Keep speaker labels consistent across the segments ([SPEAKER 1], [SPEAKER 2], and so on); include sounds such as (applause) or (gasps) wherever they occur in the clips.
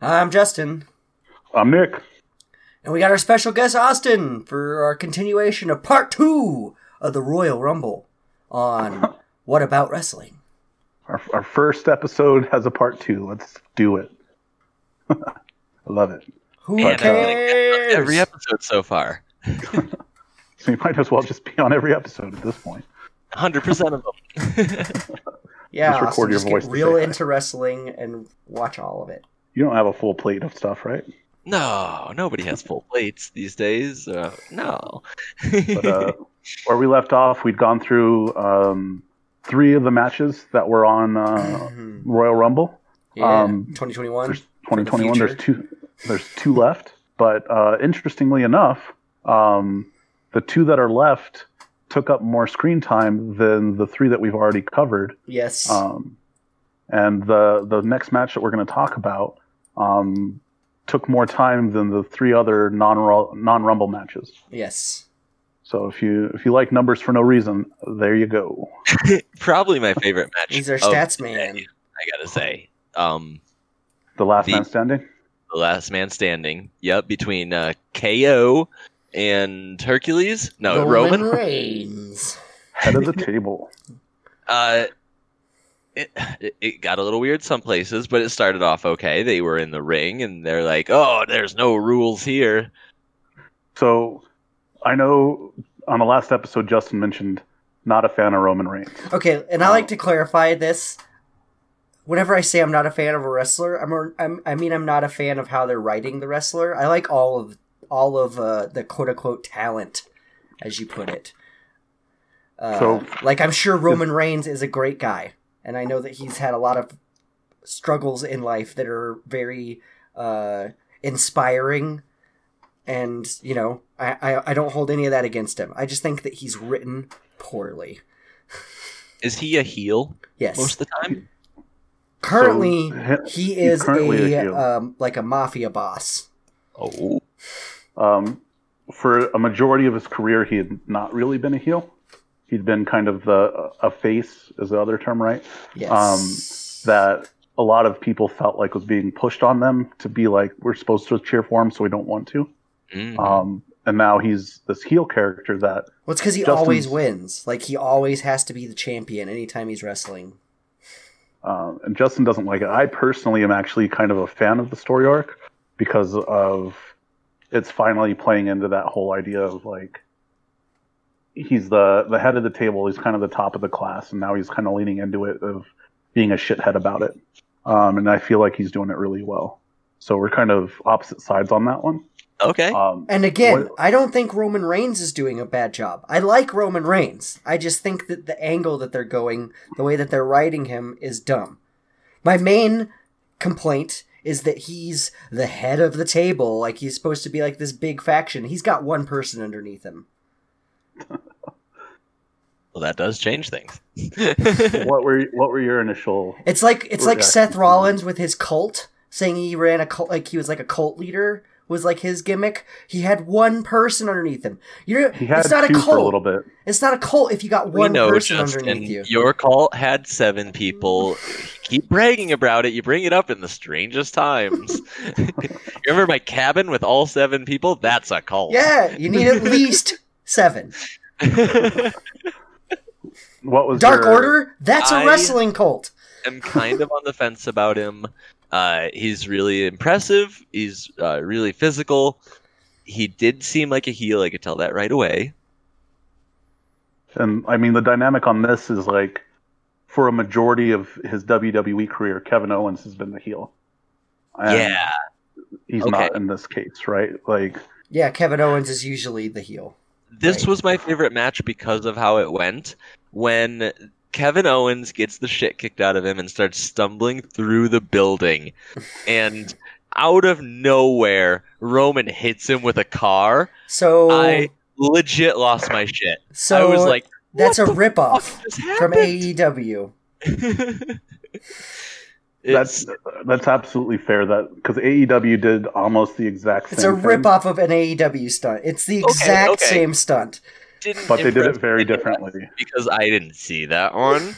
[SPEAKER 1] I'm Justin.
[SPEAKER 2] I'm Nick.
[SPEAKER 1] And we got our special guest, Austin, for our continuation of part two of the Royal Rumble
[SPEAKER 3] (laughs)
[SPEAKER 1] on What About Wrestling.
[SPEAKER 2] Our, our first episode has a part two. Let's do it. (laughs) I love it.
[SPEAKER 1] Who
[SPEAKER 3] Man, I'm like,
[SPEAKER 1] cares?
[SPEAKER 3] every episode so far.
[SPEAKER 2] So you might as well just be on every episode at this point.
[SPEAKER 3] 100% of them.
[SPEAKER 1] yeah,
[SPEAKER 2] Just record
[SPEAKER 1] Austin,
[SPEAKER 2] your
[SPEAKER 1] just
[SPEAKER 2] voice
[SPEAKER 1] get
[SPEAKER 2] to
[SPEAKER 1] real
[SPEAKER 2] say hi.
[SPEAKER 1] into wrestling and watch all of it.
[SPEAKER 2] You don't have a full plate of stuff, right?
[SPEAKER 3] (laughs) no, nobody has full plates these days. Uh, no.
[SPEAKER 1] (laughs)
[SPEAKER 2] But,
[SPEAKER 3] (laughs)
[SPEAKER 2] uh, where we left off, we'd gone through um, three of the matches that were on uh,
[SPEAKER 1] Mhm.
[SPEAKER 2] Royal Rumble.
[SPEAKER 1] (clears throat) yeah,
[SPEAKER 2] um,
[SPEAKER 1] 2021.
[SPEAKER 2] There's 2021.
[SPEAKER 1] For the
[SPEAKER 2] there's two. There's two left. But uh, interestingly enough, um, the two that are left took up more screen time than the three that we've already covered.
[SPEAKER 1] Yes.
[SPEAKER 2] Um, and the the next match that we're going to talk about um, took more time than the three other non non rumble matches.
[SPEAKER 1] yes.
[SPEAKER 2] So if you if you like numbers for no reason, there you go.
[SPEAKER 3] Probably my favorite match.
[SPEAKER 1] He's our
[SPEAKER 3] of
[SPEAKER 1] stats
[SPEAKER 3] the
[SPEAKER 1] man.
[SPEAKER 3] day, I gotta say. Um,
[SPEAKER 2] The last
[SPEAKER 3] The-
[SPEAKER 2] man standing.
[SPEAKER 3] the last man standing. Yep, between uh, KO and Hercules. No, uh, Roman.
[SPEAKER 1] Reigns.
[SPEAKER 2] Head of the table.
[SPEAKER 3] Uh, it, it- it got a little weird some places, but it started off okay. They were in the ring, and they're like, "Oh, there's no rules here."
[SPEAKER 2] So I know on the last episode Justin mentioned not a fan of Roman Reigns.
[SPEAKER 1] Okay, and I
[SPEAKER 2] Oh.
[SPEAKER 1] like to clarify this. Whenever I say I'm not a fan of a wrestler, I'm, a, I'm I mean I'm not a fan of how they're writing the wrestler. I like all of all of uh, the quote unquote talent, as you put it. Uh,
[SPEAKER 2] So-
[SPEAKER 1] like I'm sure Roman Reigns is a great guy, and I know that he's had a lot of struggles in life that are very uh, inspiring. And you know, I, I I don't hold any of that against him. I just think that he's written poorly.
[SPEAKER 3] Is he a heel
[SPEAKER 1] Yes,
[SPEAKER 3] most of the time?
[SPEAKER 1] currently
[SPEAKER 2] So,
[SPEAKER 1] he
[SPEAKER 2] he's
[SPEAKER 1] is
[SPEAKER 2] currently a
[SPEAKER 1] a,
[SPEAKER 2] heel.
[SPEAKER 1] um, like a mafia boss
[SPEAKER 3] Oh,
[SPEAKER 2] Um, for a majority of his career, he had not really been a heel. He'd been kind of the a face, is the other term, right?
[SPEAKER 1] yes
[SPEAKER 2] Um, that a lot of people felt like was being pushed on them to be like we're supposed to cheer for him so we don't want to
[SPEAKER 3] Mm.
[SPEAKER 2] um, and now he's this heel character that
[SPEAKER 1] well it's because he
[SPEAKER 2] Justin's-
[SPEAKER 1] always wins like he always has to be the champion anytime he's wrestling
[SPEAKER 2] um, and justin doesn't like it i personally am actually kind of a fan of the story arc because of it's finally playing into that whole idea of like he's the the head of the table he's kind of the top of the class and now he's kind of leaning into it of being a shithead about it um, and i feel like he's doing it really well so we're kind of opposite sides on that one
[SPEAKER 1] Eh?
[SPEAKER 3] okay.
[SPEAKER 2] um,
[SPEAKER 1] and again
[SPEAKER 2] What-
[SPEAKER 1] i don't think roman reigns is doing a bad job i like roman reigns i just think that the angle that they're going the way that they're writing him is dumb my main complaint is that he's the head of the table like he's supposed to be like this big faction he's got one person underneath him
[SPEAKER 3] Well, that does change things.
[SPEAKER 2] what were what were your initial?
[SPEAKER 1] It's like it's
[SPEAKER 2] Or
[SPEAKER 1] like
[SPEAKER 2] actually-
[SPEAKER 1] Seth Rollins with his cult, saying he ran a cult, like he was like a cult leader was like his gimmick. He had one person underneath him. You're
[SPEAKER 2] He had
[SPEAKER 1] it's not a
[SPEAKER 2] two for a
[SPEAKER 1] cult.
[SPEAKER 2] little bit.
[SPEAKER 1] it's not a cult if you got
[SPEAKER 3] we
[SPEAKER 1] one
[SPEAKER 3] know,
[SPEAKER 1] person
[SPEAKER 3] Justin,
[SPEAKER 1] underneath you.
[SPEAKER 3] your cult had seven people. Keep bragging about it. You bring it up in the strangest
[SPEAKER 1] (laughs)
[SPEAKER 3] times. you remember my cabin with all seven people? That's a cult.
[SPEAKER 1] Yeah, you
[SPEAKER 2] (laughs)
[SPEAKER 1] need at least seven.
[SPEAKER 2] What was
[SPEAKER 1] Dark
[SPEAKER 2] your-
[SPEAKER 1] Order, that's a
[SPEAKER 3] I-
[SPEAKER 1] wrestling cult.
[SPEAKER 3] (laughs) I'm kind of on the fence about him. Uh, he's really impressive. He's uh, really physical. He did seem like a heel. I could tell that right away.
[SPEAKER 2] And I mean, the dynamic on this is like, for a majority of his WWE career, Kevin Owens has been the heel. And
[SPEAKER 3] yeah.
[SPEAKER 2] he's
[SPEAKER 3] okay.
[SPEAKER 2] not in this case, right? Like,
[SPEAKER 1] Yeah, Kevin Owens is usually the heel.
[SPEAKER 3] This
[SPEAKER 1] Right.
[SPEAKER 3] was my favorite match because of how it went. When Kevin Owens gets the shit kicked out of him and starts stumbling through the building,
[SPEAKER 1] (laughs)
[SPEAKER 3] and out of nowhere, Roman hits him with a car.
[SPEAKER 1] So
[SPEAKER 3] I legit lost my shit.
[SPEAKER 1] Oh. so
[SPEAKER 3] I was like,
[SPEAKER 1] that's a
[SPEAKER 3] what the
[SPEAKER 1] ripoff
[SPEAKER 3] fuck just
[SPEAKER 1] from E
[SPEAKER 3] happened?
[SPEAKER 1] AEW.
[SPEAKER 3] (laughs) It's-
[SPEAKER 2] that's that's absolutely fair. That because AEW did almost the exact same.
[SPEAKER 1] It's a
[SPEAKER 2] thing,
[SPEAKER 1] ripoff of an AEW stunt. It's the
[SPEAKER 3] Okay,
[SPEAKER 1] exact
[SPEAKER 3] okay.
[SPEAKER 1] same
[SPEAKER 3] (laughs)
[SPEAKER 1] stunt.
[SPEAKER 3] didn't
[SPEAKER 2] but they
[SPEAKER 1] (laughs)
[SPEAKER 2] did
[SPEAKER 3] impress
[SPEAKER 2] it very
[SPEAKER 3] me
[SPEAKER 2] differently.
[SPEAKER 3] because I didn't see that one.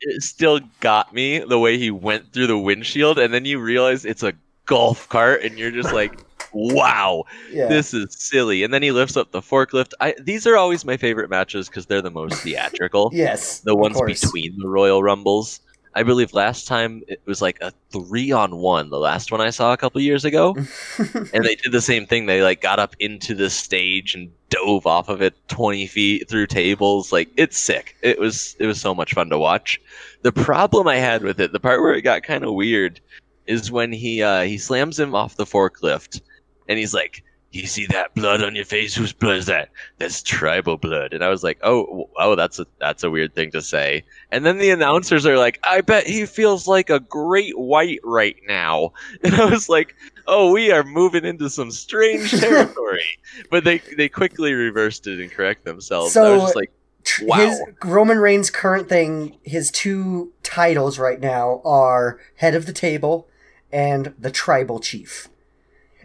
[SPEAKER 3] it still got me the way he went through the windshield, and then you realize it's a golf cart, and you're just like, wow,
[SPEAKER 1] (laughs) Yeah.
[SPEAKER 3] this is silly. And then he lifts up the forklift. I, these are always my favorite matches because they're the most theatrical.
[SPEAKER 1] yes.
[SPEAKER 3] the
[SPEAKER 1] of
[SPEAKER 3] ones
[SPEAKER 1] course.
[SPEAKER 3] between the Royal Rumbles. I believe last time it was like a three on one, the last one I saw a couple
[SPEAKER 1] (laughs)
[SPEAKER 3] years ago. and they did the same thing. They like got up into the stage and dove off of it twenty feet through tables. Like it's sick. It was it was so much fun to watch. The problem I had with it, the part where it got kind of weird, is when he uh, he slams him off the forklift, and he's like, "You see that blood on your face? Whose blood is that? That's tribal blood." And I was like, "Oh, w- oh, that's a that's a weird thing to say." And then the announcers are like, "I bet he feels like a great white right now," (laughs) and I was like. Oh, we are moving into
[SPEAKER 1] (laughs)
[SPEAKER 3] some strange territory, but they they quickly reversed it and correct themselves. I was
[SPEAKER 1] So-
[SPEAKER 3] just like,
[SPEAKER 1] Tr-
[SPEAKER 3] Wow.
[SPEAKER 1] His Roman Reigns' current thing, his two titles right now are head of the table and the tribal chief.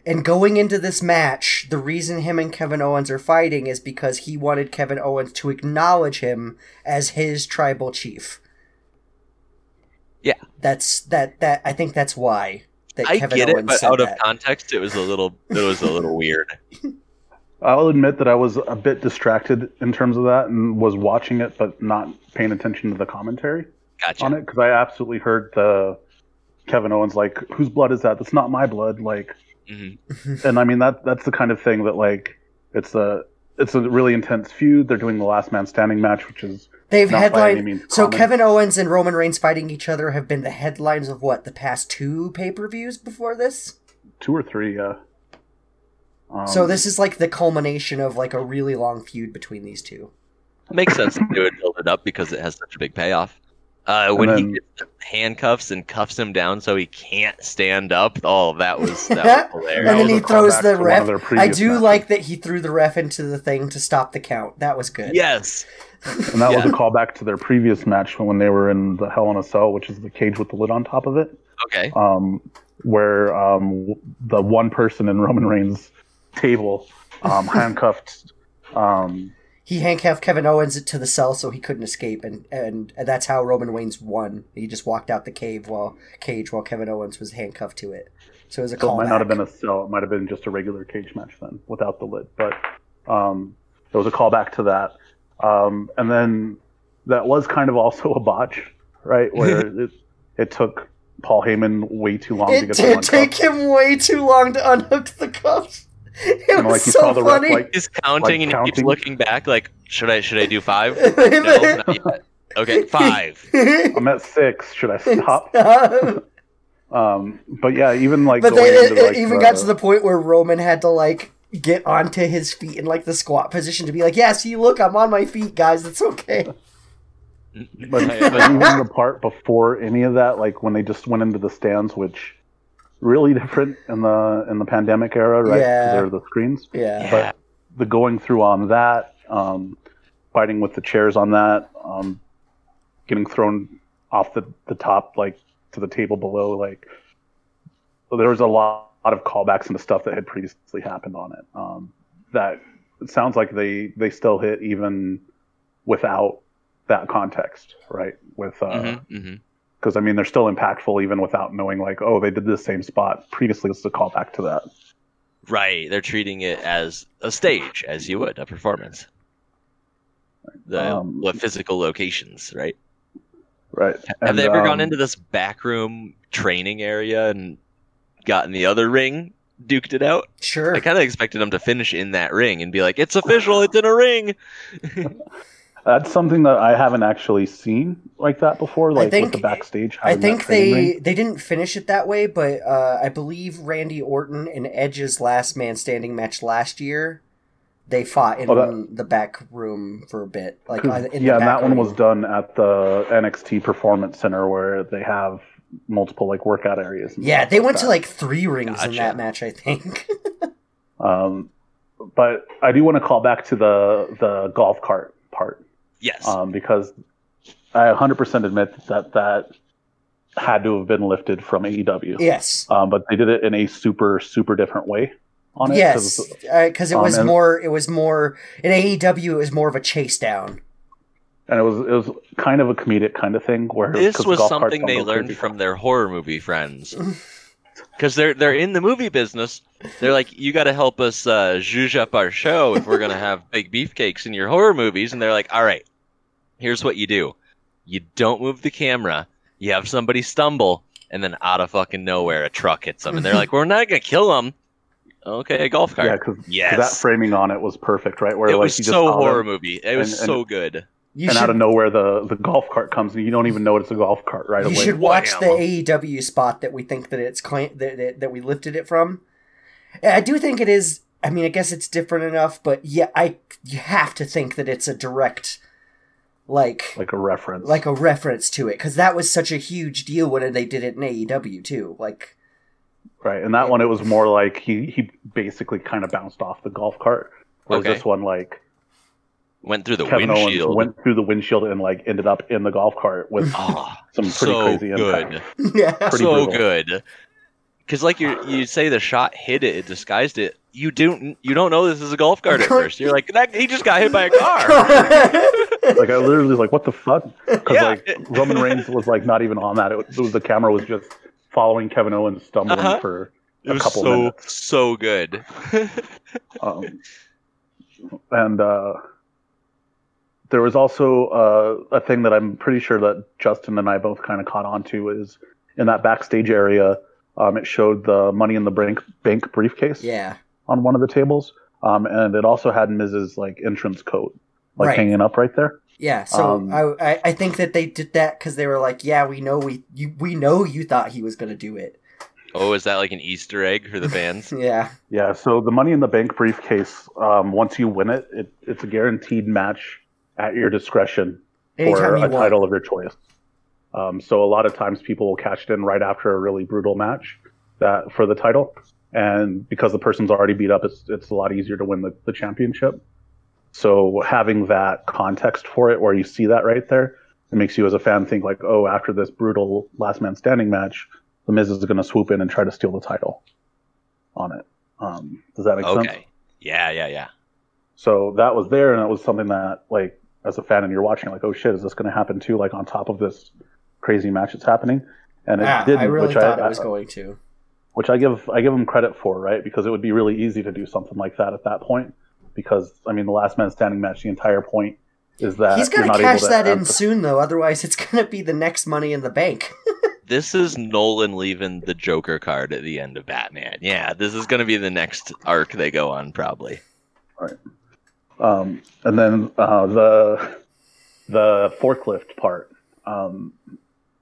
[SPEAKER 1] And going into this match, the reason him and Kevin Owens are fighting is because he wanted Kevin Owens to acknowledge him as his tribal chief.
[SPEAKER 3] Yeah.
[SPEAKER 1] That's that that I think that's why that
[SPEAKER 3] I
[SPEAKER 1] Kevin
[SPEAKER 3] get
[SPEAKER 1] Owens
[SPEAKER 3] it, but
[SPEAKER 1] said
[SPEAKER 3] out
[SPEAKER 1] that.
[SPEAKER 3] of context, it was a little it was a little weird.
[SPEAKER 2] I'll admit that I was a bit distracted in terms of that and was watching it but not paying attention to the commentary
[SPEAKER 3] Gotcha.
[SPEAKER 2] on it because I absolutely heard the Kevin Owens like, "Whose blood is that? That's not my blood." Like,
[SPEAKER 3] Mhm.
[SPEAKER 1] Hmm.
[SPEAKER 2] and I mean that that's the kind of thing that like it's a it's a really intense feud. They're doing the last man standing match, which is
[SPEAKER 1] They've
[SPEAKER 2] Not by any
[SPEAKER 1] headlined.
[SPEAKER 2] means
[SPEAKER 1] So
[SPEAKER 2] common.
[SPEAKER 1] Kevin Owens and Roman Reigns fighting each other have been the headlines of what the past two pay per views before this.
[SPEAKER 2] two or three. Uh, um,
[SPEAKER 1] so this is like the culmination of like a really long feud between these two.
[SPEAKER 3] Makes sense to do it, build it up because it has such a big payoff. Uh, when he
[SPEAKER 2] then-
[SPEAKER 3] gets the handcuffs and cuffs him down so he can't stand up. Oh, that was that was
[SPEAKER 2] And
[SPEAKER 1] And,
[SPEAKER 3] hilarious.
[SPEAKER 2] that
[SPEAKER 1] then
[SPEAKER 2] was
[SPEAKER 1] he
[SPEAKER 2] a
[SPEAKER 1] throws
[SPEAKER 2] callback
[SPEAKER 1] the
[SPEAKER 2] to one of
[SPEAKER 1] ref.
[SPEAKER 2] their
[SPEAKER 1] I
[SPEAKER 2] previous
[SPEAKER 1] do
[SPEAKER 2] matches.
[SPEAKER 1] like that he threw the ref into the thing to stop the count. That was good.
[SPEAKER 3] Yes.
[SPEAKER 2] and that was
[SPEAKER 3] yeah.
[SPEAKER 2] a callback to their previous match when they were in the Hell in a Cell, which is the cage with the lid on top of it.
[SPEAKER 3] Okay.
[SPEAKER 2] um, where um, w- the one person in Roman Reigns' table
[SPEAKER 1] (laughs)
[SPEAKER 2] um, handcuffed. Um,
[SPEAKER 1] He handcuffed Kevin Owens to the cell so he couldn't escape, and, and and that's how Roman Reigns won. He just walked out the cave while cage while Kevin Owens was handcuffed to it. So it was a
[SPEAKER 2] so it
[SPEAKER 1] call.
[SPEAKER 2] might not have been a cell; it might have been just a regular cage match then, without the lid. But um, there was a callback to that, um, and then that was kind of also a botch, right?
[SPEAKER 1] (laughs)
[SPEAKER 2] Where it, it took Paul Heyman way too long to
[SPEAKER 1] It
[SPEAKER 2] get
[SPEAKER 1] did
[SPEAKER 2] the one
[SPEAKER 1] take
[SPEAKER 2] cuff.
[SPEAKER 1] him way too long to unhook the cuffs. It
[SPEAKER 2] And,
[SPEAKER 1] was
[SPEAKER 2] like you
[SPEAKER 1] so
[SPEAKER 2] saw the ref,
[SPEAKER 1] funny.
[SPEAKER 2] like
[SPEAKER 3] He's counting and he
[SPEAKER 2] counting.
[SPEAKER 3] keeps looking back like, should I should I do five? No, not yet. Okay, five.
[SPEAKER 2] I'm at six.
[SPEAKER 1] (laughs)
[SPEAKER 2] Should I stop?
[SPEAKER 1] Stop.
[SPEAKER 2] Um, but yeah, even like
[SPEAKER 1] but
[SPEAKER 2] going
[SPEAKER 1] they, it,
[SPEAKER 2] into, like, uh,
[SPEAKER 1] it even got to the point where Roman had to like get onto his feet in like the squat position to be like, "Yeah, see, look, I'm on my feet, guys. It's okay."
[SPEAKER 2] (laughs) But, but even the part before any of that, like when they just went into the stands, which really different in the in the pandemic era, right? 'Cause
[SPEAKER 1] Yeah.
[SPEAKER 2] There are the screens.
[SPEAKER 1] Yeah.
[SPEAKER 3] Yeah.
[SPEAKER 2] The going through on that, um, fighting with the chairs on that, um, getting thrown off the, the top, like to the table below, like so there was a lot, lot of callbacks into stuff that had previously happened on it. Um, that it sounds like they they still hit even without that context, right? With uh,
[SPEAKER 3] hmm hmm
[SPEAKER 2] because I mean they're still impactful even without knowing like oh they did this same spot previously. This is a callback to that.
[SPEAKER 3] Right, they're treating it as a stage, as you would a performance. The
[SPEAKER 2] Um,
[SPEAKER 3] the physical locations, right?
[SPEAKER 2] Right.
[SPEAKER 3] Have
[SPEAKER 2] And,
[SPEAKER 3] they ever gone
[SPEAKER 2] um,
[SPEAKER 3] into this backroom training area and gotten the other ring, duked it out?
[SPEAKER 1] Sure.
[SPEAKER 3] I kind of expected them to finish in that ring and be like, "It's official, it's in a ring."
[SPEAKER 2] That's something that I haven't actually seen like that before. Like
[SPEAKER 1] think-
[SPEAKER 2] with the backstage.
[SPEAKER 1] I
[SPEAKER 2] having that
[SPEAKER 1] think
[SPEAKER 2] training
[SPEAKER 1] they
[SPEAKER 2] ring.
[SPEAKER 1] they didn't finish it that way, but uh, I believe Randy Orton and Edge's last man standing match last year, they fought in
[SPEAKER 2] Oh, that-
[SPEAKER 1] the back room for a bit. Like
[SPEAKER 2] 'Cause,
[SPEAKER 1] uh, in
[SPEAKER 2] yeah,
[SPEAKER 1] the back
[SPEAKER 2] and that one
[SPEAKER 1] room.
[SPEAKER 2] was done at the NXT Performance Center where they have multiple like workout areas. and
[SPEAKER 1] Yeah,
[SPEAKER 2] stuff
[SPEAKER 1] they went to
[SPEAKER 2] that.
[SPEAKER 1] like three rings in
[SPEAKER 3] Gotcha.
[SPEAKER 1] that match, I think.
[SPEAKER 2] Um, but I do want to call back to the the golf cart part.
[SPEAKER 3] Yes,
[SPEAKER 2] um, because I 100% admit that that had to have been lifted from AEW.
[SPEAKER 1] (laughs) yes.
[SPEAKER 2] Um, but they did it in a super, super different way on it.
[SPEAKER 1] yes,
[SPEAKER 2] 'cause-
[SPEAKER 1] because it
[SPEAKER 2] um,
[SPEAKER 1] was
[SPEAKER 2] and-
[SPEAKER 1] E more. It was more in AEW. It was more of a chase down.
[SPEAKER 2] and it was it was kind of a comedic kind of thing where
[SPEAKER 3] this
[SPEAKER 2] 'cause
[SPEAKER 3] was
[SPEAKER 2] golf carts
[SPEAKER 3] something
[SPEAKER 2] don't
[SPEAKER 3] they
[SPEAKER 2] go
[SPEAKER 3] learned
[SPEAKER 2] crazy.
[SPEAKER 3] from their horror movie friends because they're they're in the movie business they're like you got to help us uh zhuzh up our show if we're gonna have big beefcakes in your horror movies and they're like all right here's what you do you don't move the camera you have somebody stumble and then out of fucking nowhere a truck hits them and they're like we're not gonna kill them okay a golf
[SPEAKER 2] Yeah,
[SPEAKER 3] cart
[SPEAKER 2] because
[SPEAKER 3] yes
[SPEAKER 2] that framing on it was perfect, right? Where
[SPEAKER 3] it
[SPEAKER 2] like
[SPEAKER 3] was
[SPEAKER 2] you just
[SPEAKER 3] so
[SPEAKER 2] saw them,
[SPEAKER 3] horror movie it was
[SPEAKER 2] and- and-
[SPEAKER 3] so good
[SPEAKER 1] You
[SPEAKER 2] and
[SPEAKER 1] should
[SPEAKER 2] out of nowhere the the golf cart comes, and you don't even know it's a golf cart right
[SPEAKER 1] you
[SPEAKER 2] away.
[SPEAKER 1] should watch the
[SPEAKER 3] Wham.
[SPEAKER 1] AEW spot that we think that it's claim that, that that we lifted it from. And I do think it is. I mean, I guess it's different enough, but yeah, I you have to think that it's a direct, like
[SPEAKER 2] like a reference.
[SPEAKER 1] like a reference to it because that was such a huge deal when they did it in AEW too. Like, (laughs)
[SPEAKER 2] Right, and that one it was more like he he basically kind of bounced off the golf cart. Whereas
[SPEAKER 3] Okay.
[SPEAKER 2] this one, like
[SPEAKER 3] went through the
[SPEAKER 2] Kevin
[SPEAKER 3] windshield
[SPEAKER 2] Owens went through the windshield and like ended up in the golf cart with
[SPEAKER 3] Ah,
[SPEAKER 2] some pretty
[SPEAKER 3] so
[SPEAKER 2] crazy
[SPEAKER 3] good
[SPEAKER 2] impact.
[SPEAKER 1] yeah,
[SPEAKER 2] Pretty
[SPEAKER 3] so
[SPEAKER 2] brutal.
[SPEAKER 3] good. Because like you you say the shot hit it, it disguised it. You don't you don't know this is a golf cart at first. You're like that he just got hit by a
[SPEAKER 2] (laughs)
[SPEAKER 3] car.
[SPEAKER 2] Like I literally was like, what the fuck? Because
[SPEAKER 3] Yeah.
[SPEAKER 2] like Roman Reigns was like not even on that. It was, it was- the camera was just following Kevin Owens stumbling
[SPEAKER 3] Uh-huh.
[SPEAKER 2] for
[SPEAKER 3] It
[SPEAKER 2] a
[SPEAKER 3] was
[SPEAKER 2] couple
[SPEAKER 3] so
[SPEAKER 2] minutes.
[SPEAKER 3] so good. (laughs)
[SPEAKER 2] Um, and uh, there was also uh, a thing that I'm pretty sure that Justin and I both kind of caught on to is in that backstage area. Um, it showed the money in the bank bank
[SPEAKER 1] (laughs)
[SPEAKER 2] briefcase
[SPEAKER 1] yeah,
[SPEAKER 2] on one of the tables, um, and it also had Miz's like entrance coat like
[SPEAKER 1] Right.
[SPEAKER 2] hanging up right there.
[SPEAKER 1] yeah. So
[SPEAKER 2] Um,
[SPEAKER 1] I, I I think that they did that because they were like, yeah, we know we you, we know you thought he was gonna do it.
[SPEAKER 3] oh, is that like an Easter egg for
[SPEAKER 2] (laughs)
[SPEAKER 3] the fans?
[SPEAKER 1] Yeah,
[SPEAKER 2] Yeah. So the money in the bank briefcase. Um, once you win it, it, it's a guaranteed match at your discretion
[SPEAKER 1] anytime
[SPEAKER 2] or
[SPEAKER 1] you
[SPEAKER 2] a
[SPEAKER 1] want.
[SPEAKER 2] title of your choice. Um, so a lot of times people will cash it in right after a really brutal match that for the title, and because the person's already beat up, it's it's a lot easier to win the, the championship. So having that context for it, where you see that right there, it makes you as a fan think like, oh, after this brutal last man standing match, the Miz is going to swoop in and try to steal the title on it. Um, does that make sense?
[SPEAKER 3] Okay. Yeah, yeah, yeah.
[SPEAKER 2] So that was there, and it was something that, like, as a fan, and you're watching, like, oh shit, is this going to happen too? Like, on top of this crazy match that's happening, and it
[SPEAKER 1] Ah,
[SPEAKER 2] didn't,
[SPEAKER 1] I really
[SPEAKER 2] which
[SPEAKER 1] thought
[SPEAKER 2] I
[SPEAKER 1] it was going to.
[SPEAKER 2] which I give I give them credit for, right? Because it would be really easy to do something like that at that point. Because I mean, the last man standing match, the entire point is that
[SPEAKER 1] He's
[SPEAKER 2] you're
[SPEAKER 1] gonna
[SPEAKER 2] not
[SPEAKER 1] cash
[SPEAKER 2] able to
[SPEAKER 1] that in
[SPEAKER 2] emphasize-
[SPEAKER 1] soon though, otherwise it's gonna be the next money in the bank. (laughs)
[SPEAKER 3] This is Nolan leaving the Joker card at the end of Batman. Yeah, this is going to be the next arc they go on probably.
[SPEAKER 2] Um, and then uh, the the forklift part. Um,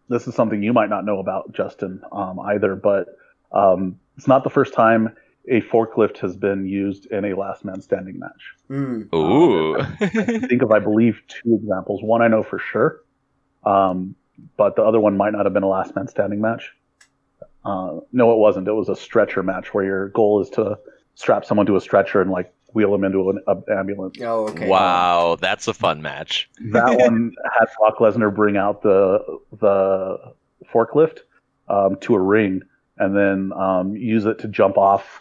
[SPEAKER 2] this is something you might not know about, Justin, um, either. But um, it's not the first time a forklift has been used in a last man standing match.
[SPEAKER 1] Mm.
[SPEAKER 2] Oh,
[SPEAKER 3] Ooh.
[SPEAKER 2] I can think of, I believe, two examples. One I know for sure, um, but the other one might not have been a last man standing match. Uh, no, it wasn't. It was a stretcher match where your goal is to strap someone to a stretcher and like wheel them into an a ambulance.
[SPEAKER 1] Oh, okay.
[SPEAKER 3] (laughs)
[SPEAKER 1] (laughs)
[SPEAKER 2] (laughs)
[SPEAKER 3] Wow, that's a fun match. (laughs)
[SPEAKER 2] that one had Brock Lesnar bring out the the forklift um, to a ring and then um, use it to jump off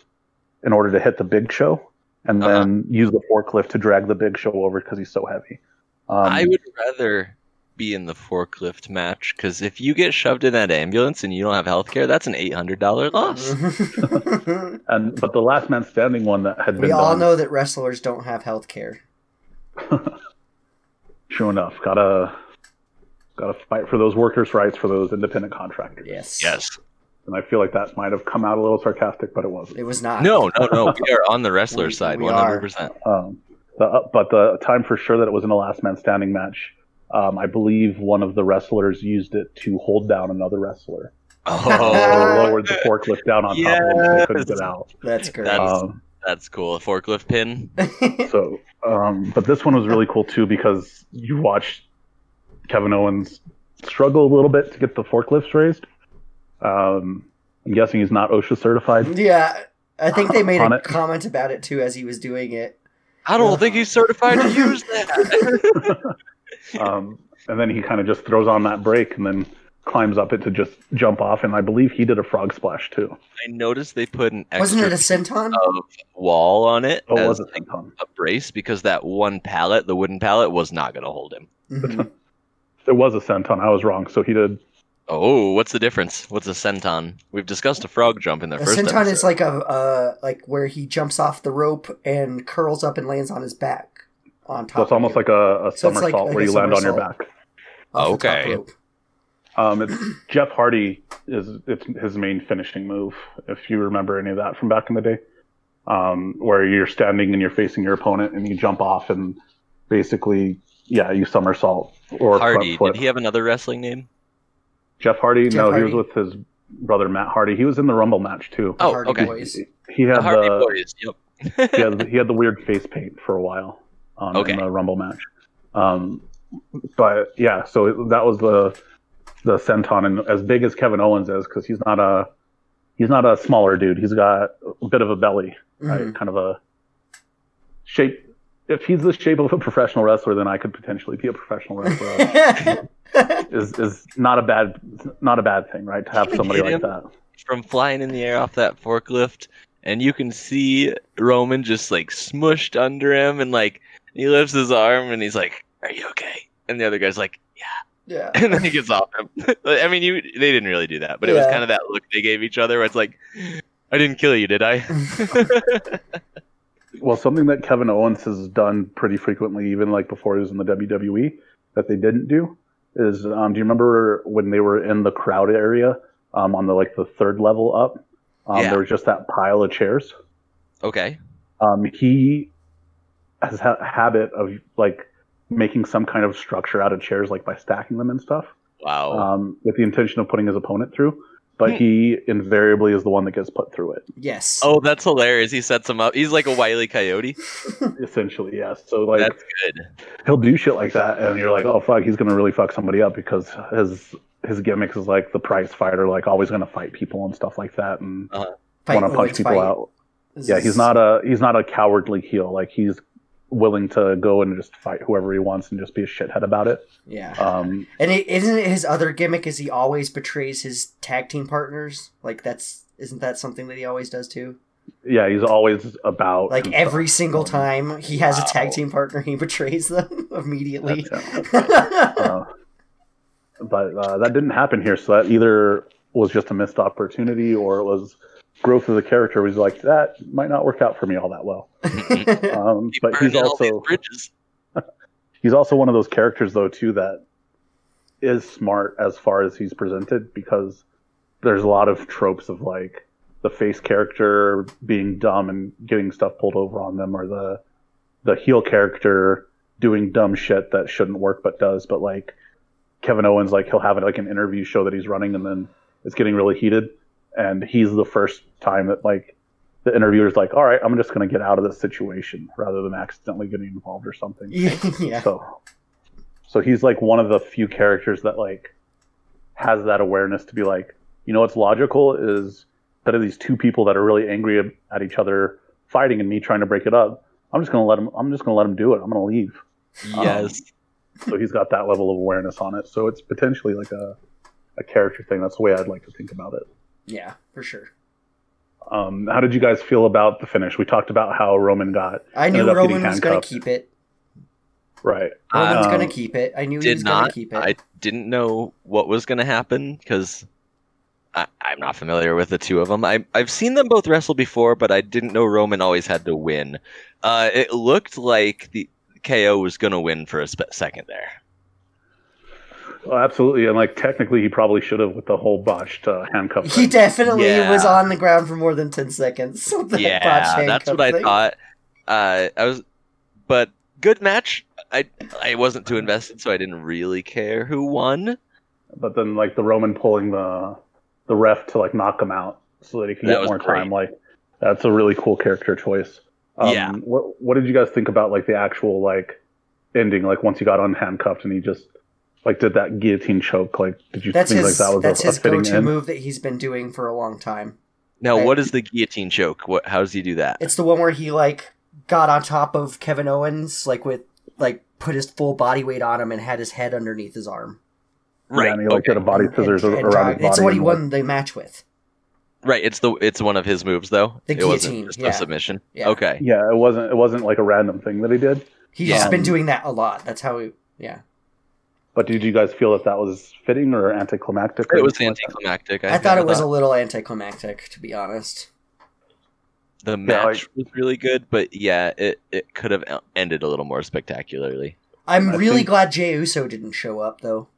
[SPEAKER 2] in order to hit the Big Show, and
[SPEAKER 3] Uh-huh.
[SPEAKER 2] then use the forklift to drag the Big Show over because he's so heavy. Um,
[SPEAKER 3] I would rather be in the forklift match because if you get shoved in that ambulance and you don't have health care, that's an eight hundred dollar loss.
[SPEAKER 2] and but the last man standing one that had been
[SPEAKER 1] we all
[SPEAKER 2] done,
[SPEAKER 1] know that wrestlers don't have health care.
[SPEAKER 2] True enough, gotta gotta fight for those workers' rights for those independent contractors.
[SPEAKER 1] Yes.
[SPEAKER 3] Yes.
[SPEAKER 2] And I feel like that might have come out a little sarcastic, but it wasn't.
[SPEAKER 1] It was not.
[SPEAKER 3] No, no, no. We are on the wrestler
[SPEAKER 1] We-
[SPEAKER 3] side,
[SPEAKER 1] we
[SPEAKER 3] one
[SPEAKER 1] are.
[SPEAKER 3] hundred percent.
[SPEAKER 2] Um, the, uh, but the time for sure that it was in a last man standing match, um, I believe one of the wrestlers used it to hold down another wrestler.
[SPEAKER 1] (laughs)
[SPEAKER 3] Oh,
[SPEAKER 2] or lowered the forklift down on top of him so they couldn't
[SPEAKER 3] Yes.
[SPEAKER 2] get out.
[SPEAKER 1] That's great.
[SPEAKER 3] That is-
[SPEAKER 2] Um,
[SPEAKER 3] that's cool. A
[SPEAKER 1] (laughs)
[SPEAKER 3] forklift pin.
[SPEAKER 2] so, um, but this one was really cool too because you watched Kevin Owens struggle a little bit to get the forklifts raised. Um, I'm guessing he's not OSHA
[SPEAKER 3] (laughs)
[SPEAKER 2] certified.
[SPEAKER 1] yeah. I think they made
[SPEAKER 2] On
[SPEAKER 1] a
[SPEAKER 2] it.
[SPEAKER 1] comment about it too as he was doing it.
[SPEAKER 3] I don't think he's certified to use that.
[SPEAKER 1] (laughs)
[SPEAKER 2] Um, and then he kind of just throws on that brake and then climbs up it to just jump off, and I believe he did a frog splash too.
[SPEAKER 3] I noticed they put an extra
[SPEAKER 1] Wasn't it a
[SPEAKER 2] Uh,
[SPEAKER 1] senton?
[SPEAKER 3] of wall on it
[SPEAKER 2] Oh, it
[SPEAKER 3] as
[SPEAKER 2] was a senton.
[SPEAKER 3] a brace because that one pallet, the wooden pallet, was not going to hold him.
[SPEAKER 1] Mhm.
[SPEAKER 2] It was a senton. I was wrong. So he did.
[SPEAKER 3] Oh, what's the difference? What's a centon? We've discussed a frog jump in the
[SPEAKER 1] A
[SPEAKER 3] first.
[SPEAKER 1] senton is
[SPEAKER 3] episode.
[SPEAKER 1] like a uh, like where he jumps off the rope and curls up and lands on his back on top.
[SPEAKER 2] So it's almost like a, a
[SPEAKER 1] So it's like-
[SPEAKER 2] somersault
[SPEAKER 1] like
[SPEAKER 2] where
[SPEAKER 1] a
[SPEAKER 2] you land on your
[SPEAKER 1] somersault.
[SPEAKER 2] back.
[SPEAKER 3] Okay.
[SPEAKER 2] Um, it's (clears throat) Jeff Hardy is it's his main finishing move, if you remember any of that from back in the day, um, where you're standing and you're facing your opponent and you jump off and basically, yeah, you somersault or
[SPEAKER 3] Hardy.
[SPEAKER 2] front flip.
[SPEAKER 3] Did he have another wrestling name?
[SPEAKER 2] Jeff Hardy?
[SPEAKER 1] Jeff
[SPEAKER 2] no,
[SPEAKER 1] Hardy.
[SPEAKER 2] he was with his brother Matt Hardy. He was in the Rumble match too.
[SPEAKER 3] Oh,
[SPEAKER 1] Hardy
[SPEAKER 3] okay.
[SPEAKER 1] Boys.
[SPEAKER 2] He had
[SPEAKER 3] the Hardy
[SPEAKER 2] the
[SPEAKER 3] Boys. Yep.
[SPEAKER 2] he had, he had the weird face paint for a while um,
[SPEAKER 3] Okay.
[SPEAKER 2] in the Rumble match. Um, but yeah, so it- that was the the senton, and as big as Kevin Owens is, because he's not a he's not a smaller dude. He's got a bit of a belly, right?
[SPEAKER 1] Mhm.
[SPEAKER 2] Kind of a shape. If he's the shape of a professional wrestler, then I could potentially be a
[SPEAKER 1] (laughs)
[SPEAKER 2] professional wrestler.
[SPEAKER 1] Mm-hmm.
[SPEAKER 2] is is not a bad not a bad thing, right? To have
[SPEAKER 3] Can we
[SPEAKER 2] somebody
[SPEAKER 3] get
[SPEAKER 2] like
[SPEAKER 3] him?
[SPEAKER 2] that.
[SPEAKER 3] from flying in the air off that forklift, and you can see Roman just like smushed under him, and like he lifts his arm, and he's like, "Are you okay?" And the other guy's like, (laughs)
[SPEAKER 1] yeah.
[SPEAKER 3] and then he gets off him. (laughs) I mean, you they didn't really do that, but it was
[SPEAKER 1] Yeah.
[SPEAKER 3] kind of that look they gave each other, where it's like, "I didn't kill you, did I?"
[SPEAKER 2] Well, something that Kevin Owens has done pretty frequently, even like before he was in the WWE, that they didn't do is um, do you remember when they were in the crowd area um, on the like the third level up? Um,
[SPEAKER 3] Yeah.
[SPEAKER 2] There was just that pile of chairs.
[SPEAKER 3] okay.
[SPEAKER 2] Um, he has a habit of like making some kind of structure out of chairs, like by stacking them and stuff,
[SPEAKER 3] Wow.
[SPEAKER 2] um, with the intention of putting his opponent through. But
[SPEAKER 3] Oh. Hmm.
[SPEAKER 2] he invariably is the one that gets put through it.
[SPEAKER 1] (laughs) Yes.
[SPEAKER 3] oh, that's hilarious. He sets him up. He's like a wily coyote.
[SPEAKER 2] Essentially, yes. So like
[SPEAKER 3] that's good.
[SPEAKER 2] he'll do shit like that, and you're like, oh fuck, he's gonna really fuck somebody up because his his gimmicks is like the prize fighter, like always gonna fight people and stuff like that, and
[SPEAKER 1] Fight
[SPEAKER 2] want to punch
[SPEAKER 1] always
[SPEAKER 2] people
[SPEAKER 1] fight.
[SPEAKER 2] out.
[SPEAKER 1] This
[SPEAKER 2] Yeah,
[SPEAKER 1] is-
[SPEAKER 2] he's not a he's not a cowardly heel. Like he's willing to go and just fight whoever he wants and just be a shithead about it.
[SPEAKER 1] Yeah.
[SPEAKER 2] Um,
[SPEAKER 1] And it, isn't it his other gimmick is he always betrays his tag team partners? Like that's isn't that something that he always does too?
[SPEAKER 2] yeah, he's always about
[SPEAKER 1] Like
[SPEAKER 2] himself.
[SPEAKER 1] every single time he has a tag
[SPEAKER 3] Wow.
[SPEAKER 1] team partner, he (laughs) betrays them immediately.
[SPEAKER 2] That's- Uh, but uh, that didn't happen here, so that either was just a missed opportunity or it was growth of the character. Was like that might not work out for me all that well. Um,
[SPEAKER 3] He
[SPEAKER 2] but he's
[SPEAKER 3] burned all these
[SPEAKER 2] also
[SPEAKER 3] bridges.
[SPEAKER 2] he's also one of those characters though too that is smart as far as he's presented because there's a lot of tropes of like the face character being dumb and getting stuff pulled over on them or the the heel character doing dumb shit that shouldn't work but does but like Kevin Owens like he'll have like an interview show that he's running and then it's getting really heated and he's the first time that like the interviewer's like all right I'm just going to get out of this situation rather than accidentally getting involved or something
[SPEAKER 1] (laughs) yeah.
[SPEAKER 2] so, so he's like one of the few characters that like has that awareness to be like, you know, what's logical is that of these two people that are really angry ab- at each other fighting and me trying to break it up. I'm just gonna let him. I'm just gonna let him do it. I'm gonna leave. um,
[SPEAKER 3] Yes.
[SPEAKER 1] Hmm.
[SPEAKER 2] So he's got that level of awareness on it. So it's potentially like a a character thing. That's the way I'd like to think about it.
[SPEAKER 1] Yeah, for sure.
[SPEAKER 2] Um, how did you guys feel about the finish? We talked about how Roman got
[SPEAKER 1] I knew
[SPEAKER 2] Ended up getting
[SPEAKER 1] Roman was gonna
[SPEAKER 2] handcuffed.
[SPEAKER 1] keep it.
[SPEAKER 2] right.
[SPEAKER 1] Roman's
[SPEAKER 2] Um,
[SPEAKER 1] gonna keep it. I knew he
[SPEAKER 3] did
[SPEAKER 1] was gonna
[SPEAKER 3] not.
[SPEAKER 1] keep it.
[SPEAKER 3] I didn't know what was going to happen because I'm not familiar with the two of them. I, I've seen them both wrestle before, but I didn't know Roman always had to win. Uh, it looked like the KO was going to win for a sp- second there.
[SPEAKER 2] Oh, absolutely. And like technically, he probably should have with the whole botched uh, handcuff.
[SPEAKER 1] he
[SPEAKER 2] thing.
[SPEAKER 1] definitely
[SPEAKER 3] Yeah.
[SPEAKER 1] was on the ground for more than ten seconds. (laughs) So (laughs) that botched
[SPEAKER 3] yeah, that's
[SPEAKER 1] handcuff
[SPEAKER 3] what I
[SPEAKER 1] thing-
[SPEAKER 3] thought. Uh, I was, but good match. I I wasn't too invested, so I didn't really care who won.
[SPEAKER 2] but then like the Roman pulling the the ref to like knock him out so that he can
[SPEAKER 3] That
[SPEAKER 2] get
[SPEAKER 3] was
[SPEAKER 2] more time.
[SPEAKER 3] great.
[SPEAKER 2] Like that's a really cool character choice. Um,
[SPEAKER 3] Yeah.
[SPEAKER 2] What What did you guys think about like the actual like ending? Like once he got unhandcuffed and he just like did that guillotine choke. Like did you
[SPEAKER 1] That's
[SPEAKER 2] think
[SPEAKER 1] his.
[SPEAKER 2] like that was
[SPEAKER 1] that's
[SPEAKER 2] a,
[SPEAKER 1] his
[SPEAKER 2] a fitting
[SPEAKER 1] go-to
[SPEAKER 2] end?
[SPEAKER 1] move that he's been doing for a long time.
[SPEAKER 3] Now,
[SPEAKER 1] Right.
[SPEAKER 3] what is the guillotine choke? What? How does he do that?
[SPEAKER 1] It's the one where he like got on top of Kevin Owens, like with like put his full body weight on him and had his head underneath his arm.
[SPEAKER 3] Right.
[SPEAKER 2] Yeah, and he like did a body scissors
[SPEAKER 1] And- and
[SPEAKER 2] around
[SPEAKER 1] dog-
[SPEAKER 2] his body.
[SPEAKER 1] It's what he
[SPEAKER 2] and, like,
[SPEAKER 1] won the match with.
[SPEAKER 3] Right, it's the it's one of his moves though.
[SPEAKER 1] The
[SPEAKER 3] it wasn't
[SPEAKER 1] guillotine,
[SPEAKER 3] just
[SPEAKER 1] yeah.
[SPEAKER 3] a submission.
[SPEAKER 1] Yeah.
[SPEAKER 3] Okay.
[SPEAKER 2] Yeah, it wasn't. It wasn't like a random thing that he did.
[SPEAKER 1] He's
[SPEAKER 3] Yeah.
[SPEAKER 1] just been
[SPEAKER 2] Um,
[SPEAKER 1] doing that a lot. That's how he. Yeah.
[SPEAKER 2] But did you guys feel that that was fitting or anticlimactic? or
[SPEAKER 3] It was
[SPEAKER 2] anything like that?
[SPEAKER 3] anticlimactic.
[SPEAKER 1] I, thought it was
[SPEAKER 3] that.
[SPEAKER 1] a little anticlimactic, to be honest.
[SPEAKER 3] the
[SPEAKER 2] Yeah, like-
[SPEAKER 3] match was really good, but yeah, it, it could have e, ended a little more spectacularly.
[SPEAKER 1] I'm
[SPEAKER 2] I
[SPEAKER 1] really
[SPEAKER 2] think-
[SPEAKER 1] glad Jey Uso didn't show up, though.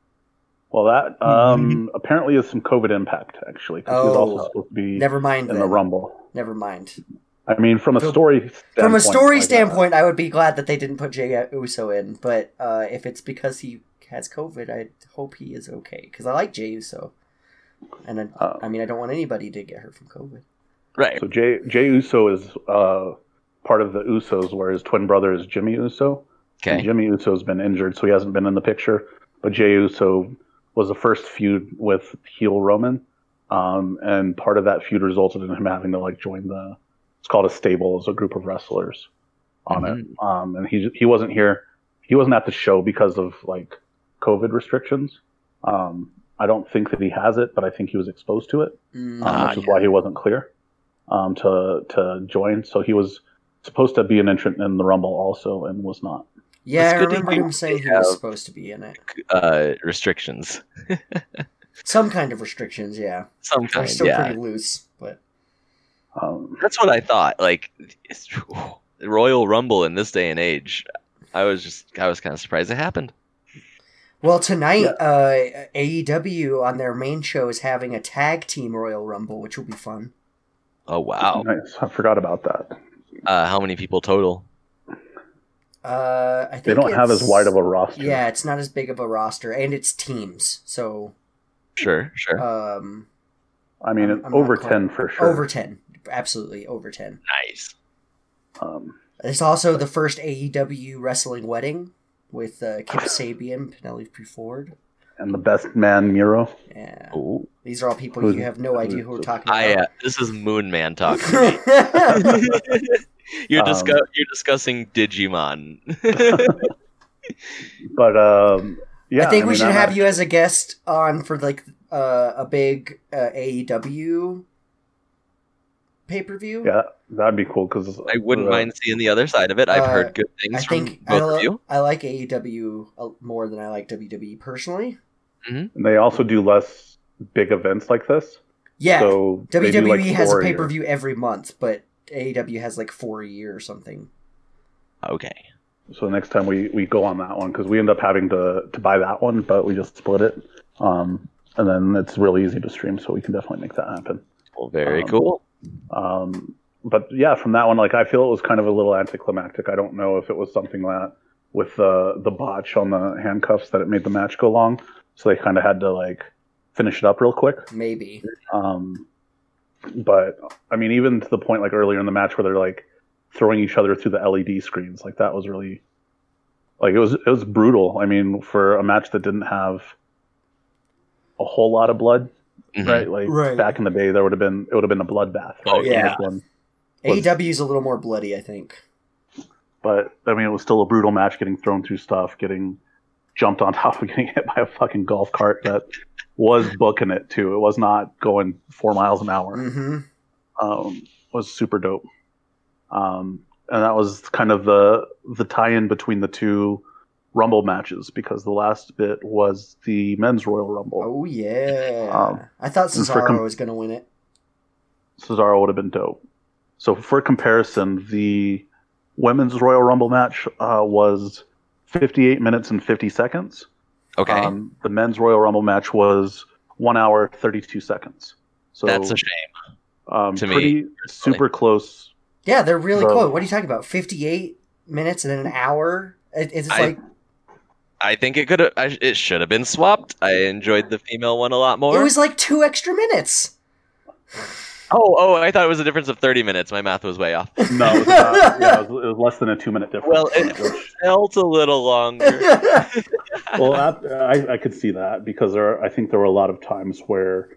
[SPEAKER 2] Well, that
[SPEAKER 1] Mm-hmm.
[SPEAKER 2] um, apparently is some COVID impact actually, because he was
[SPEAKER 1] Oh.
[SPEAKER 2] also supposed to be
[SPEAKER 1] Never mind.
[SPEAKER 2] in the
[SPEAKER 1] then.
[SPEAKER 2] Rumble.
[SPEAKER 1] Never mind.
[SPEAKER 2] I mean, from a
[SPEAKER 1] From-
[SPEAKER 2] story standpoint, uh,
[SPEAKER 1] From a story
[SPEAKER 2] I guess.
[SPEAKER 1] standpoint, I would be glad that they didn't put Jey Uso in, but uh, if it's because he has COVID, I hope he is okay because I like Jey Uso, and I,
[SPEAKER 2] Uh,
[SPEAKER 1] I mean I don't want anybody to get hurt from COVID.
[SPEAKER 3] Right.
[SPEAKER 2] So Jay Jay Uso is uh, part of the Usos, where his twin brother is Jimmy Uso. And
[SPEAKER 3] Okay.
[SPEAKER 2] Jimmy Uso's been injured, so he hasn't been in the picture. But Jay Uso was the first feud with heel Roman, um, and part of that feud resulted in him having to like join the it's called a stable, it's a group of wrestlers on
[SPEAKER 3] Mm-hmm.
[SPEAKER 2] it. Um, and he he wasn't here, he wasn't at the show because of like COVID restrictions. Um, I don't think that he has it, but I think he was exposed to it
[SPEAKER 1] Mm,
[SPEAKER 2] um,
[SPEAKER 3] Ah,
[SPEAKER 2] which is why he wasn't clear um, to to join. So he was supposed to be an entrant in the Rumble also, and was not.
[SPEAKER 1] yeah,
[SPEAKER 3] it's
[SPEAKER 1] I
[SPEAKER 3] good to
[SPEAKER 1] remember
[SPEAKER 3] think
[SPEAKER 1] him saying
[SPEAKER 3] they
[SPEAKER 1] he was
[SPEAKER 3] have-
[SPEAKER 1] supposed to be in it.
[SPEAKER 3] Uh, restrictions.
[SPEAKER 1] Some kind of restrictions, yeah.
[SPEAKER 3] Some
[SPEAKER 1] They're
[SPEAKER 2] Uh,
[SPEAKER 3] kind.
[SPEAKER 1] still
[SPEAKER 3] Yeah.
[SPEAKER 1] pretty loose, but
[SPEAKER 2] Um,
[SPEAKER 3] That's what I thought. Like it's, Royal Rumble in this day and age, I was just I was kind of surprised it happened.
[SPEAKER 1] well, tonight uh, AEW on their main show is having a tag team Royal Rumble, which will be fun.
[SPEAKER 3] Oh wow.
[SPEAKER 2] Nice. I forgot about that.
[SPEAKER 3] Uh, how many people total?
[SPEAKER 1] Uh, I think
[SPEAKER 2] They don't have as
[SPEAKER 1] it's-
[SPEAKER 2] wide of a roster.
[SPEAKER 1] Yeah, it's not as big of a roster, and it's teams, so
[SPEAKER 3] Sure. Sure.
[SPEAKER 1] um,
[SPEAKER 2] I mean,
[SPEAKER 1] I'm- I'm not
[SPEAKER 2] over
[SPEAKER 1] quite-
[SPEAKER 2] ten for sure.
[SPEAKER 1] over ten, absolutely over ten.
[SPEAKER 3] nice.
[SPEAKER 2] Um,
[SPEAKER 1] It's also the first AEW wrestling wedding with uh, Kip Sabian, Penelope Ford.
[SPEAKER 2] and the best man Miro.
[SPEAKER 1] Yeah,
[SPEAKER 3] Ooh.
[SPEAKER 1] these are all people
[SPEAKER 2] Who's-
[SPEAKER 1] you have no idea who we're talking about.
[SPEAKER 3] I uh, this is Moon Man talk.
[SPEAKER 1] (laughs)
[SPEAKER 3] (laughs) you're
[SPEAKER 2] Um,
[SPEAKER 3] discuss you're discussing Digimon. (laughs)
[SPEAKER 2] But um, yeah,
[SPEAKER 1] I think we
[SPEAKER 2] mean,
[SPEAKER 1] should
[SPEAKER 2] I'm
[SPEAKER 1] have
[SPEAKER 2] not-
[SPEAKER 1] you as a guest on for like uh, a big uh, AEW pay per view.
[SPEAKER 2] Yeah, that'd be cool because
[SPEAKER 3] I wouldn't mind seeing the other side of it. I've
[SPEAKER 1] Uh,
[SPEAKER 3] heard good
[SPEAKER 1] I
[SPEAKER 3] things from
[SPEAKER 1] think I,
[SPEAKER 3] both
[SPEAKER 1] lo-
[SPEAKER 3] of you.
[SPEAKER 1] I like AEW a- more than I like WWE personally.
[SPEAKER 2] They also do less big events like this.
[SPEAKER 1] Yeah,
[SPEAKER 2] So they
[SPEAKER 1] WWE
[SPEAKER 2] do, like,
[SPEAKER 1] has a
[SPEAKER 2] four a
[SPEAKER 1] pay
[SPEAKER 2] year.
[SPEAKER 1] per view every month, but AEW has like four a year or something.
[SPEAKER 3] Okay.
[SPEAKER 2] So the next time we, we go on that one because we end up having to, to buy that one, but we just split it. Um, and then it's really easy to stream, so we can definitely make that happen.
[SPEAKER 3] Well, very
[SPEAKER 2] Um,
[SPEAKER 3] cool.
[SPEAKER 2] Um, but yeah, from that one, like I feel it was kind of a little anticlimactic. I don't know if it was something that with the the botch on the handcuffs that it made the match go long, so they kind of had to like finish it up real quick.
[SPEAKER 1] Maybe.
[SPEAKER 2] Um, but I mean, even to the point like earlier in the match where they're like throwing each other through the LED screens, like that was really like it was it was brutal. I mean, for a match that didn't have a whole lot of blood,
[SPEAKER 3] Mhm.
[SPEAKER 2] right? Like
[SPEAKER 1] Right.
[SPEAKER 2] back in the day, there would have been it would have been a bloodbath.
[SPEAKER 3] Oh,
[SPEAKER 2] Right?
[SPEAKER 1] yeah.
[SPEAKER 2] This one. Was-
[SPEAKER 1] AEW is a little more bloody, I think.
[SPEAKER 2] But I mean, it was still a brutal match, getting thrown through stuff, getting jumped on (laughs) top of, getting hit by a fucking golf cart that was booking it too. It was not going four miles an hour.
[SPEAKER 1] hmm
[SPEAKER 2] um, was super dope. Um, and that was kind of the the tie-in between the two Rumble matches because the last bit was the men's Royal Rumble.
[SPEAKER 1] Oh yeah.
[SPEAKER 2] Um,
[SPEAKER 1] I thought
[SPEAKER 2] and for
[SPEAKER 1] Cesaro
[SPEAKER 2] com-
[SPEAKER 1] was going to win it.
[SPEAKER 2] Cesaro would have been dope. So for comparison, the women's Royal Rumble match uh, was 58 minutes and 50 seconds.
[SPEAKER 3] Okay.
[SPEAKER 2] Um, the men's Royal Rumble match was one hour 32 seconds. So
[SPEAKER 3] That's a shame.
[SPEAKER 2] um,
[SPEAKER 3] to me,
[SPEAKER 2] pretty super close.
[SPEAKER 1] Yeah, they're really
[SPEAKER 2] Bro.
[SPEAKER 1] close. What are you talking about? Fifty-eight minutes and an hour. It, it's
[SPEAKER 3] I-
[SPEAKER 1] like
[SPEAKER 3] I think it could have. It should have been swapped. I enjoyed the female one a lot more.
[SPEAKER 1] it was like two extra minutes. (laughs)
[SPEAKER 3] oh, oh, I thought it was a difference of thirty minutes. My math
[SPEAKER 1] (laughs)
[SPEAKER 3] was way off.
[SPEAKER 2] No, it was, not, yeah, it was, it was less than a two-minute difference.
[SPEAKER 3] Well, it
[SPEAKER 2] which-
[SPEAKER 3] felt a little longer.
[SPEAKER 1] yeah,
[SPEAKER 2] well, that, I, I could see that because there, are, I think there were a lot of times where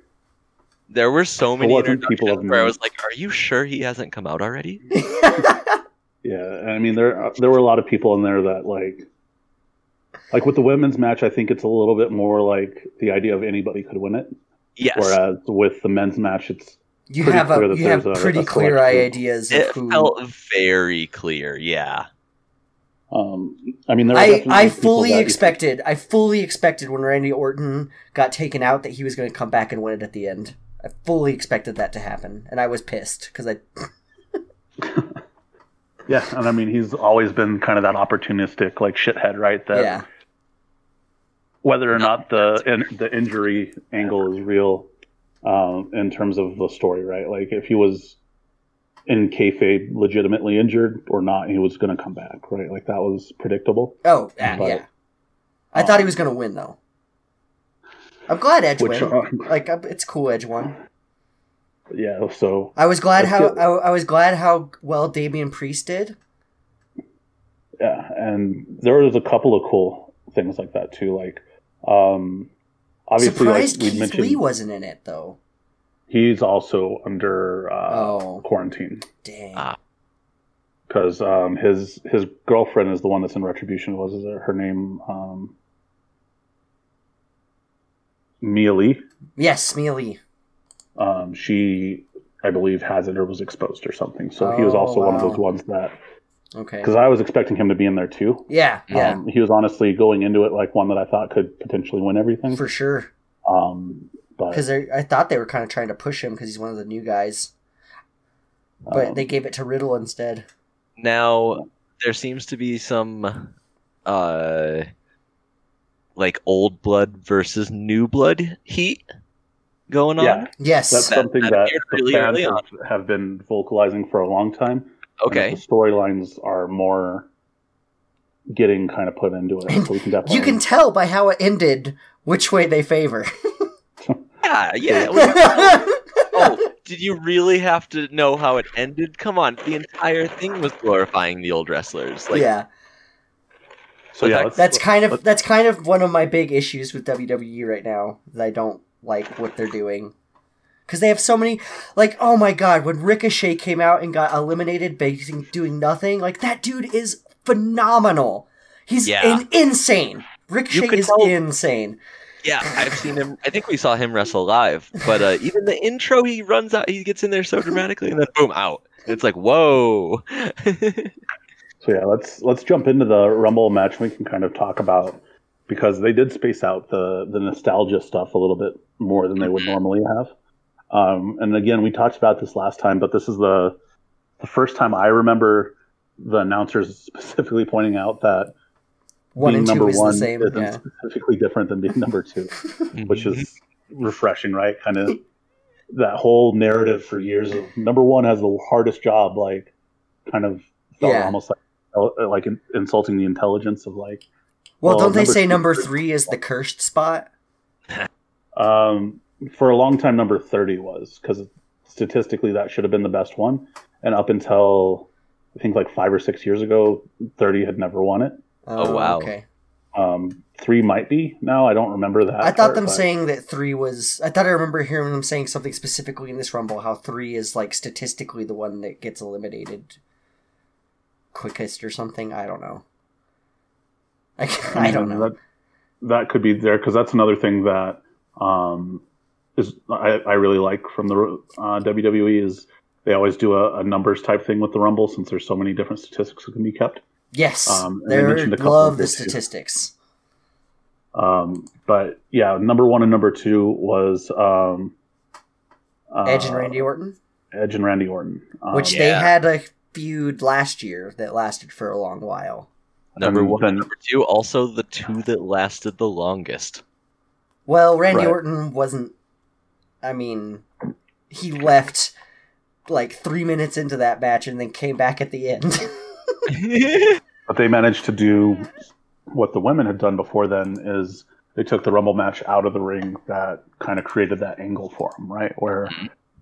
[SPEAKER 3] There were so many
[SPEAKER 2] Well, I think people
[SPEAKER 3] introductions
[SPEAKER 2] have
[SPEAKER 3] where I
[SPEAKER 2] known.
[SPEAKER 3] was like, "Are you sure he hasn't come out already?"
[SPEAKER 2] Yeah, I mean there there were a lot of people in there that like Like with the women's match, I think it's a little bit more like the idea of anybody could win it.
[SPEAKER 3] Yes.
[SPEAKER 2] Whereas with the men's match, it's
[SPEAKER 1] You
[SPEAKER 2] Pretty
[SPEAKER 1] have
[SPEAKER 2] clear
[SPEAKER 1] a
[SPEAKER 2] that
[SPEAKER 1] you have
[SPEAKER 2] there's a-
[SPEAKER 1] pretty
[SPEAKER 2] a
[SPEAKER 1] clear
[SPEAKER 2] selection.
[SPEAKER 1] ideas of
[SPEAKER 3] it
[SPEAKER 1] who.
[SPEAKER 3] felt very clear. Yeah.
[SPEAKER 2] um, I mean, there were
[SPEAKER 1] I
[SPEAKER 2] definitely
[SPEAKER 1] I
[SPEAKER 2] people
[SPEAKER 1] fully
[SPEAKER 2] that-
[SPEAKER 1] expected I fully expected when Randy Orton got taken out that he was going to come back and win it at the end. I fully expected that to happen, and I was pissed because I
[SPEAKER 2] Yeah, and I mean, he's always been kind of that opportunistic, like shithead, right? That
[SPEAKER 1] yeah
[SPEAKER 2] whether or not the in, the injury angle is real um, in terms of the story, right? Like if he was in kayfabe legitimately injured or not, he was going to come back, right? Like that was predictable.
[SPEAKER 1] oh yeah,
[SPEAKER 2] But-
[SPEAKER 1] yeah. I thought he was going to win though. I'm glad Edge
[SPEAKER 2] Which,
[SPEAKER 1] won.
[SPEAKER 2] um,
[SPEAKER 1] Like uh, it's cool Edge won.
[SPEAKER 2] yeah, so
[SPEAKER 1] I was glad
[SPEAKER 2] I
[SPEAKER 1] how
[SPEAKER 2] feel-
[SPEAKER 1] I, I was glad how well Damian Priest did.
[SPEAKER 2] yeah, and there was a couple of cool things like that too. Like, um, obviously, like
[SPEAKER 1] Surprised
[SPEAKER 2] we
[SPEAKER 1] Keith
[SPEAKER 2] mentioned,
[SPEAKER 1] Lee wasn't in it though.
[SPEAKER 2] he's also under uh,
[SPEAKER 1] oh
[SPEAKER 2] quarantine.
[SPEAKER 1] dang!
[SPEAKER 3] Ah.
[SPEAKER 2] because um, his his girlfriend is the one that's in retribution. Was is it her name? Um, Mia Lee.
[SPEAKER 1] Yes, Mealy.
[SPEAKER 2] Um, she, I believe, has it or was exposed or something. So he was
[SPEAKER 1] Oh,
[SPEAKER 2] also one of
[SPEAKER 1] wow.
[SPEAKER 2] those ones that
[SPEAKER 1] Okay.
[SPEAKER 2] because I was expecting him to be in there too.
[SPEAKER 1] Yeah, yeah,
[SPEAKER 2] Um, he was honestly going into it like one that I thought could potentially win everything.
[SPEAKER 1] for sure.
[SPEAKER 2] Um, but
[SPEAKER 1] Because I thought they were kind of trying to push him because he's one of the new guys, but
[SPEAKER 3] Oh.
[SPEAKER 2] um,
[SPEAKER 1] they gave it to Riddle instead.
[SPEAKER 3] Now there seems to be some uh like old blood versus new blood heat going on.
[SPEAKER 2] yeah,
[SPEAKER 1] Yes,
[SPEAKER 2] that's
[SPEAKER 3] that-
[SPEAKER 2] something
[SPEAKER 3] that
[SPEAKER 2] that,
[SPEAKER 3] appeared
[SPEAKER 2] the
[SPEAKER 3] really
[SPEAKER 2] fans
[SPEAKER 3] early
[SPEAKER 2] have, have been vocalizing for a long time. And
[SPEAKER 3] Okay.
[SPEAKER 2] if the storylines are more getting kind of put into it. So
[SPEAKER 1] (laughs)
[SPEAKER 2] we can definitely
[SPEAKER 1] you can tell by how it ended which way they favor.
[SPEAKER 2] Mm-hmm.
[SPEAKER 3] Yeah,
[SPEAKER 1] (laughs)
[SPEAKER 3] yeah. oh, did you really have to know how it ended? Come on, the entire thing was glorifying the old wrestlers. Like,
[SPEAKER 1] yeah,
[SPEAKER 2] So yeah,
[SPEAKER 3] Like,
[SPEAKER 2] let's-
[SPEAKER 1] that's kind of
[SPEAKER 2] let's-
[SPEAKER 1] that's kind of one of my big issues with WWE right now. That I don't like what they're doing because they have so many. Like, oh my god, when Ricochet came out and got eliminated, basing doing nothing. Like that dude is phenomenal. He's
[SPEAKER 3] Yeah.
[SPEAKER 1] in- insane. Ricochet
[SPEAKER 3] could
[SPEAKER 1] is
[SPEAKER 3] tell-
[SPEAKER 1] insane.
[SPEAKER 3] yeah, I've seen him. I think we saw him wrestle live, but uh, even the intro, he runs out, he gets in there so dramatically, and then boom, out. It's like, whoa.
[SPEAKER 2] so yeah, let's let's jump into the Rumble match. We can kind of talk about because they did space out the the nostalgia stuff a little bit more than they
[SPEAKER 1] Mm-hmm.
[SPEAKER 2] would normally have. Um, and again, we talked about this last time, but this is the the first time I remember the announcers (laughs) specifically pointing out that
[SPEAKER 1] One
[SPEAKER 2] being
[SPEAKER 1] and
[SPEAKER 2] number
[SPEAKER 1] two is
[SPEAKER 2] one
[SPEAKER 1] the same.
[SPEAKER 2] isn't
[SPEAKER 1] Yeah.
[SPEAKER 2] specifically different than being (laughs) number two. which
[SPEAKER 1] Mm-hmm.
[SPEAKER 2] is refreshing, right? Kind of that whole narrative for years of number one has the hardest job, like kind of felt
[SPEAKER 1] Yeah.
[SPEAKER 2] almost like like in- insulting the intelligence of like,
[SPEAKER 1] Well,
[SPEAKER 2] Well,
[SPEAKER 1] don't they
[SPEAKER 2] number
[SPEAKER 1] say
[SPEAKER 2] two-
[SPEAKER 1] number three is the cursed spot?
[SPEAKER 2] um, for a long time, number thirty was because statistically that should have been the best one, and up until I think like five or six years ago, thirty had never won it.
[SPEAKER 3] Oh, wow.
[SPEAKER 1] Okay.
[SPEAKER 2] Um, three might be now. I don't remember that.
[SPEAKER 1] I thought
[SPEAKER 2] part,
[SPEAKER 1] them
[SPEAKER 2] but-
[SPEAKER 1] saying that three was. I thought I remember hearing them saying something specifically in this rumble how three is like statistically the one that gets eliminated quickest or something. I don't know. I, (laughs) can't- I don't
[SPEAKER 2] mean,
[SPEAKER 1] know.
[SPEAKER 2] That, that could be there because that's another thing that um, is I, I really like from the uh, WWE is they always do a, a numbers type thing with the Rumble since there's so many different statistics that can be kept.
[SPEAKER 1] Yes,
[SPEAKER 2] um, and they
[SPEAKER 1] they
[SPEAKER 2] mentioned a couple
[SPEAKER 1] love
[SPEAKER 2] of
[SPEAKER 1] the
[SPEAKER 2] this, too.
[SPEAKER 1] statistics.
[SPEAKER 2] Um, but yeah, number one and number two was um, uh,
[SPEAKER 1] Edge and Randy Orton,
[SPEAKER 2] Edge and Randy Orton, um,
[SPEAKER 1] which
[SPEAKER 3] yeah.
[SPEAKER 1] they had a feud last year that lasted for a long while.
[SPEAKER 3] number
[SPEAKER 2] and
[SPEAKER 3] one,
[SPEAKER 2] then-
[SPEAKER 3] number two, also the two that lasted
[SPEAKER 1] (laughs)
[SPEAKER 3] the longest.
[SPEAKER 1] Well, Randy
[SPEAKER 2] Right.
[SPEAKER 1] Orton wasn't. I mean, he left like three minutes into that match and then came back at the end. (laughs)
[SPEAKER 2] But they managed to do what the women had done before then is they took the Rumble match out of the ring that kind of created that angle for them, right? Where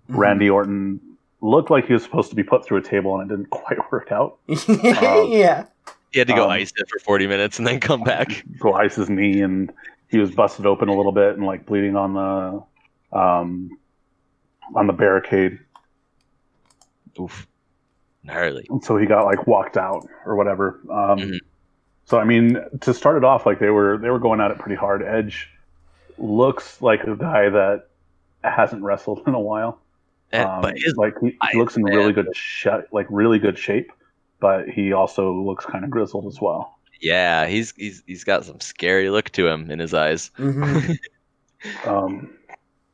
[SPEAKER 3] Mm-hmm.
[SPEAKER 2] Randy Orton looked like he was supposed to be put through a table and it didn't (laughs) quite work out.
[SPEAKER 1] (laughs) yeah.
[SPEAKER 3] he had to go
[SPEAKER 2] Um,
[SPEAKER 3] ice it for 40 minutes and then come back.
[SPEAKER 2] Slice his knee and he was busted open a little bit and like bleeding on the um on the barricade.
[SPEAKER 3] Oof. Gnarly.
[SPEAKER 2] And so he got like walked out or whatever. Um
[SPEAKER 3] Mhm.
[SPEAKER 2] So I mean, to start it off, like they were they were going at it pretty hard. Edge looks like a guy that hasn't wrestled (laughs) in a while.
[SPEAKER 3] And-
[SPEAKER 2] Um,
[SPEAKER 3] Eh, but his
[SPEAKER 2] like he,
[SPEAKER 3] life,
[SPEAKER 2] he looks in really
[SPEAKER 3] man.
[SPEAKER 2] good shape, like really good shape, but he also looks kind of grizzled as well.
[SPEAKER 3] yeah, he's he's he's got some scary look to him in his eyes.
[SPEAKER 1] hmm
[SPEAKER 2] Um,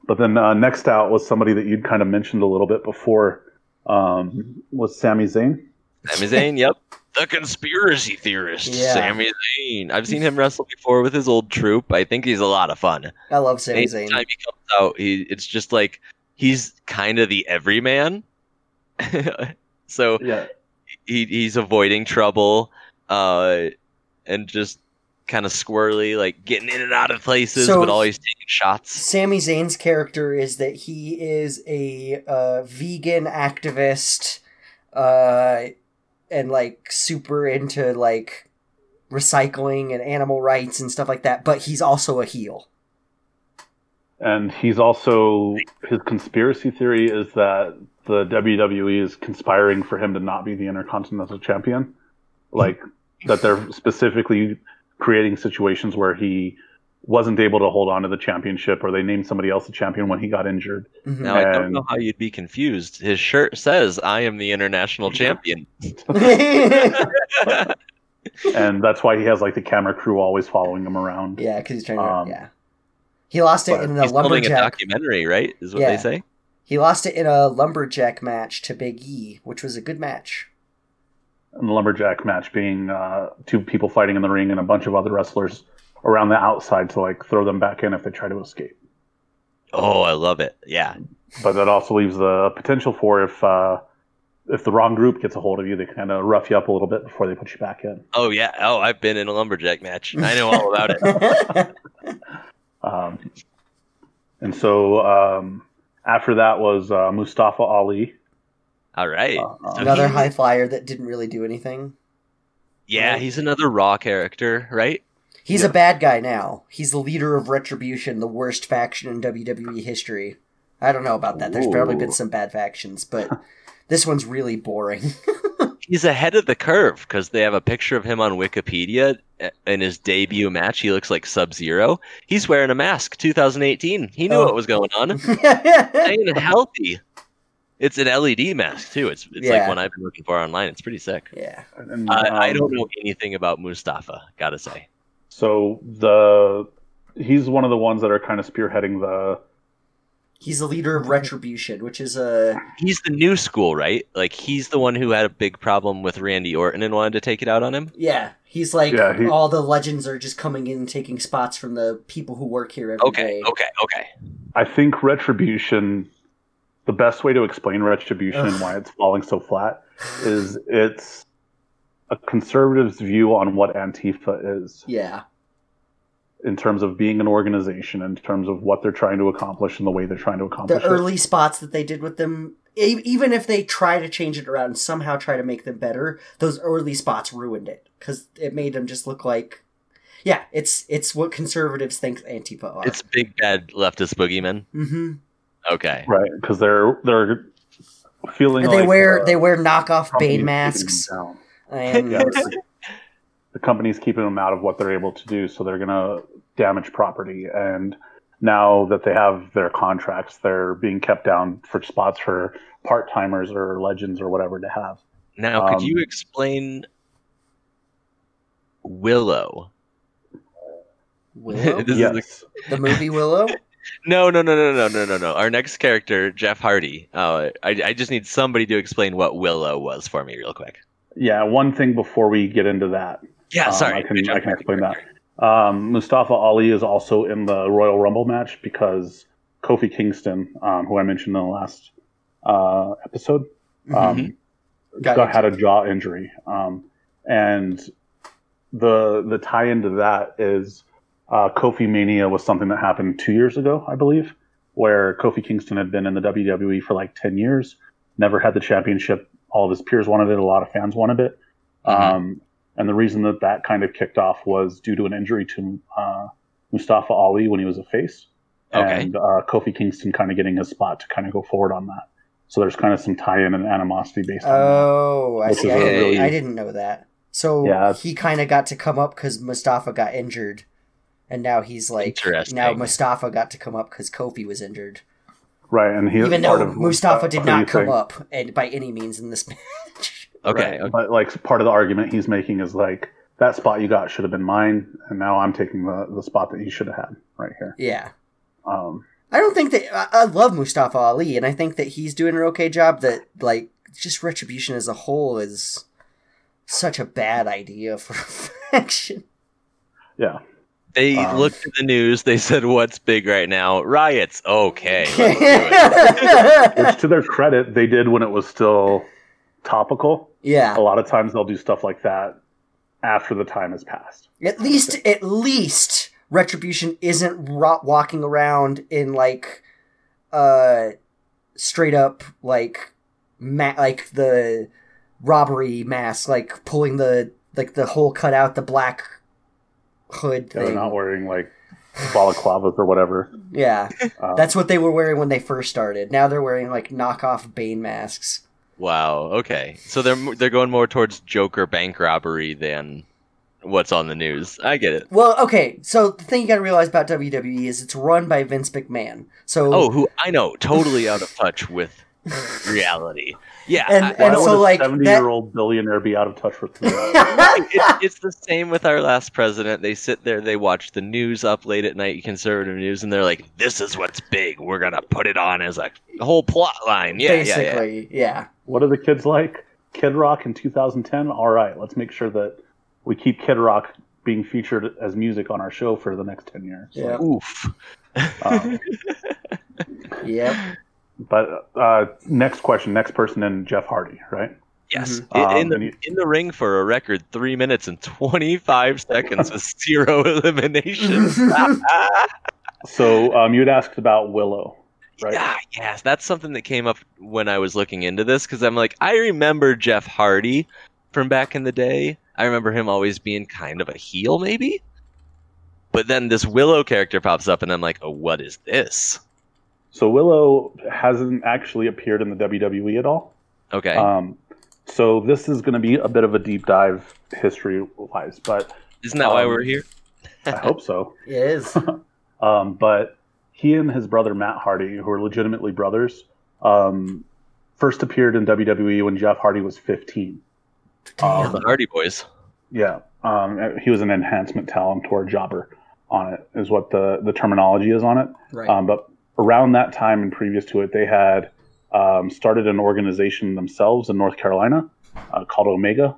[SPEAKER 2] but then uh, next out was somebody that you'd kind of mentioned a little bit before um, was Sami Zayn.
[SPEAKER 1] (laughs)
[SPEAKER 3] Sami Zayn, yep. The conspiracy theorist,
[SPEAKER 1] Yeah.
[SPEAKER 3] Sami Zayn. I've seen him wrestle before with his old troop. I think he's a lot of fun.
[SPEAKER 1] I love Sami
[SPEAKER 3] Anytime he
[SPEAKER 1] Zayn.
[SPEAKER 3] comes out, he it's just like he's kind of the everyman. (laughs) so
[SPEAKER 2] Yeah,
[SPEAKER 3] he he's avoiding trouble, uh, and just kind of squirrely, like getting in and out of places,
[SPEAKER 1] So-
[SPEAKER 3] but always taking shots.
[SPEAKER 1] Sami Zayn's character is that he is a uh, vegan activist, uh, and like super into like recycling and animal rights and stuff like that. But he's also a heel.
[SPEAKER 2] and he's also his conspiracy theory is that the WWE is conspiring for him to not be the Intercontinental Champion, like that they're specifically creating situations where he wasn't able to hold on to the championship, or they named somebody else the champion when he got injured.
[SPEAKER 1] Mhm.
[SPEAKER 3] Now I don't
[SPEAKER 2] And-
[SPEAKER 3] know how you'd be confused. His shirt says, "I am the international (laughs) champion."
[SPEAKER 1] (laughs)
[SPEAKER 2] and that's why he has like the camera crew always following him around.
[SPEAKER 1] yeah, because he's trying to.
[SPEAKER 2] Um,
[SPEAKER 1] yeah, he lost it
[SPEAKER 2] but
[SPEAKER 1] in the
[SPEAKER 3] he's filming a
[SPEAKER 1] lumberjack.
[SPEAKER 3] documentary, right? Is what
[SPEAKER 1] Yeah.
[SPEAKER 3] they say.
[SPEAKER 1] He lost it in a lumberjack match to Big E, which was a good match. (laughs)
[SPEAKER 2] And the lumberjack match being uh, two people fighting in the ring and a bunch of other wrestlers around the outside to like throw them back in if they try to escape.
[SPEAKER 3] Oh, I love it. Yeah,
[SPEAKER 2] But that also leaves the potential for if uh, if the wrong group gets a hold of you, they kind of rough you up a little bit before they put you back in.
[SPEAKER 3] Oh yeah. Oh, I've been in a lumberjack match. I know all
[SPEAKER 1] (laughs)
[SPEAKER 3] about it.
[SPEAKER 2] Um, and so um, after that was uh, Mustafa Ali.
[SPEAKER 3] All right.
[SPEAKER 2] Uh, uh,
[SPEAKER 3] So
[SPEAKER 1] Another
[SPEAKER 3] he-
[SPEAKER 1] high flyer that didn't really do anything.
[SPEAKER 3] Yeah, he's another raw character, right?
[SPEAKER 1] He's a
[SPEAKER 2] Yeah.
[SPEAKER 1] bad guy now. He's the leader of Retribution, the worst faction in WWE history. I don't know about that. There's probably been
[SPEAKER 2] Ooh.
[SPEAKER 1] some bad factions, but
[SPEAKER 2] (laughs)
[SPEAKER 1] this one's really boring. (laughs)
[SPEAKER 3] He's ahead of the curve because they have a picture of him on Wikipedia uh, in his debut match. He looks like Sub Zero. He's wearing a mask. 2018. He knew
[SPEAKER 1] Oh.
[SPEAKER 3] what was going on.
[SPEAKER 1] yeah, (laughs)
[SPEAKER 3] Plain and healthy. It's an LED mask too. It's it's
[SPEAKER 1] Yeah.
[SPEAKER 3] like one I've been looking for online. It's pretty sick.
[SPEAKER 2] and,
[SPEAKER 3] I, I
[SPEAKER 2] um,
[SPEAKER 3] don't know anything about Mustafa. Gotta say.
[SPEAKER 2] So the he's one of the ones that are kind of spearheading the
[SPEAKER 1] he's the leader of Retribution, which is a
[SPEAKER 3] He's the new school, right? Like he's the one who had a big problem with Randy Orton and wanted to take it out on him.
[SPEAKER 1] yeah. He's like
[SPEAKER 2] Yeah, he-
[SPEAKER 1] all the legends are just coming in and taking spots from the people who work here every day.
[SPEAKER 3] Okay, okay, okay.
[SPEAKER 2] I think retribution the best way to explain retribution
[SPEAKER 1] Ugh.
[SPEAKER 2] and why it's falling so flat is it's a conservative's view on what Antifa is
[SPEAKER 1] Yeah,
[SPEAKER 2] in terms of being an organization, in terms of what they're trying to accomplish and the way they're trying to
[SPEAKER 1] the
[SPEAKER 2] accomplish it.
[SPEAKER 1] early spots that they did with them. e- Even if they try to change it around and somehow try to make them better, those early spots ruined it because it made them just look like, yeah, it's it's what conservatives think Antifa are.
[SPEAKER 3] It's big bad leftist boogeyman.
[SPEAKER 1] hmm
[SPEAKER 3] Okay.
[SPEAKER 2] Right, because they're they're feeling
[SPEAKER 1] And they
[SPEAKER 2] like uh,
[SPEAKER 1] wear
[SPEAKER 2] the
[SPEAKER 1] they wear knockoff
[SPEAKER 2] company's
[SPEAKER 1] Bane
[SPEAKER 2] keeping (laughs)
[SPEAKER 1] masks
[SPEAKER 2] them down.
[SPEAKER 1] and
[SPEAKER 2] Yeah, the company's keeping them out of what they're able to do, so they're going to damage property. And now that they have their contracts, they're being kept down for spots for part timers or legends or whatever to have.
[SPEAKER 3] Now, could
[SPEAKER 2] Um,
[SPEAKER 3] you explain Willow?
[SPEAKER 1] Willow,
[SPEAKER 3] This is
[SPEAKER 2] yes.
[SPEAKER 1] the movie
[SPEAKER 2] Um,
[SPEAKER 1] Willow.
[SPEAKER 3] No, no, no, no, no, no, no, no. Our next character, Jeff Hardy. Uh, I, I just need somebody to explain what Willow was for me, real quick.
[SPEAKER 2] yeah, one thing before we get into that.
[SPEAKER 3] Yeah,
[SPEAKER 2] Um,
[SPEAKER 3] sorry.
[SPEAKER 2] I can,
[SPEAKER 3] Jeff
[SPEAKER 2] I can
[SPEAKER 3] Hardy
[SPEAKER 2] explain that.
[SPEAKER 3] character.
[SPEAKER 2] Um, Mustafa Ali is also in the Royal Rumble match because Kofi Kingston, um, who I mentioned in the last uh, episode,
[SPEAKER 3] Mm-hmm.
[SPEAKER 2] um,
[SPEAKER 1] Mm-hmm. Got
[SPEAKER 2] got,
[SPEAKER 1] it.
[SPEAKER 2] had a jaw injury, um, and the the tie into that is uh, Kofi Mania was something that happened two years ago, I believe, where Kofi Kingston had been in the WWE for like ten years, never had the championship. All of his peers wanted it. A lot of fans wanted it.
[SPEAKER 3] Mhm.
[SPEAKER 2] Um, and the reason that that kind of kicked off was due to an injury to uh, Mustafa Ali when he was a face,
[SPEAKER 3] Okay.
[SPEAKER 2] and uh, Kofi Kingston kind of getting his spot to kind of go forward on that. So there's kind of some tie-in and animosity based on that.
[SPEAKER 1] Oh, I
[SPEAKER 2] Which
[SPEAKER 1] see.
[SPEAKER 2] is
[SPEAKER 1] I
[SPEAKER 2] a
[SPEAKER 1] didn't,
[SPEAKER 2] really-
[SPEAKER 1] I didn't know that. So
[SPEAKER 2] Yeah, that's-
[SPEAKER 1] he kind of got to come up because Mustafa got injured, and now he's like
[SPEAKER 3] Interesting.
[SPEAKER 1] now Mustafa got to come up because Kofi was injured.
[SPEAKER 2] Right, and he is
[SPEAKER 1] Even
[SPEAKER 2] part
[SPEAKER 1] though
[SPEAKER 2] of
[SPEAKER 1] Mustafa did not come
[SPEAKER 2] thing.
[SPEAKER 1] up and by any means in this (laughs) match.
[SPEAKER 3] Okay.
[SPEAKER 2] Right, But like part of the argument he's making is like that spot you got should have been mine, and now I'm taking the, the spot that you should have had right here.
[SPEAKER 1] yeah,
[SPEAKER 2] Um,
[SPEAKER 1] I don't think that I, I love Mustafa Ali, and I think that he's doing an okay job. That like just retribution as a whole is such a bad idea for (laughs) faction.
[SPEAKER 2] yeah,
[SPEAKER 3] They
[SPEAKER 2] Um,
[SPEAKER 3] looked at the news. They said, "What's big right now? Riots." Okay. let's do
[SPEAKER 2] (laughs)
[SPEAKER 3] it.
[SPEAKER 2] which to their credit, they did when it was still topical.
[SPEAKER 1] (laughs) yeah.
[SPEAKER 2] A lot of times they'll do stuff like that after the time has passed.
[SPEAKER 1] At least, at least, Retribution isn't ro- walking around in like, uh, straight up like, ma- like the robbery mask, like pulling the like the hole cut out, the black hood
[SPEAKER 2] Yeah, they're
[SPEAKER 1] thing.
[SPEAKER 2] not wearing like balaclavas or whatever.
[SPEAKER 1] yeah,
[SPEAKER 2] Um,
[SPEAKER 1] that's what they were wearing when they first started. Now they're wearing like knockoff Bane masks.
[SPEAKER 3] Wow. Okay. So they're mo- they're going more towards Joker bank robbery than what's on the news. I get it.
[SPEAKER 1] Well, okay, so the thing you gotta realize about WWE is it's run by Vince McMahon. So (laughs)
[SPEAKER 3] Oh, who I know, totally out of touch with reality. Yeah.
[SPEAKER 1] And-
[SPEAKER 3] I-
[SPEAKER 1] and
[SPEAKER 2] why
[SPEAKER 1] so,
[SPEAKER 2] would a
[SPEAKER 1] like, that-
[SPEAKER 2] seventy-year-old billionaire be out of touch
[SPEAKER 1] (laughs)
[SPEAKER 2] with reality?
[SPEAKER 3] it's, it's the same with our last president. They sit there, they watch the news up late at night, conservative news, and they're like, "This is what's big. We're gonna put it on as a whole plot line." Yeah, yeah, yeah.
[SPEAKER 1] basically, yeah.
[SPEAKER 2] What are the kids like? Kid Rock in 2010? All right, let's make sure that we keep Kid Rock being featured as music on our show for the next 10 years.
[SPEAKER 1] Yeah.
[SPEAKER 3] Oof.
[SPEAKER 2] Um, (laughs)
[SPEAKER 1] Yep.
[SPEAKER 2] but uh, next question, next person in Jeff Hardy, right?
[SPEAKER 3] Yes,
[SPEAKER 1] Mhm.
[SPEAKER 3] I- in,
[SPEAKER 2] Um, and
[SPEAKER 3] the
[SPEAKER 2] you-
[SPEAKER 3] in the ring for a record three minutes and twenty five seconds with zero (laughs) eliminations.
[SPEAKER 2] So um, you had asked about Willow, right?
[SPEAKER 3] Ah, yes, that's something that came up when I was looking into this because I'm like, I remember Jeff Hardy from back in the day. I remember him always being kind of a heel, maybe. But then this Willow character pops up, and I'm like, oh, what is this?
[SPEAKER 2] So Willow hasn't actually appeared in the WWE at all.
[SPEAKER 3] Okay.
[SPEAKER 2] Um, so this is going to be a bit of a deep dive history wise, but
[SPEAKER 3] Isn't that why
[SPEAKER 2] um,
[SPEAKER 3] we're here?
[SPEAKER 2] I hope so.
[SPEAKER 1] It is.
[SPEAKER 2] Um, but he and his brother Matt Hardy, who are legitimately brothers, um, first appeared in WWE when Jeff Hardy was 15.
[SPEAKER 1] Damn.
[SPEAKER 2] um,
[SPEAKER 3] The Hardy Boys.
[SPEAKER 2] Yeah, um, he was an enhancement talent or a jobber on it, is what the, the terminology is on it.
[SPEAKER 1] right.
[SPEAKER 2] Um, but around that time and previous to it, they had um, started an organization themselves in North Carolina uh, called Omega,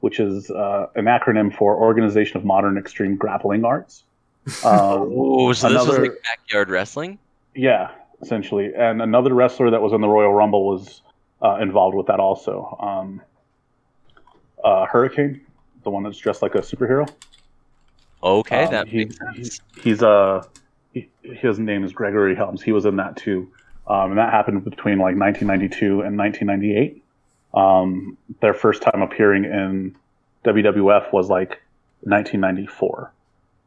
[SPEAKER 2] which is uh, an acronym for Organization of Modern Extreme Grappling Arts. Um,
[SPEAKER 3] Oh, so this
[SPEAKER 2] another-
[SPEAKER 3] was like backyard wrestling?
[SPEAKER 2] Yeah, essentially. And another wrestler that was in the Royal Rumble was uh, involved with that also. Um, uh, Hurricane, the one that's dressed like a superhero.
[SPEAKER 3] Okay,
[SPEAKER 2] Um,
[SPEAKER 3] that
[SPEAKER 2] he-
[SPEAKER 3] makes sense.
[SPEAKER 2] He's uh, he, his name is Gregory Helms. He was in that too, um, and that happened between like 1992 and 1998. Um, their first time appearing in WWF was like 1994.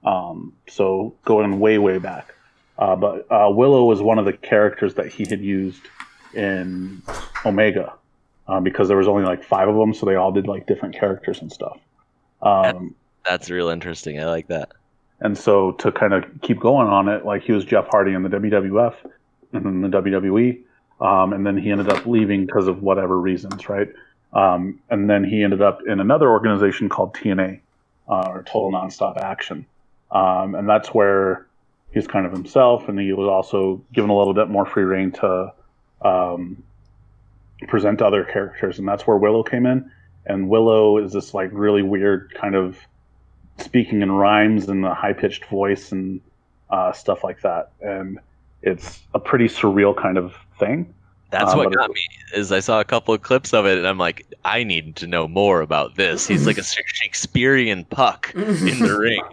[SPEAKER 2] Um, so going way way back. Uh, but uh, Willow was one of the characters that he had used in Omega uh, because there was only like five of them, so they all did like different characters and stuff. Um,
[SPEAKER 3] That's real interesting. I like that.
[SPEAKER 2] and so to kind of keep going on it, like he was Jeff Hardy in the WWF and then the WWE. Um, and then he ended up leaving because of whatever reasons, right? Um, and then he ended up in another organization called TNA, uh, or Total Nonstop Action. Um, and that's where he's kind of himself, and he was also given a little bit more free reign to um, present other characters. And that's where Willow came in. And Willow is this like really weird kind of speaking in rhymes and a high pitched voice and uh, stuff like that. And it's a pretty surreal kind of thing.
[SPEAKER 3] That's
[SPEAKER 2] Um,
[SPEAKER 3] what
[SPEAKER 2] but-
[SPEAKER 3] got me is I saw a couple of clips of it, and I'm like, I need to know more about this. He's like a Shakespearean puck in the ring.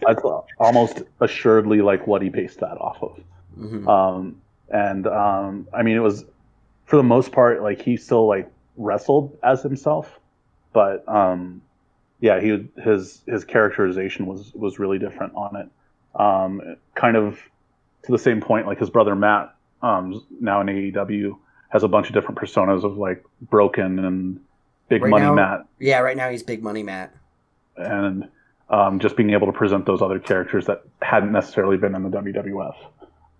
[SPEAKER 2] (laughs) That's almost assuredly like what he based that off of.
[SPEAKER 1] Mhm.
[SPEAKER 2] um, and um, I mean, it was for the most part like he still like wrestled as himself, but um, yeah, he his his characterization was was really different on it. Um, kind of to the same point, like his brother Matt, E um, now in AEW, has a bunch of different personas of like broken and Big
[SPEAKER 1] Right
[SPEAKER 2] Money
[SPEAKER 1] now-
[SPEAKER 2] Matt,
[SPEAKER 1] Yeah, right now he's Big Money Matt.
[SPEAKER 2] and um, just being able to present those other characters that hadn't necessarily been in the WWF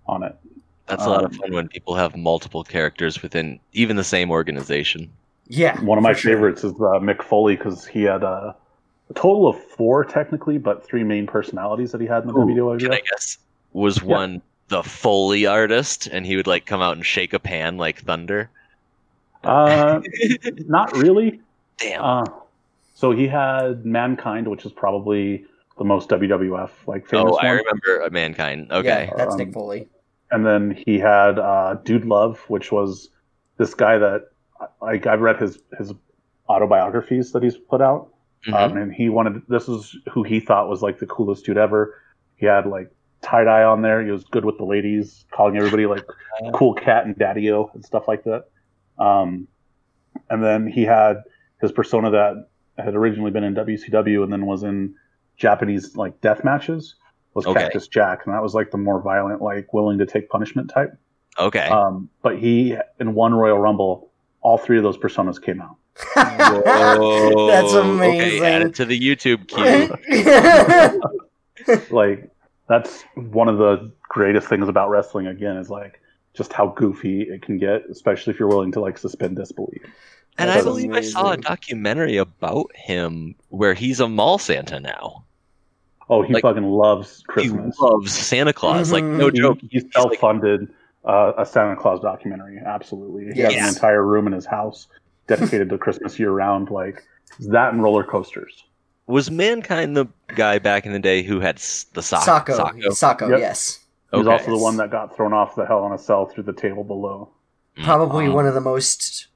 [SPEAKER 2] on it.
[SPEAKER 3] That's a lot of
[SPEAKER 2] Um,
[SPEAKER 3] fun when people have multiple characters within even the same organization.
[SPEAKER 1] Yeah.
[SPEAKER 2] One of my
[SPEAKER 1] for sure.
[SPEAKER 2] favorites is uh, Mick Foley because he had uh, a total of four technically, but three main personalities that he had in the E.
[SPEAKER 3] Ooh,
[SPEAKER 2] WWF.
[SPEAKER 3] I guess was one the Foley artist, and he would like come out and shake a pan like thunder.
[SPEAKER 2] Uh, not really.
[SPEAKER 3] Damn.
[SPEAKER 2] Uh, so he had Mankind, which is probably the most WWF like famous
[SPEAKER 3] oh,
[SPEAKER 2] one.
[SPEAKER 3] I remember uh, mankind. Okay.
[SPEAKER 1] Yeah, that's
[SPEAKER 2] Um,
[SPEAKER 1] Nick Foley.
[SPEAKER 2] and then he had uh, Dude Love, which was this guy that like I've read his his autobiographies that he's put out,
[SPEAKER 3] Mhm.
[SPEAKER 2] um, and he wanted this is who he thought was like the coolest dude ever. He had like tie dye on there. He was good with the ladies, calling everybody like cool cat and daddy o and stuff like that. Um, and then he had his persona that had originally been in WCW and then was in Japanese like death matches was
[SPEAKER 3] Okay.
[SPEAKER 2] Cactus Jack, and that was like the more violent, like willing to take punishment type.
[SPEAKER 3] okay.
[SPEAKER 2] Um, but he in one Royal Rumble, all three of those personas came out.
[SPEAKER 3] Whoa.
[SPEAKER 1] (laughs) That's
[SPEAKER 3] (laughs) Okay, add
[SPEAKER 1] amazing.
[SPEAKER 3] it to the YouTube
[SPEAKER 1] (laughs)
[SPEAKER 3] queue.
[SPEAKER 2] (laughs) Like that's one of the greatest things about wrestling. Again, is like just how goofy it can get, especially if you're willing to like suspend disbelief.
[SPEAKER 3] and
[SPEAKER 2] That's
[SPEAKER 3] I believe I saw a
[SPEAKER 1] amazing.
[SPEAKER 3] documentary about him where he's a mall Santa now.
[SPEAKER 2] Oh, he
[SPEAKER 3] Like-
[SPEAKER 2] fucking loves Christmas. Mm-hmm.
[SPEAKER 3] He loves Santa Claus. Like no
[SPEAKER 2] He-
[SPEAKER 3] joke.
[SPEAKER 2] He self funded uh, a Santa Claus documentary. Absolutely. He has
[SPEAKER 3] Yes.
[SPEAKER 2] an entire room in his house dedicated to Christmas year round. Like that and roller coasters.
[SPEAKER 3] Was mankind the guy back in the day who had s- the sock?
[SPEAKER 1] Sacco.
[SPEAKER 3] Sacco?
[SPEAKER 1] Sacco,
[SPEAKER 2] Yep.
[SPEAKER 1] yes.
[SPEAKER 2] He was
[SPEAKER 3] Okay.
[SPEAKER 2] also the one that got thrown off the Hell in a Cell through the table below.
[SPEAKER 3] Mm.
[SPEAKER 1] Probably
[SPEAKER 2] Um,
[SPEAKER 1] one of the most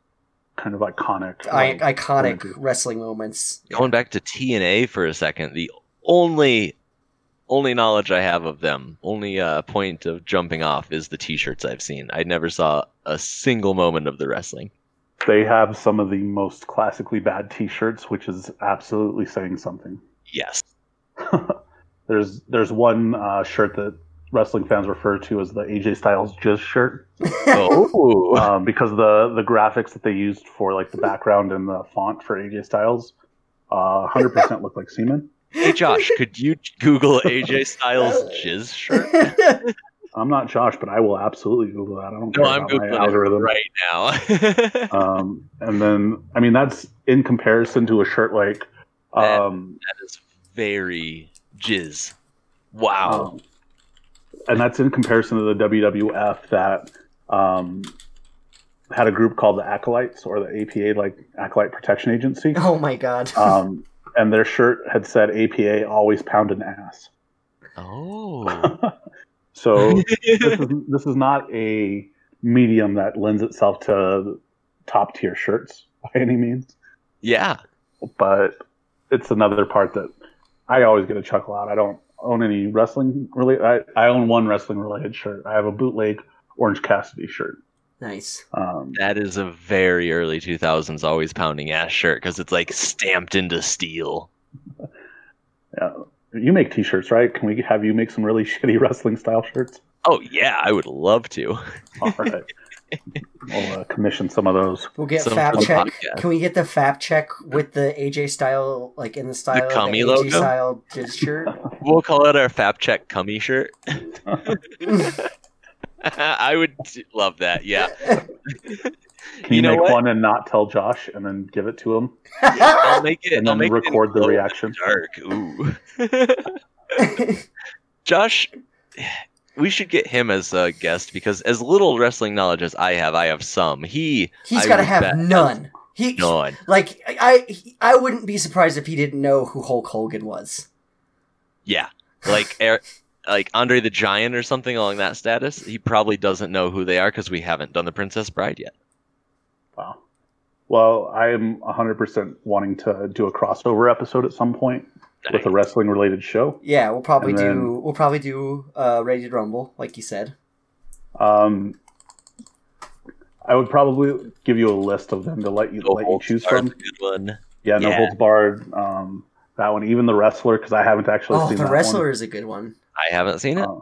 [SPEAKER 2] Kind of iconic.
[SPEAKER 1] I-
[SPEAKER 2] like,
[SPEAKER 1] iconic
[SPEAKER 2] Like-
[SPEAKER 1] wrestling moments.
[SPEAKER 3] going back to TNA for a second, the only only knowledge I have of them, only uh, point of jumping off is the T-shirts I've seen. I never saw a single moment of the wrestling.
[SPEAKER 2] they have some of the most classically bad t shirts, which is absolutely saying something.
[SPEAKER 3] Yes,
[SPEAKER 2] (laughs) there's there's one uh, shirt that wrestling fans refer to as the AJ Styles Jizz shirt.
[SPEAKER 1] (laughs)
[SPEAKER 3] (laughs) oh,
[SPEAKER 2] um, because the the graphics that they used for like the background and the font for AJ Styles, uh, hundred percent look like semen.
[SPEAKER 3] hey Josh, could you Google AJ Styles jizz shirt?
[SPEAKER 2] I'm not Josh, but I will absolutely Google that. I don't care
[SPEAKER 3] No, I'm
[SPEAKER 2] about my
[SPEAKER 3] googling it
[SPEAKER 2] algorithm.
[SPEAKER 3] right now. (laughs)
[SPEAKER 2] Um, and then I mean that's in comparison to a shirt like, um,
[SPEAKER 3] that is very jizz. Wow.
[SPEAKER 2] um, and that's in comparison to the WWF that um, had a group called the Acolytes or the APA, like Acolyte Protection Agency.
[SPEAKER 1] (laughs) oh my god.
[SPEAKER 2] Um, and their shirt had said APA always pound an ass.
[SPEAKER 3] Oh.
[SPEAKER 2] (laughs) So this is this is not a medium that lends itself to top tier shirts by any means,
[SPEAKER 3] (laughs) yeah.
[SPEAKER 2] but it's another part that I always get a chuckle out. I don't own any wrestling related. I, I own one wrestling related shirt. I have a bootleg Orange Cassidy shirt.
[SPEAKER 1] nice.
[SPEAKER 2] Um,
[SPEAKER 3] That is a very early 2000s always pounding ass shirt because it's like stamped into steel.
[SPEAKER 2] yeah. You make t-shirts, right? Can we have you make some really (laughs) shitty wrestling style shirts?
[SPEAKER 3] Oh yeah, I would love to.
[SPEAKER 2] All
[SPEAKER 3] (laughs)
[SPEAKER 2] right. I'll uh, commission some of those.
[SPEAKER 1] We'll get
[SPEAKER 3] Some
[SPEAKER 1] Fab
[SPEAKER 3] fun
[SPEAKER 1] Check.
[SPEAKER 3] podcast.
[SPEAKER 1] Can we get the Fab Check with the AJ style, like in the style of
[SPEAKER 3] commie
[SPEAKER 1] the AJ
[SPEAKER 3] logo?
[SPEAKER 1] style
[SPEAKER 2] (laughs)
[SPEAKER 1] jizz shirt? (laughs)
[SPEAKER 3] We'll call it our Fab Check Cummy shirt. (laughs) I would t- love that. Yeah.
[SPEAKER 2] Can you,
[SPEAKER 3] You know
[SPEAKER 2] make
[SPEAKER 3] what?
[SPEAKER 2] one and not tell Josh and then give it to him?
[SPEAKER 3] I'll make it.
[SPEAKER 2] And
[SPEAKER 3] I'll
[SPEAKER 2] then
[SPEAKER 3] make it in
[SPEAKER 2] record the
[SPEAKER 3] glow in
[SPEAKER 2] reaction.
[SPEAKER 3] Dark. Ooh. (laughs) Josh, we should get him as a guest because as little wrestling knowledge as I have, I have some. He
[SPEAKER 1] He's
[SPEAKER 3] I
[SPEAKER 1] got to
[SPEAKER 3] would
[SPEAKER 1] have
[SPEAKER 3] bet.
[SPEAKER 1] none. He
[SPEAKER 3] none.
[SPEAKER 1] like I he- I wouldn't be surprised if he didn't know who Hulk Hogan was.
[SPEAKER 3] Yeah, like Eric, like Andre the Giant or something along that status. He probably doesn't know who they are because we haven't done the Princess Bride yet.
[SPEAKER 2] Wow. Well, I am 100% wanting to do a crossover episode at some point with a wrestling related show.
[SPEAKER 1] Yeah, we'll probably
[SPEAKER 2] And
[SPEAKER 1] do
[SPEAKER 2] then-
[SPEAKER 1] we'll probably do uh Rated Rumble, like you said.
[SPEAKER 2] Um, I would probably give you a list of them to let you
[SPEAKER 3] No
[SPEAKER 2] let you
[SPEAKER 3] Holds
[SPEAKER 2] choose
[SPEAKER 3] Barred's
[SPEAKER 2] from.
[SPEAKER 3] a good one.
[SPEAKER 2] Yeah, no
[SPEAKER 3] Yeah.
[SPEAKER 2] holds barred. Um, that one, even the wrestler because I haven't actually
[SPEAKER 1] Oh,
[SPEAKER 2] seen
[SPEAKER 1] the
[SPEAKER 2] that
[SPEAKER 1] wrestler
[SPEAKER 2] one.
[SPEAKER 1] is a good one.
[SPEAKER 3] I haven't seen it.
[SPEAKER 2] Uh,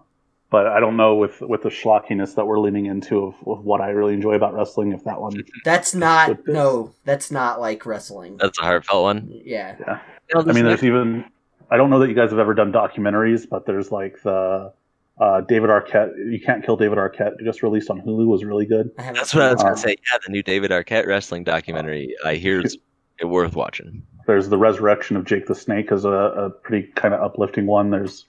[SPEAKER 2] But I don't know with with the schlockiness that we're leaning into of, of what I really enjoy about wrestling. If that one,
[SPEAKER 1] That's not no. That's not like wrestling.
[SPEAKER 3] That's a heartfelt one.
[SPEAKER 1] Yeah.
[SPEAKER 3] Oh,
[SPEAKER 2] I mean, there's even I don't know that you guys have ever done documentaries, but there's like the uh, David Arquette. You can't kill David Arquette. Just released on Hulu was really good.
[SPEAKER 1] I haven't
[SPEAKER 3] That's what I was gonna
[SPEAKER 2] Um,
[SPEAKER 3] say. Yeah, the new David Arquette wrestling documentary. I hear it's worth watching.
[SPEAKER 2] There's the resurrection of Jake the Snake is a, a pretty kind of uplifting one. There's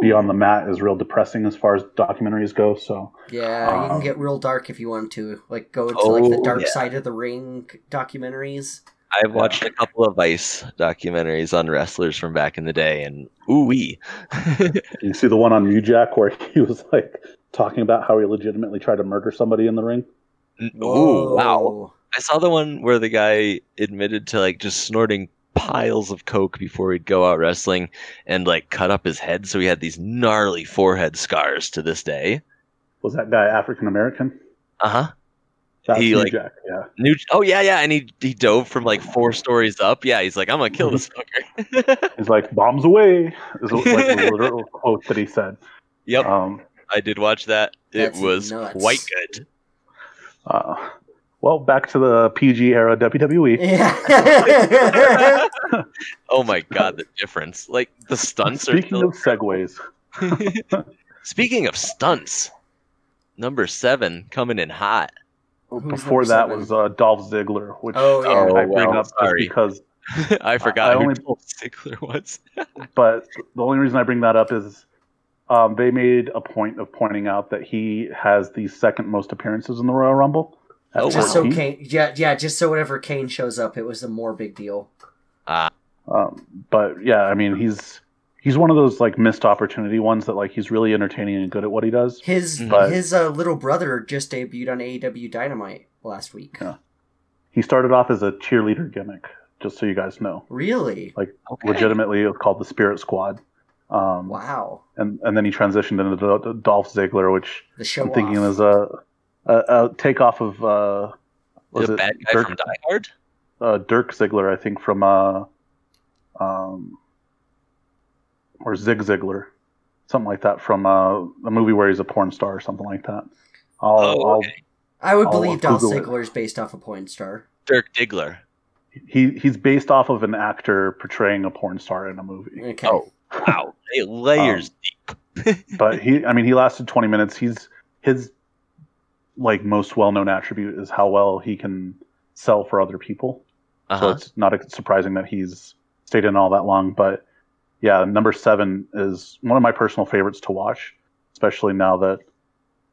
[SPEAKER 2] Beyond the Mat is real depressing as far as documentaries go. So
[SPEAKER 1] Yeah, you can
[SPEAKER 2] Um,
[SPEAKER 1] get real dark if you want to. Like go into like the
[SPEAKER 3] Oh,
[SPEAKER 1] dark
[SPEAKER 3] yeah.
[SPEAKER 1] side of the ring documentaries.
[SPEAKER 3] I've watched a couple of Vice documentaries on wrestlers from back in the day, and ooh wee.
[SPEAKER 2] you see the one on New Jack where (laughs) he was like talking about how he legitimately tried to murder somebody in the ring.
[SPEAKER 3] (laughs) ooh wow!
[SPEAKER 1] Whoa.
[SPEAKER 3] I saw the one where the guy admitted to like just snorting piles of coke before he'd go out wrestling, and like cut up his head, so he had these gnarly forehead scars to this day.
[SPEAKER 2] Was that guy African American?
[SPEAKER 3] Uh huh.
[SPEAKER 2] That's
[SPEAKER 3] He,
[SPEAKER 2] New
[SPEAKER 3] like-
[SPEAKER 2] Jack. Yeah.
[SPEAKER 3] New. Oh yeah, yeah. And he he dove from like four stories up. Yeah, he's like, I'm gonna kill this fucker. (laughs)
[SPEAKER 2] He's like bombs away. Is like the literal quote that he said.
[SPEAKER 3] yep.
[SPEAKER 2] Um,
[SPEAKER 3] I did watch that.
[SPEAKER 1] That's
[SPEAKER 3] it was
[SPEAKER 1] nuts.
[SPEAKER 3] quite good.
[SPEAKER 2] uh, well, back to the PG era E. WWE.
[SPEAKER 3] (laughs)
[SPEAKER 1] Yeah.
[SPEAKER 3] Oh my god, the difference! Like the stunts are.
[SPEAKER 2] Speaking
[SPEAKER 3] still-
[SPEAKER 2] of segues,
[SPEAKER 3] Speaking of stunts, number seven coming in hot.
[SPEAKER 1] Who's
[SPEAKER 2] before
[SPEAKER 1] number
[SPEAKER 2] that
[SPEAKER 1] seven?
[SPEAKER 2] was uh, Dolph Ziggler, which
[SPEAKER 1] Oh, yeah.
[SPEAKER 2] I
[SPEAKER 3] Oh,
[SPEAKER 2] bring
[SPEAKER 3] well,
[SPEAKER 2] up just
[SPEAKER 3] sorry.
[SPEAKER 2] because.
[SPEAKER 3] (laughs) I forgot
[SPEAKER 2] I
[SPEAKER 3] who
[SPEAKER 2] only-
[SPEAKER 3] Dolph Ziggler was.
[SPEAKER 2] But the only reason I bring that up is um, they made a point of pointing out that he has the second most appearances in the Royal Rumble. at
[SPEAKER 3] Oh, wow.
[SPEAKER 1] just so
[SPEAKER 2] 14.
[SPEAKER 1] Kane, yeah, yeah, just so whenever Kane shows up, it was a more big deal.
[SPEAKER 2] Um, but yeah, I mean he's he's one of those like missed opportunity ones that like he's really entertaining and good at what he does.
[SPEAKER 1] His
[SPEAKER 3] Mm.
[SPEAKER 2] But-
[SPEAKER 1] his uh, little brother just debuted on AEW Dynamite last week.
[SPEAKER 2] Yeah. He started off as a cheerleader gimmick, just so you guys know.
[SPEAKER 1] Really?
[SPEAKER 3] Okay.
[SPEAKER 2] Legitimately, it was called the Spirit Squad. Um,
[SPEAKER 1] Wow.
[SPEAKER 2] and and then he transitioned into Dol- Dol- Dolph Ziggler, which
[SPEAKER 1] The show
[SPEAKER 2] I'm thinking uh,
[SPEAKER 1] off.
[SPEAKER 2] is a, a, a takeoff of uh, was
[SPEAKER 3] the
[SPEAKER 2] it
[SPEAKER 3] bad guy
[SPEAKER 2] Dirk,
[SPEAKER 3] from Die Hard.
[SPEAKER 2] uh, Dirk Ziggler, I think from uh, um, or Zig Ziggler, something like that from uh, a movie where he's a porn star or something like that. I'll,
[SPEAKER 3] Oh,
[SPEAKER 2] I'll,
[SPEAKER 3] okay.
[SPEAKER 1] I would
[SPEAKER 2] I'll
[SPEAKER 1] believe Dolph
[SPEAKER 2] Google it.
[SPEAKER 1] Ziggler is based off a porn star.
[SPEAKER 3] Dirk Diggler.
[SPEAKER 2] he he's based off of an actor portraying a porn star in a movie.
[SPEAKER 1] Okay.
[SPEAKER 3] Oh. (laughs) Wow, they layers.
[SPEAKER 2] but he i mean he lasted 20 minutes he's his like most well-known attribute is how well he can sell for other people Um, so
[SPEAKER 3] Uh-huh.
[SPEAKER 2] it's not surprising that he's stayed in all that long but yeah number seven is one of my personal favorites to watch especially now that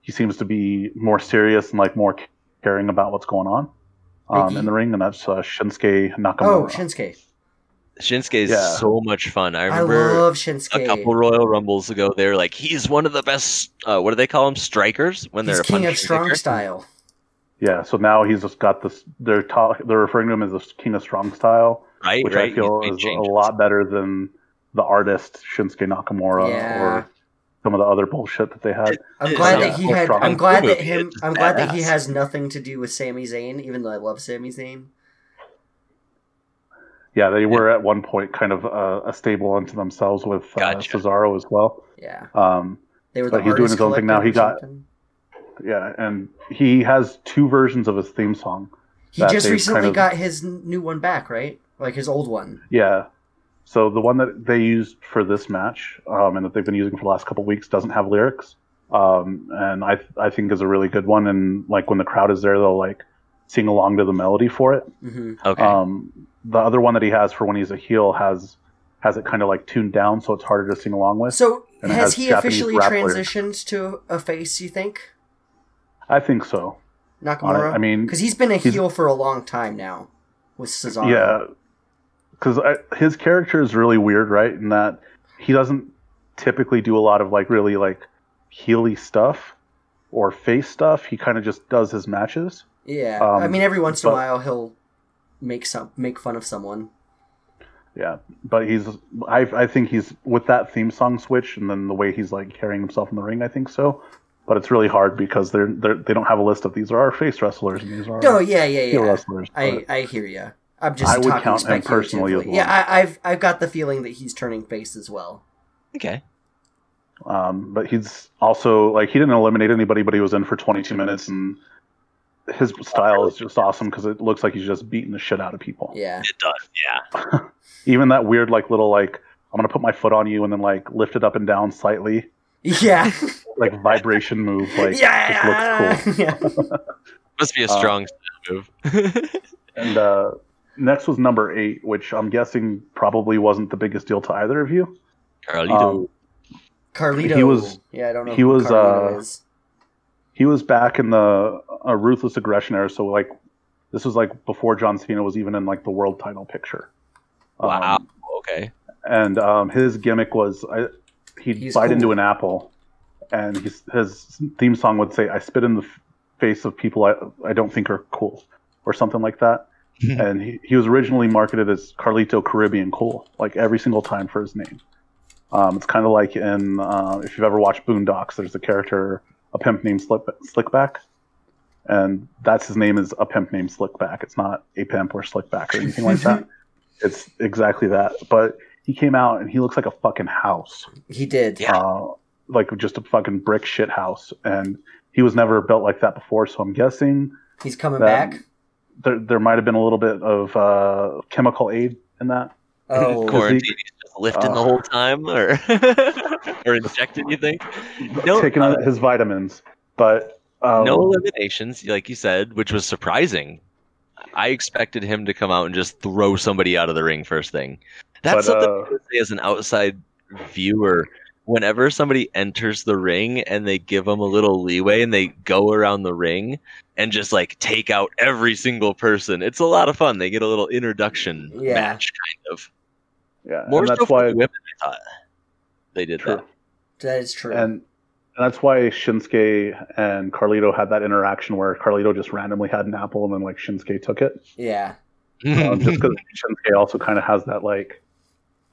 [SPEAKER 2] he seems to be more serious and like more caring about what's going on um,
[SPEAKER 1] Biggie.
[SPEAKER 2] in the ring and that's uh, shinsuke nakamura
[SPEAKER 1] Oh, Shinsuke.
[SPEAKER 3] Shinsuke is
[SPEAKER 2] Yeah.
[SPEAKER 3] so much fun.
[SPEAKER 1] I,
[SPEAKER 3] I remember
[SPEAKER 1] love
[SPEAKER 3] a couple
[SPEAKER 1] Shinsuke.
[SPEAKER 3] Royal Rumbles ago. They were like, he's one of the best. Uh, what do they call him? Strikers when
[SPEAKER 1] He's
[SPEAKER 3] they're
[SPEAKER 1] king
[SPEAKER 3] a
[SPEAKER 1] of
[SPEAKER 3] punching
[SPEAKER 1] strong
[SPEAKER 3] kicker?
[SPEAKER 1] style.
[SPEAKER 2] yeah so now he's just got this they're ta- they're referring to him as the king of strong style
[SPEAKER 3] right?
[SPEAKER 2] which
[SPEAKER 3] right.
[SPEAKER 2] I
[SPEAKER 3] He's
[SPEAKER 2] feel
[SPEAKER 3] made
[SPEAKER 2] is a
[SPEAKER 3] changes.
[SPEAKER 2] lot better than the artist Shinsuke Nakamura
[SPEAKER 1] Yeah.
[SPEAKER 2] or some of the other bullshit that they had.
[SPEAKER 1] I'm
[SPEAKER 3] Yeah,
[SPEAKER 1] glad
[SPEAKER 3] yeah.
[SPEAKER 1] that he
[SPEAKER 2] Or
[SPEAKER 1] had.
[SPEAKER 2] strong.
[SPEAKER 1] I'm glad that
[SPEAKER 3] Movie,
[SPEAKER 1] him.
[SPEAKER 3] it's
[SPEAKER 1] I'm glad that he
[SPEAKER 3] badass.
[SPEAKER 1] has nothing to do with Sami Zayn, even though I love Sami Zayn.
[SPEAKER 2] Yeah, they were at one point kind of uh, a stable unto themselves with uh,
[SPEAKER 3] Gotcha.
[SPEAKER 2] Cesaro as well.
[SPEAKER 1] Yeah,
[SPEAKER 2] Um,
[SPEAKER 1] they were the.
[SPEAKER 2] But he's doing his
[SPEAKER 1] Artist
[SPEAKER 2] own thing now.
[SPEAKER 1] Collective
[SPEAKER 2] He
[SPEAKER 1] or
[SPEAKER 2] got-
[SPEAKER 1] something.
[SPEAKER 2] yeah, and he has two versions of his theme song.
[SPEAKER 1] He
[SPEAKER 2] that
[SPEAKER 1] just
[SPEAKER 2] they've
[SPEAKER 1] recently
[SPEAKER 2] kind of-
[SPEAKER 1] got his n- new one back, right? Like his old one.
[SPEAKER 2] Yeah. So the one that they used for this match, um, and that they've been using for the last couple weeks, doesn't have lyrics, um, and I I think is a really good one. And like when the crowd is there, they'll like sing along to the melody for it.
[SPEAKER 1] hmm
[SPEAKER 3] Okay.
[SPEAKER 2] Um, the other one that he has for when he's a heel has has it kind of like tuned down, so it's harder to sing along with.
[SPEAKER 1] So
[SPEAKER 2] And it
[SPEAKER 1] has
[SPEAKER 2] has
[SPEAKER 1] he
[SPEAKER 2] Japanese
[SPEAKER 1] officially
[SPEAKER 2] rap lyrics.
[SPEAKER 1] transitioned to a face? You think
[SPEAKER 2] I think so. Hon-
[SPEAKER 1] Nakamura?
[SPEAKER 2] I mean,
[SPEAKER 1] because he's been a
[SPEAKER 2] he's-
[SPEAKER 1] heel for a long time now with Cesaro.
[SPEAKER 2] yeah, because his character is really weird, right? In that he doesn't typically do a lot of like really like heely stuff or face stuff. He kind of just does his matches.
[SPEAKER 1] yeah.
[SPEAKER 2] Um,
[SPEAKER 1] I mean, every once in a
[SPEAKER 2] but-
[SPEAKER 1] while he'll make some make fun of someone.
[SPEAKER 2] Yeah, but he's I I think he's with that theme song switch and then the way he's like carrying himself in the ring. I think so. But it's really hard because they're, they're they don't have a list of these are our face wrestlers and these are
[SPEAKER 1] No,
[SPEAKER 2] our
[SPEAKER 1] yeah, yeah,
[SPEAKER 2] heel
[SPEAKER 1] yeah.
[SPEAKER 2] wrestlers.
[SPEAKER 1] I
[SPEAKER 2] but-
[SPEAKER 1] I hear you. I'm just
[SPEAKER 2] I would
[SPEAKER 1] talking
[SPEAKER 2] count him personally as
[SPEAKER 1] speculatively. Yeah,
[SPEAKER 2] one.
[SPEAKER 1] I, I've I've got the feeling that he's turning face as well.
[SPEAKER 3] okay.
[SPEAKER 2] Um, but he's also like he didn't eliminate anybody, but he was in for 22 minutes, and his style is just awesome because it looks like he's just beating the shit out of people.
[SPEAKER 1] Yeah. (laughs)
[SPEAKER 3] It does, yeah.
[SPEAKER 2] Even that weird like little like I'm gonna put my foot on you and then like lift it up and down slightly,
[SPEAKER 1] Yeah.
[SPEAKER 2] like vibration move, like
[SPEAKER 1] yeah.
[SPEAKER 2] just looks cool.
[SPEAKER 1] Yeah.
[SPEAKER 2] (laughs)
[SPEAKER 3] Must be a
[SPEAKER 2] Uh,
[SPEAKER 3] strong style move.
[SPEAKER 2] And uh, next was number eight, which I'm guessing probably wasn't the biggest deal to either of you.
[SPEAKER 3] Carlito.
[SPEAKER 2] Um,
[SPEAKER 1] Carlito.
[SPEAKER 2] He was-
[SPEAKER 1] Yeah, I don't know.
[SPEAKER 2] he
[SPEAKER 1] who
[SPEAKER 2] was,
[SPEAKER 1] Carlito
[SPEAKER 2] uh,
[SPEAKER 1] is.
[SPEAKER 2] he was back in the uh, ruthless aggression era so like this was like before john cena was even in like the world title picture Um,
[SPEAKER 3] wow. okay.
[SPEAKER 2] and um, his gimmick was I, he'd
[SPEAKER 1] He's
[SPEAKER 2] bite
[SPEAKER 1] cool.
[SPEAKER 2] into an apple and his, his theme song would say i spit in the f- face of people I, I don't think are cool or something like that and he, he was originally marketed as carlito caribbean cool like every single time for his name um, it's kind of like in uh, if you've ever watched boondocks there's a character a pimp named Slick, slickback and that's his name is a pimp named slickback it's not a pimp or slickback or anything like that it's exactly that but he came out and he looks like a fucking house
[SPEAKER 1] He did.
[SPEAKER 3] Yeah.
[SPEAKER 2] uh, like just a fucking brick shit house and he was never built like that before so i'm guessing
[SPEAKER 1] He's coming
[SPEAKER 2] That- (laughs)
[SPEAKER 1] back.
[SPEAKER 2] there, there might have been a little bit of uh, chemical aid in that
[SPEAKER 1] Oh,
[SPEAKER 3] Quarantine. He's just lifting the
[SPEAKER 2] Uh,
[SPEAKER 3] whole time, or (laughs) or injected? You think? No,
[SPEAKER 2] taking
[SPEAKER 3] uh,
[SPEAKER 2] out his vitamins but um,
[SPEAKER 3] no uh, eliminations, like you said, which was surprising. I expected him to come out and just throw somebody out of the ring first thing. That's
[SPEAKER 2] But,
[SPEAKER 3] something
[SPEAKER 2] uh,
[SPEAKER 3] I would say as an outside viewer. Whenever somebody enters the ring and they give them a little leeway and they go around the ring and just like take out every single person, it's a lot of fun. They get a little introduction
[SPEAKER 1] Yeah.
[SPEAKER 3] match kind of.
[SPEAKER 2] yeah,
[SPEAKER 3] More
[SPEAKER 2] and
[SPEAKER 3] so
[SPEAKER 2] that's
[SPEAKER 3] for
[SPEAKER 2] why
[SPEAKER 3] the women, I thought they did
[SPEAKER 2] True.
[SPEAKER 3] that.
[SPEAKER 1] that is true.
[SPEAKER 2] and and that's why Shinsuke and Carlito had that interaction where Carlito just randomly had an apple and then like Shinsuke took
[SPEAKER 3] (laughs)
[SPEAKER 2] it.
[SPEAKER 1] yeah.
[SPEAKER 2] um, just because Shinsuke also kind of has that like,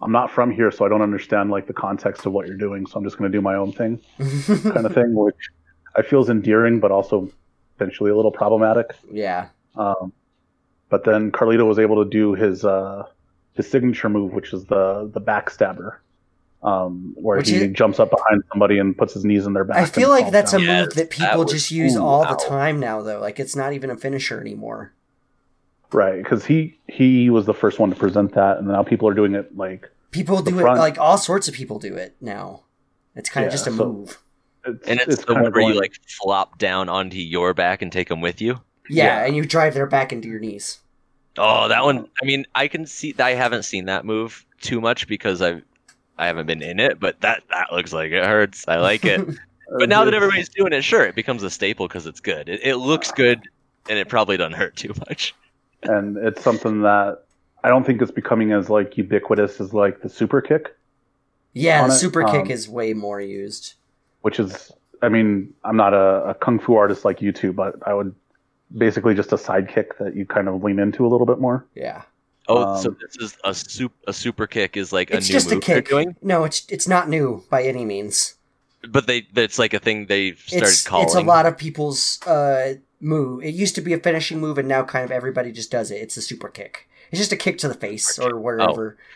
[SPEAKER 2] I'm not from here, so I don't understand like the context of what you're doing, so I'm just going to do my own thing kind of thing, which I feel is endearing, but also potentially a little problematic.
[SPEAKER 1] (laughs) yeah.
[SPEAKER 2] Um, but then Carlito was able to do his uh, his signature move, which is the the backstabber, um, where
[SPEAKER 1] Which
[SPEAKER 2] he
[SPEAKER 1] is-
[SPEAKER 2] jumps up behind somebody and puts his knees in their back.
[SPEAKER 1] I
[SPEAKER 2] and
[SPEAKER 1] feel like
[SPEAKER 2] falls
[SPEAKER 1] that's
[SPEAKER 2] down.
[SPEAKER 1] a
[SPEAKER 3] Yes,
[SPEAKER 1] move that
[SPEAKER 3] that
[SPEAKER 1] people
[SPEAKER 3] was-
[SPEAKER 1] just use
[SPEAKER 3] ooh,
[SPEAKER 1] all the
[SPEAKER 3] wow.
[SPEAKER 1] time now, though. Like, it's not even a finisher anymore.
[SPEAKER 2] right because he he was the first one to present that, and now people are doing it like
[SPEAKER 1] People
[SPEAKER 2] The
[SPEAKER 1] do
[SPEAKER 2] front-
[SPEAKER 1] it, like, all sorts of people do it now. It's kind of
[SPEAKER 2] Yeah,
[SPEAKER 1] just a
[SPEAKER 2] so-
[SPEAKER 1] move.
[SPEAKER 2] it's,
[SPEAKER 3] and it's, the
[SPEAKER 2] kinda
[SPEAKER 3] one where you
[SPEAKER 2] going-
[SPEAKER 3] like flop down onto your back and take them with you.
[SPEAKER 1] Yeah,
[SPEAKER 2] yeah.
[SPEAKER 1] and you drive their back into your knees.
[SPEAKER 3] Oh, that one. I mean, I can see. I haven't seen that move too much because I, I haven't been in it. But that that looks like it hurts. I
[SPEAKER 1] (laughs)
[SPEAKER 3] like it. but now that
[SPEAKER 2] it's-
[SPEAKER 3] everybody's doing it, sure, it becomes a staple because it's good. It, it
[SPEAKER 1] Ah.
[SPEAKER 3] looks good, and it probably doesn't hurt too much.
[SPEAKER 2] and it's something that I don't think is becoming as like ubiquitous as like the super kick,
[SPEAKER 1] Yeah,
[SPEAKER 2] On
[SPEAKER 1] the
[SPEAKER 2] it,
[SPEAKER 1] super kick
[SPEAKER 2] um,
[SPEAKER 1] is way more used.
[SPEAKER 2] which is I mean I'm not a, a kung fu artist like you two, but I would basically just a sidekick that you kind of lean into a little bit more.
[SPEAKER 1] Yeah.
[SPEAKER 3] Oh, so
[SPEAKER 2] Um,
[SPEAKER 3] this is a super a super kick is like a
[SPEAKER 1] It's
[SPEAKER 3] new
[SPEAKER 1] just a
[SPEAKER 3] move they're
[SPEAKER 1] kick.
[SPEAKER 3] doing,
[SPEAKER 1] No, it's it's not new by any means.
[SPEAKER 3] but they it's like a thing they started
[SPEAKER 1] it's
[SPEAKER 3] calling.
[SPEAKER 1] it's a lot of people's uh move. It used to be a finishing move and now kind of everybody just does it. It's a super kick. It's just a kick to the face or wherever.
[SPEAKER 2] Oh.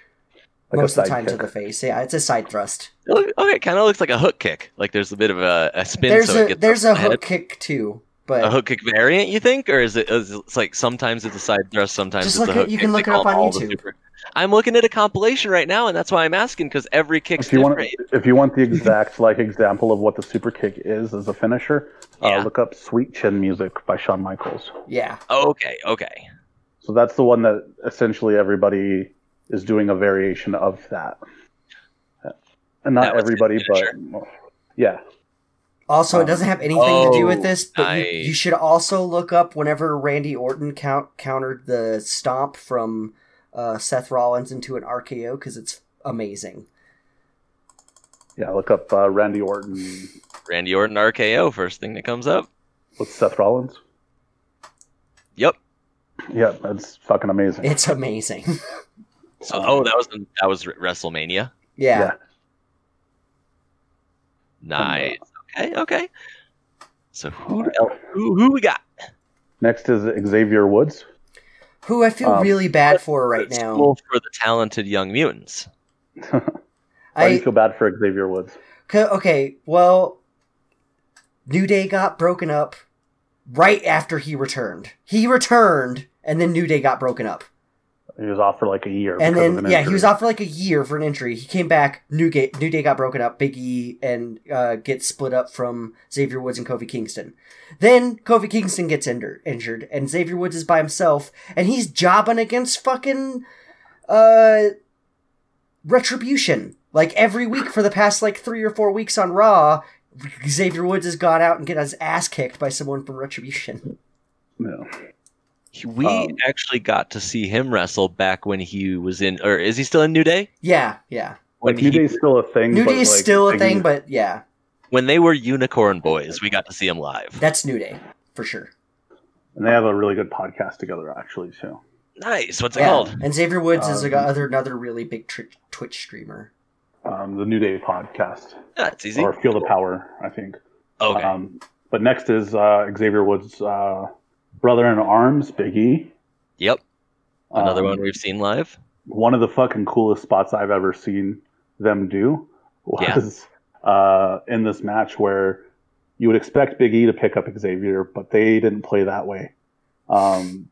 [SPEAKER 2] Like a
[SPEAKER 1] Most of the
[SPEAKER 2] side
[SPEAKER 1] time to
[SPEAKER 2] kick.
[SPEAKER 1] the face. Yeah, it's a side thrust.
[SPEAKER 3] It look- okay, it kind of looks like a hook kick. Like there's a bit of a, a spin.
[SPEAKER 1] there's
[SPEAKER 3] so it
[SPEAKER 1] a
[SPEAKER 3] gets
[SPEAKER 1] there's
[SPEAKER 3] up
[SPEAKER 1] a
[SPEAKER 3] the head.
[SPEAKER 1] hook kick too, but
[SPEAKER 3] a hook kick variant, you think, or is it? Is it- it's like sometimes it's a side thrust, sometimes
[SPEAKER 1] Just
[SPEAKER 3] it's a
[SPEAKER 1] look it-
[SPEAKER 3] hook.
[SPEAKER 1] you
[SPEAKER 3] kick.
[SPEAKER 1] can
[SPEAKER 3] They
[SPEAKER 1] look it
[SPEAKER 3] call
[SPEAKER 1] up on
[SPEAKER 3] all the
[SPEAKER 1] YouTube.
[SPEAKER 3] super- I'm looking at a compilation right now, and that's why I'm asking because every kick's
[SPEAKER 2] If you
[SPEAKER 3] different.
[SPEAKER 2] want if you want the
[SPEAKER 3] (laughs)
[SPEAKER 2] exact like example of what the super kick is as a finisher,
[SPEAKER 3] Yeah.
[SPEAKER 2] uh, look up Sweet Chin Music by Shawn Michaels.
[SPEAKER 1] yeah,
[SPEAKER 3] okay, okay,
[SPEAKER 2] So that's the one that essentially everybody is doing a variation of that. And
[SPEAKER 3] That
[SPEAKER 2] not
[SPEAKER 3] was his
[SPEAKER 2] everybody, but yeah.
[SPEAKER 1] Also, it
[SPEAKER 2] Um,
[SPEAKER 1] doesn't have anything to do with
[SPEAKER 3] oh,
[SPEAKER 1] this, but you,
[SPEAKER 3] nice.
[SPEAKER 1] you should also look up whenever Randy Orton count, countered the stomp from uh, Seth Rollins into an RKO because it's amazing.
[SPEAKER 2] Yeah, look up uh, Randy Orton
[SPEAKER 3] Randy Orton RKO first thing that comes up.
[SPEAKER 2] with Seth Rollins.
[SPEAKER 3] Yep.
[SPEAKER 2] Yeah, that's fucking amazing.
[SPEAKER 1] It's amazing. (laughs)
[SPEAKER 3] So oh, that was that was WrestleMania.
[SPEAKER 1] yeah.
[SPEAKER 2] Yeah.
[SPEAKER 3] Nice. Okay, okay. So who el- who who we got?
[SPEAKER 2] Next is Xavier Woods.
[SPEAKER 1] Who I feel
[SPEAKER 2] Um,
[SPEAKER 1] really bad for right
[SPEAKER 3] Let's
[SPEAKER 1] now.
[SPEAKER 3] go for the talented Young Mutants.
[SPEAKER 2] Why do
[SPEAKER 1] I
[SPEAKER 2] you feel bad for Xavier Woods?
[SPEAKER 1] 'Kay, Okay, well, New Day got broken up right after he returned. He returned, and then New Day got broken up.
[SPEAKER 2] He was off for like a year.
[SPEAKER 1] And
[SPEAKER 2] because of
[SPEAKER 1] then
[SPEAKER 2] an
[SPEAKER 1] yeah, he was
[SPEAKER 2] injury.
[SPEAKER 1] off for like a year for an injury. He came back. New Ga- New Day got broken up. Big E and uh, gets split up from Xavier Woods and Kofi Kingston. Then Kofi Kingston gets injured, injured, and Xavier Woods is by himself, and he's jobbing against fucking uh, retribution like every week for the past like three or four weeks on Raw. Xavier Woods has gone out and get his ass kicked by someone from Retribution. (laughs)
[SPEAKER 2] Yeah.
[SPEAKER 3] He- We
[SPEAKER 2] Um,
[SPEAKER 3] actually got to see him wrestle back when he was in, or is he still in New Day?
[SPEAKER 1] Yeah, yeah.
[SPEAKER 3] When
[SPEAKER 2] Like New
[SPEAKER 3] he-
[SPEAKER 2] Day's still a thing.
[SPEAKER 1] New
[SPEAKER 2] but,
[SPEAKER 1] Day is
[SPEAKER 2] like,
[SPEAKER 1] still a
[SPEAKER 2] Big
[SPEAKER 1] thing,
[SPEAKER 2] E-
[SPEAKER 1] but yeah,
[SPEAKER 3] when they were Unicorn Boys, we got to see him live.
[SPEAKER 1] that's New Day for sure.
[SPEAKER 2] and they have a really good podcast together actually too.
[SPEAKER 3] Nice. What's it
[SPEAKER 1] Yeah,
[SPEAKER 3] called?
[SPEAKER 1] And Xavier Woods is
[SPEAKER 2] Um,
[SPEAKER 1] a, other another really big tr- Twitch streamer.
[SPEAKER 2] Um, the New Day podcast
[SPEAKER 3] That's easy.
[SPEAKER 2] or Feel the Power, I think.
[SPEAKER 3] Okay.
[SPEAKER 2] Um, but next is uh, Xavier Woods' uh, brother in arms, Big E.
[SPEAKER 3] yep. Another
[SPEAKER 2] Um,
[SPEAKER 3] one we've seen live.
[SPEAKER 2] one of the fucking coolest spots I've ever seen them do
[SPEAKER 3] Yeah.
[SPEAKER 2] was (laughs) uh, in this match where you would expect Big E to pick up Xavier, but they didn't play that way. Um,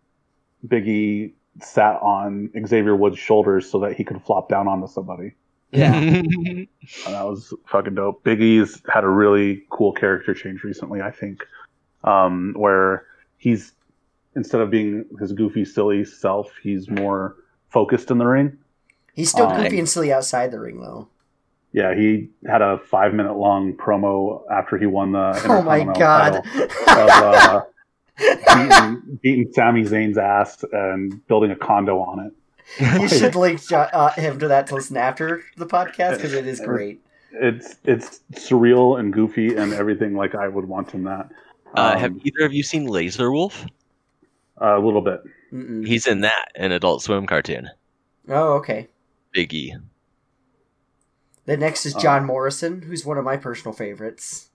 [SPEAKER 2] Big E sat on Xavier Woods' shoulders so that he could flop down onto somebody.
[SPEAKER 1] Yeah.
[SPEAKER 2] And that was fucking dope. Big E's had a really cool character change recently, I think, um, where he's instead of being his goofy, silly self, he's more focused in the ring.
[SPEAKER 1] He's still
[SPEAKER 2] Um,
[SPEAKER 1] goofy and silly outside the ring, though.
[SPEAKER 2] Yeah, he had a five minute long promo after he won the.
[SPEAKER 1] (laughs) Oh my
[SPEAKER 2] Intercontinental
[SPEAKER 1] god! (laughs)
[SPEAKER 2] title Of, uh, beating, beating Sami Zayn's ass and building a condo on it.
[SPEAKER 1] you should link jo- uh, him to that to listen after the podcast because it is great.
[SPEAKER 2] It's it's surreal and goofy and everything like I would want in that.
[SPEAKER 3] uh,
[SPEAKER 2] Um,
[SPEAKER 3] have either of you seen Laser Wolf?
[SPEAKER 2] a little bit.
[SPEAKER 1] Mm-mm.
[SPEAKER 3] He's in that, an Adult Swim cartoon. E.
[SPEAKER 1] Oh, okay.
[SPEAKER 3] Biggie.
[SPEAKER 1] The next is John Morrison, who's one of my personal favorites.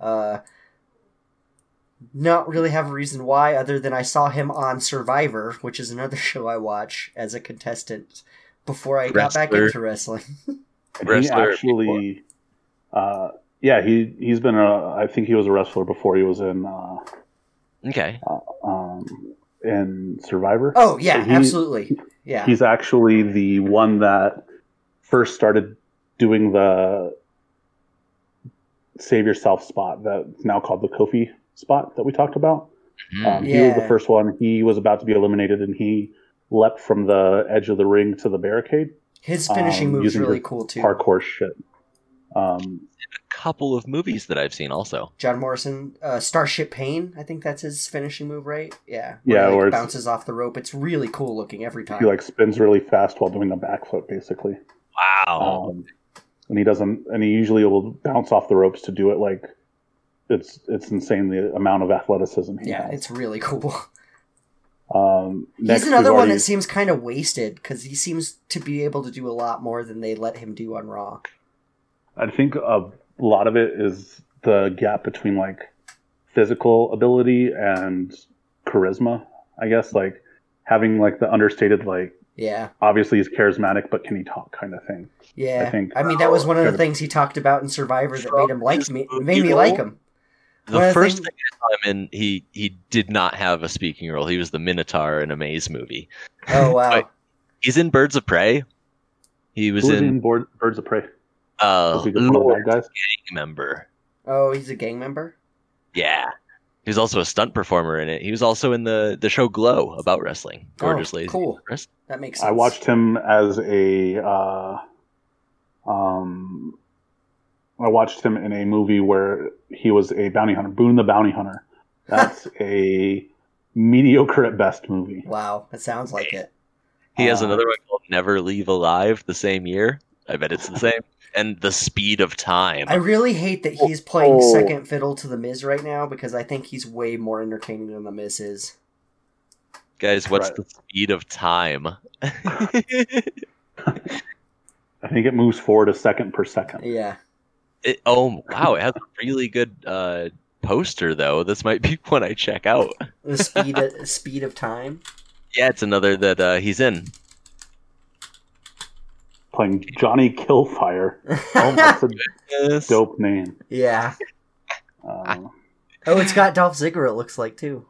[SPEAKER 1] Uh, not really have a reason why, other than I saw him on Survivor, which is another (laughs) show I watch as a contestant before I got back
[SPEAKER 3] Wrestler.
[SPEAKER 1] into wrestling.
[SPEAKER 2] And he
[SPEAKER 3] Wrestler
[SPEAKER 2] actually, uh, yeah, he he's been a. I think he was a wrestler before he was in uh,
[SPEAKER 3] Okay.
[SPEAKER 2] um, in Survivor.
[SPEAKER 1] Oh yeah,
[SPEAKER 2] He-
[SPEAKER 1] absolutely. Yeah.
[SPEAKER 2] He's actually the one that first started doing the save yourself spot that's now called the Kofi spot that we talked about.
[SPEAKER 3] Hmm. Mm.
[SPEAKER 2] Um, He was the
[SPEAKER 1] Yeah.
[SPEAKER 2] first one. He was about to be eliminated and he leapt from the edge of the ring to the barricade.
[SPEAKER 1] His finishing
[SPEAKER 2] um,
[SPEAKER 1] move's
[SPEAKER 2] using
[SPEAKER 1] really
[SPEAKER 2] the
[SPEAKER 1] cool too.
[SPEAKER 2] Parkour shit. Um,
[SPEAKER 3] a couple of movies that I've seen also.
[SPEAKER 1] John Morrison, uh, Starship Pain, I think that's his finishing move, right? Yeah.
[SPEAKER 2] Yeah,
[SPEAKER 1] he, like,
[SPEAKER 2] where it's-
[SPEAKER 1] bounces off the rope. It's really cool looking every time.
[SPEAKER 2] he like spins really fast while doing a backflip, basically.
[SPEAKER 3] Wow.
[SPEAKER 2] Um, and he doesn't, and he usually will bounce off the ropes to do it. Like it's it's insane the amount of athleticism he
[SPEAKER 1] yeah,
[SPEAKER 2] has.
[SPEAKER 1] it's really cool. (laughs)
[SPEAKER 2] Um, next
[SPEAKER 1] He's
[SPEAKER 2] we've
[SPEAKER 1] another one
[SPEAKER 2] already-
[SPEAKER 1] that seems kind of wasted because he seems to be able to do a lot more than they let him do on Raw.
[SPEAKER 2] I think a lot of it is the gap between like physical ability and charisma. I guess like having like the understated like
[SPEAKER 1] Yeah,
[SPEAKER 2] obviously he's charismatic, but can he talk kind of thing.
[SPEAKER 1] yeah. I,
[SPEAKER 2] I think-
[SPEAKER 1] mean, that was one of the
[SPEAKER 2] Should've-
[SPEAKER 1] things he talked about in Survivor that made him like me,
[SPEAKER 3] Strongest
[SPEAKER 1] made me
[SPEAKER 3] movie
[SPEAKER 1] like
[SPEAKER 3] role?
[SPEAKER 1] him. one
[SPEAKER 3] the
[SPEAKER 1] of the
[SPEAKER 3] first
[SPEAKER 1] thing-
[SPEAKER 3] thing I saw him in, he, he did not have a speaking role. He was the Minotaur in a Maze movie.
[SPEAKER 1] Oh wow,
[SPEAKER 3] But- He's in Birds of Prey. He was
[SPEAKER 2] Who was
[SPEAKER 3] in,
[SPEAKER 2] he in Board, Birds of Prey?
[SPEAKER 3] uh,
[SPEAKER 2] Was he just one of the
[SPEAKER 3] Lord
[SPEAKER 2] bad guys?
[SPEAKER 3] member.
[SPEAKER 1] oh he's a gang member.
[SPEAKER 3] Yeah. He was also a stunt performer in it. He was also in the, the show Glow about wrestling. Gorgeous
[SPEAKER 1] oh,
[SPEAKER 3] Lady.
[SPEAKER 1] cool.
[SPEAKER 3] Wrestling.
[SPEAKER 1] That makes sense.
[SPEAKER 2] I watched him as a. Uh, um, I watched him in a movie where he was a bounty hunter, Boone the
[SPEAKER 1] (laughs)
[SPEAKER 2] Bounty Hunter. That's a mediocre at best movie.
[SPEAKER 1] Wow, that sounds like it.
[SPEAKER 3] He has
[SPEAKER 2] Uh,
[SPEAKER 3] another one called Never Leave Alive the same year. I bet it's the same. and The Speed of Time.
[SPEAKER 1] I really hate that he's playing
[SPEAKER 2] Oh.
[SPEAKER 1] second fiddle to the Miz right now because I think he's way more entertaining than the Miz is.
[SPEAKER 3] Guys, what's
[SPEAKER 2] Right.
[SPEAKER 3] the speed of time? (laughs)
[SPEAKER 2] I think it moves forward a second per second.
[SPEAKER 1] Yeah,
[SPEAKER 3] It, oh wow, it has a really good uh, poster though. This might be (laughs) one I check out.
[SPEAKER 1] the speed of, (laughs) speed of time.
[SPEAKER 3] Yeah, it's another that uh, he's in.
[SPEAKER 2] playing Johnny Killfire.
[SPEAKER 1] (laughs)
[SPEAKER 2] Oh, that's a
[SPEAKER 3] Yes.
[SPEAKER 2] dope name.
[SPEAKER 1] yeah.
[SPEAKER 2] Um,
[SPEAKER 1] Oh, it's got Dolph Ziggler. It looks like too.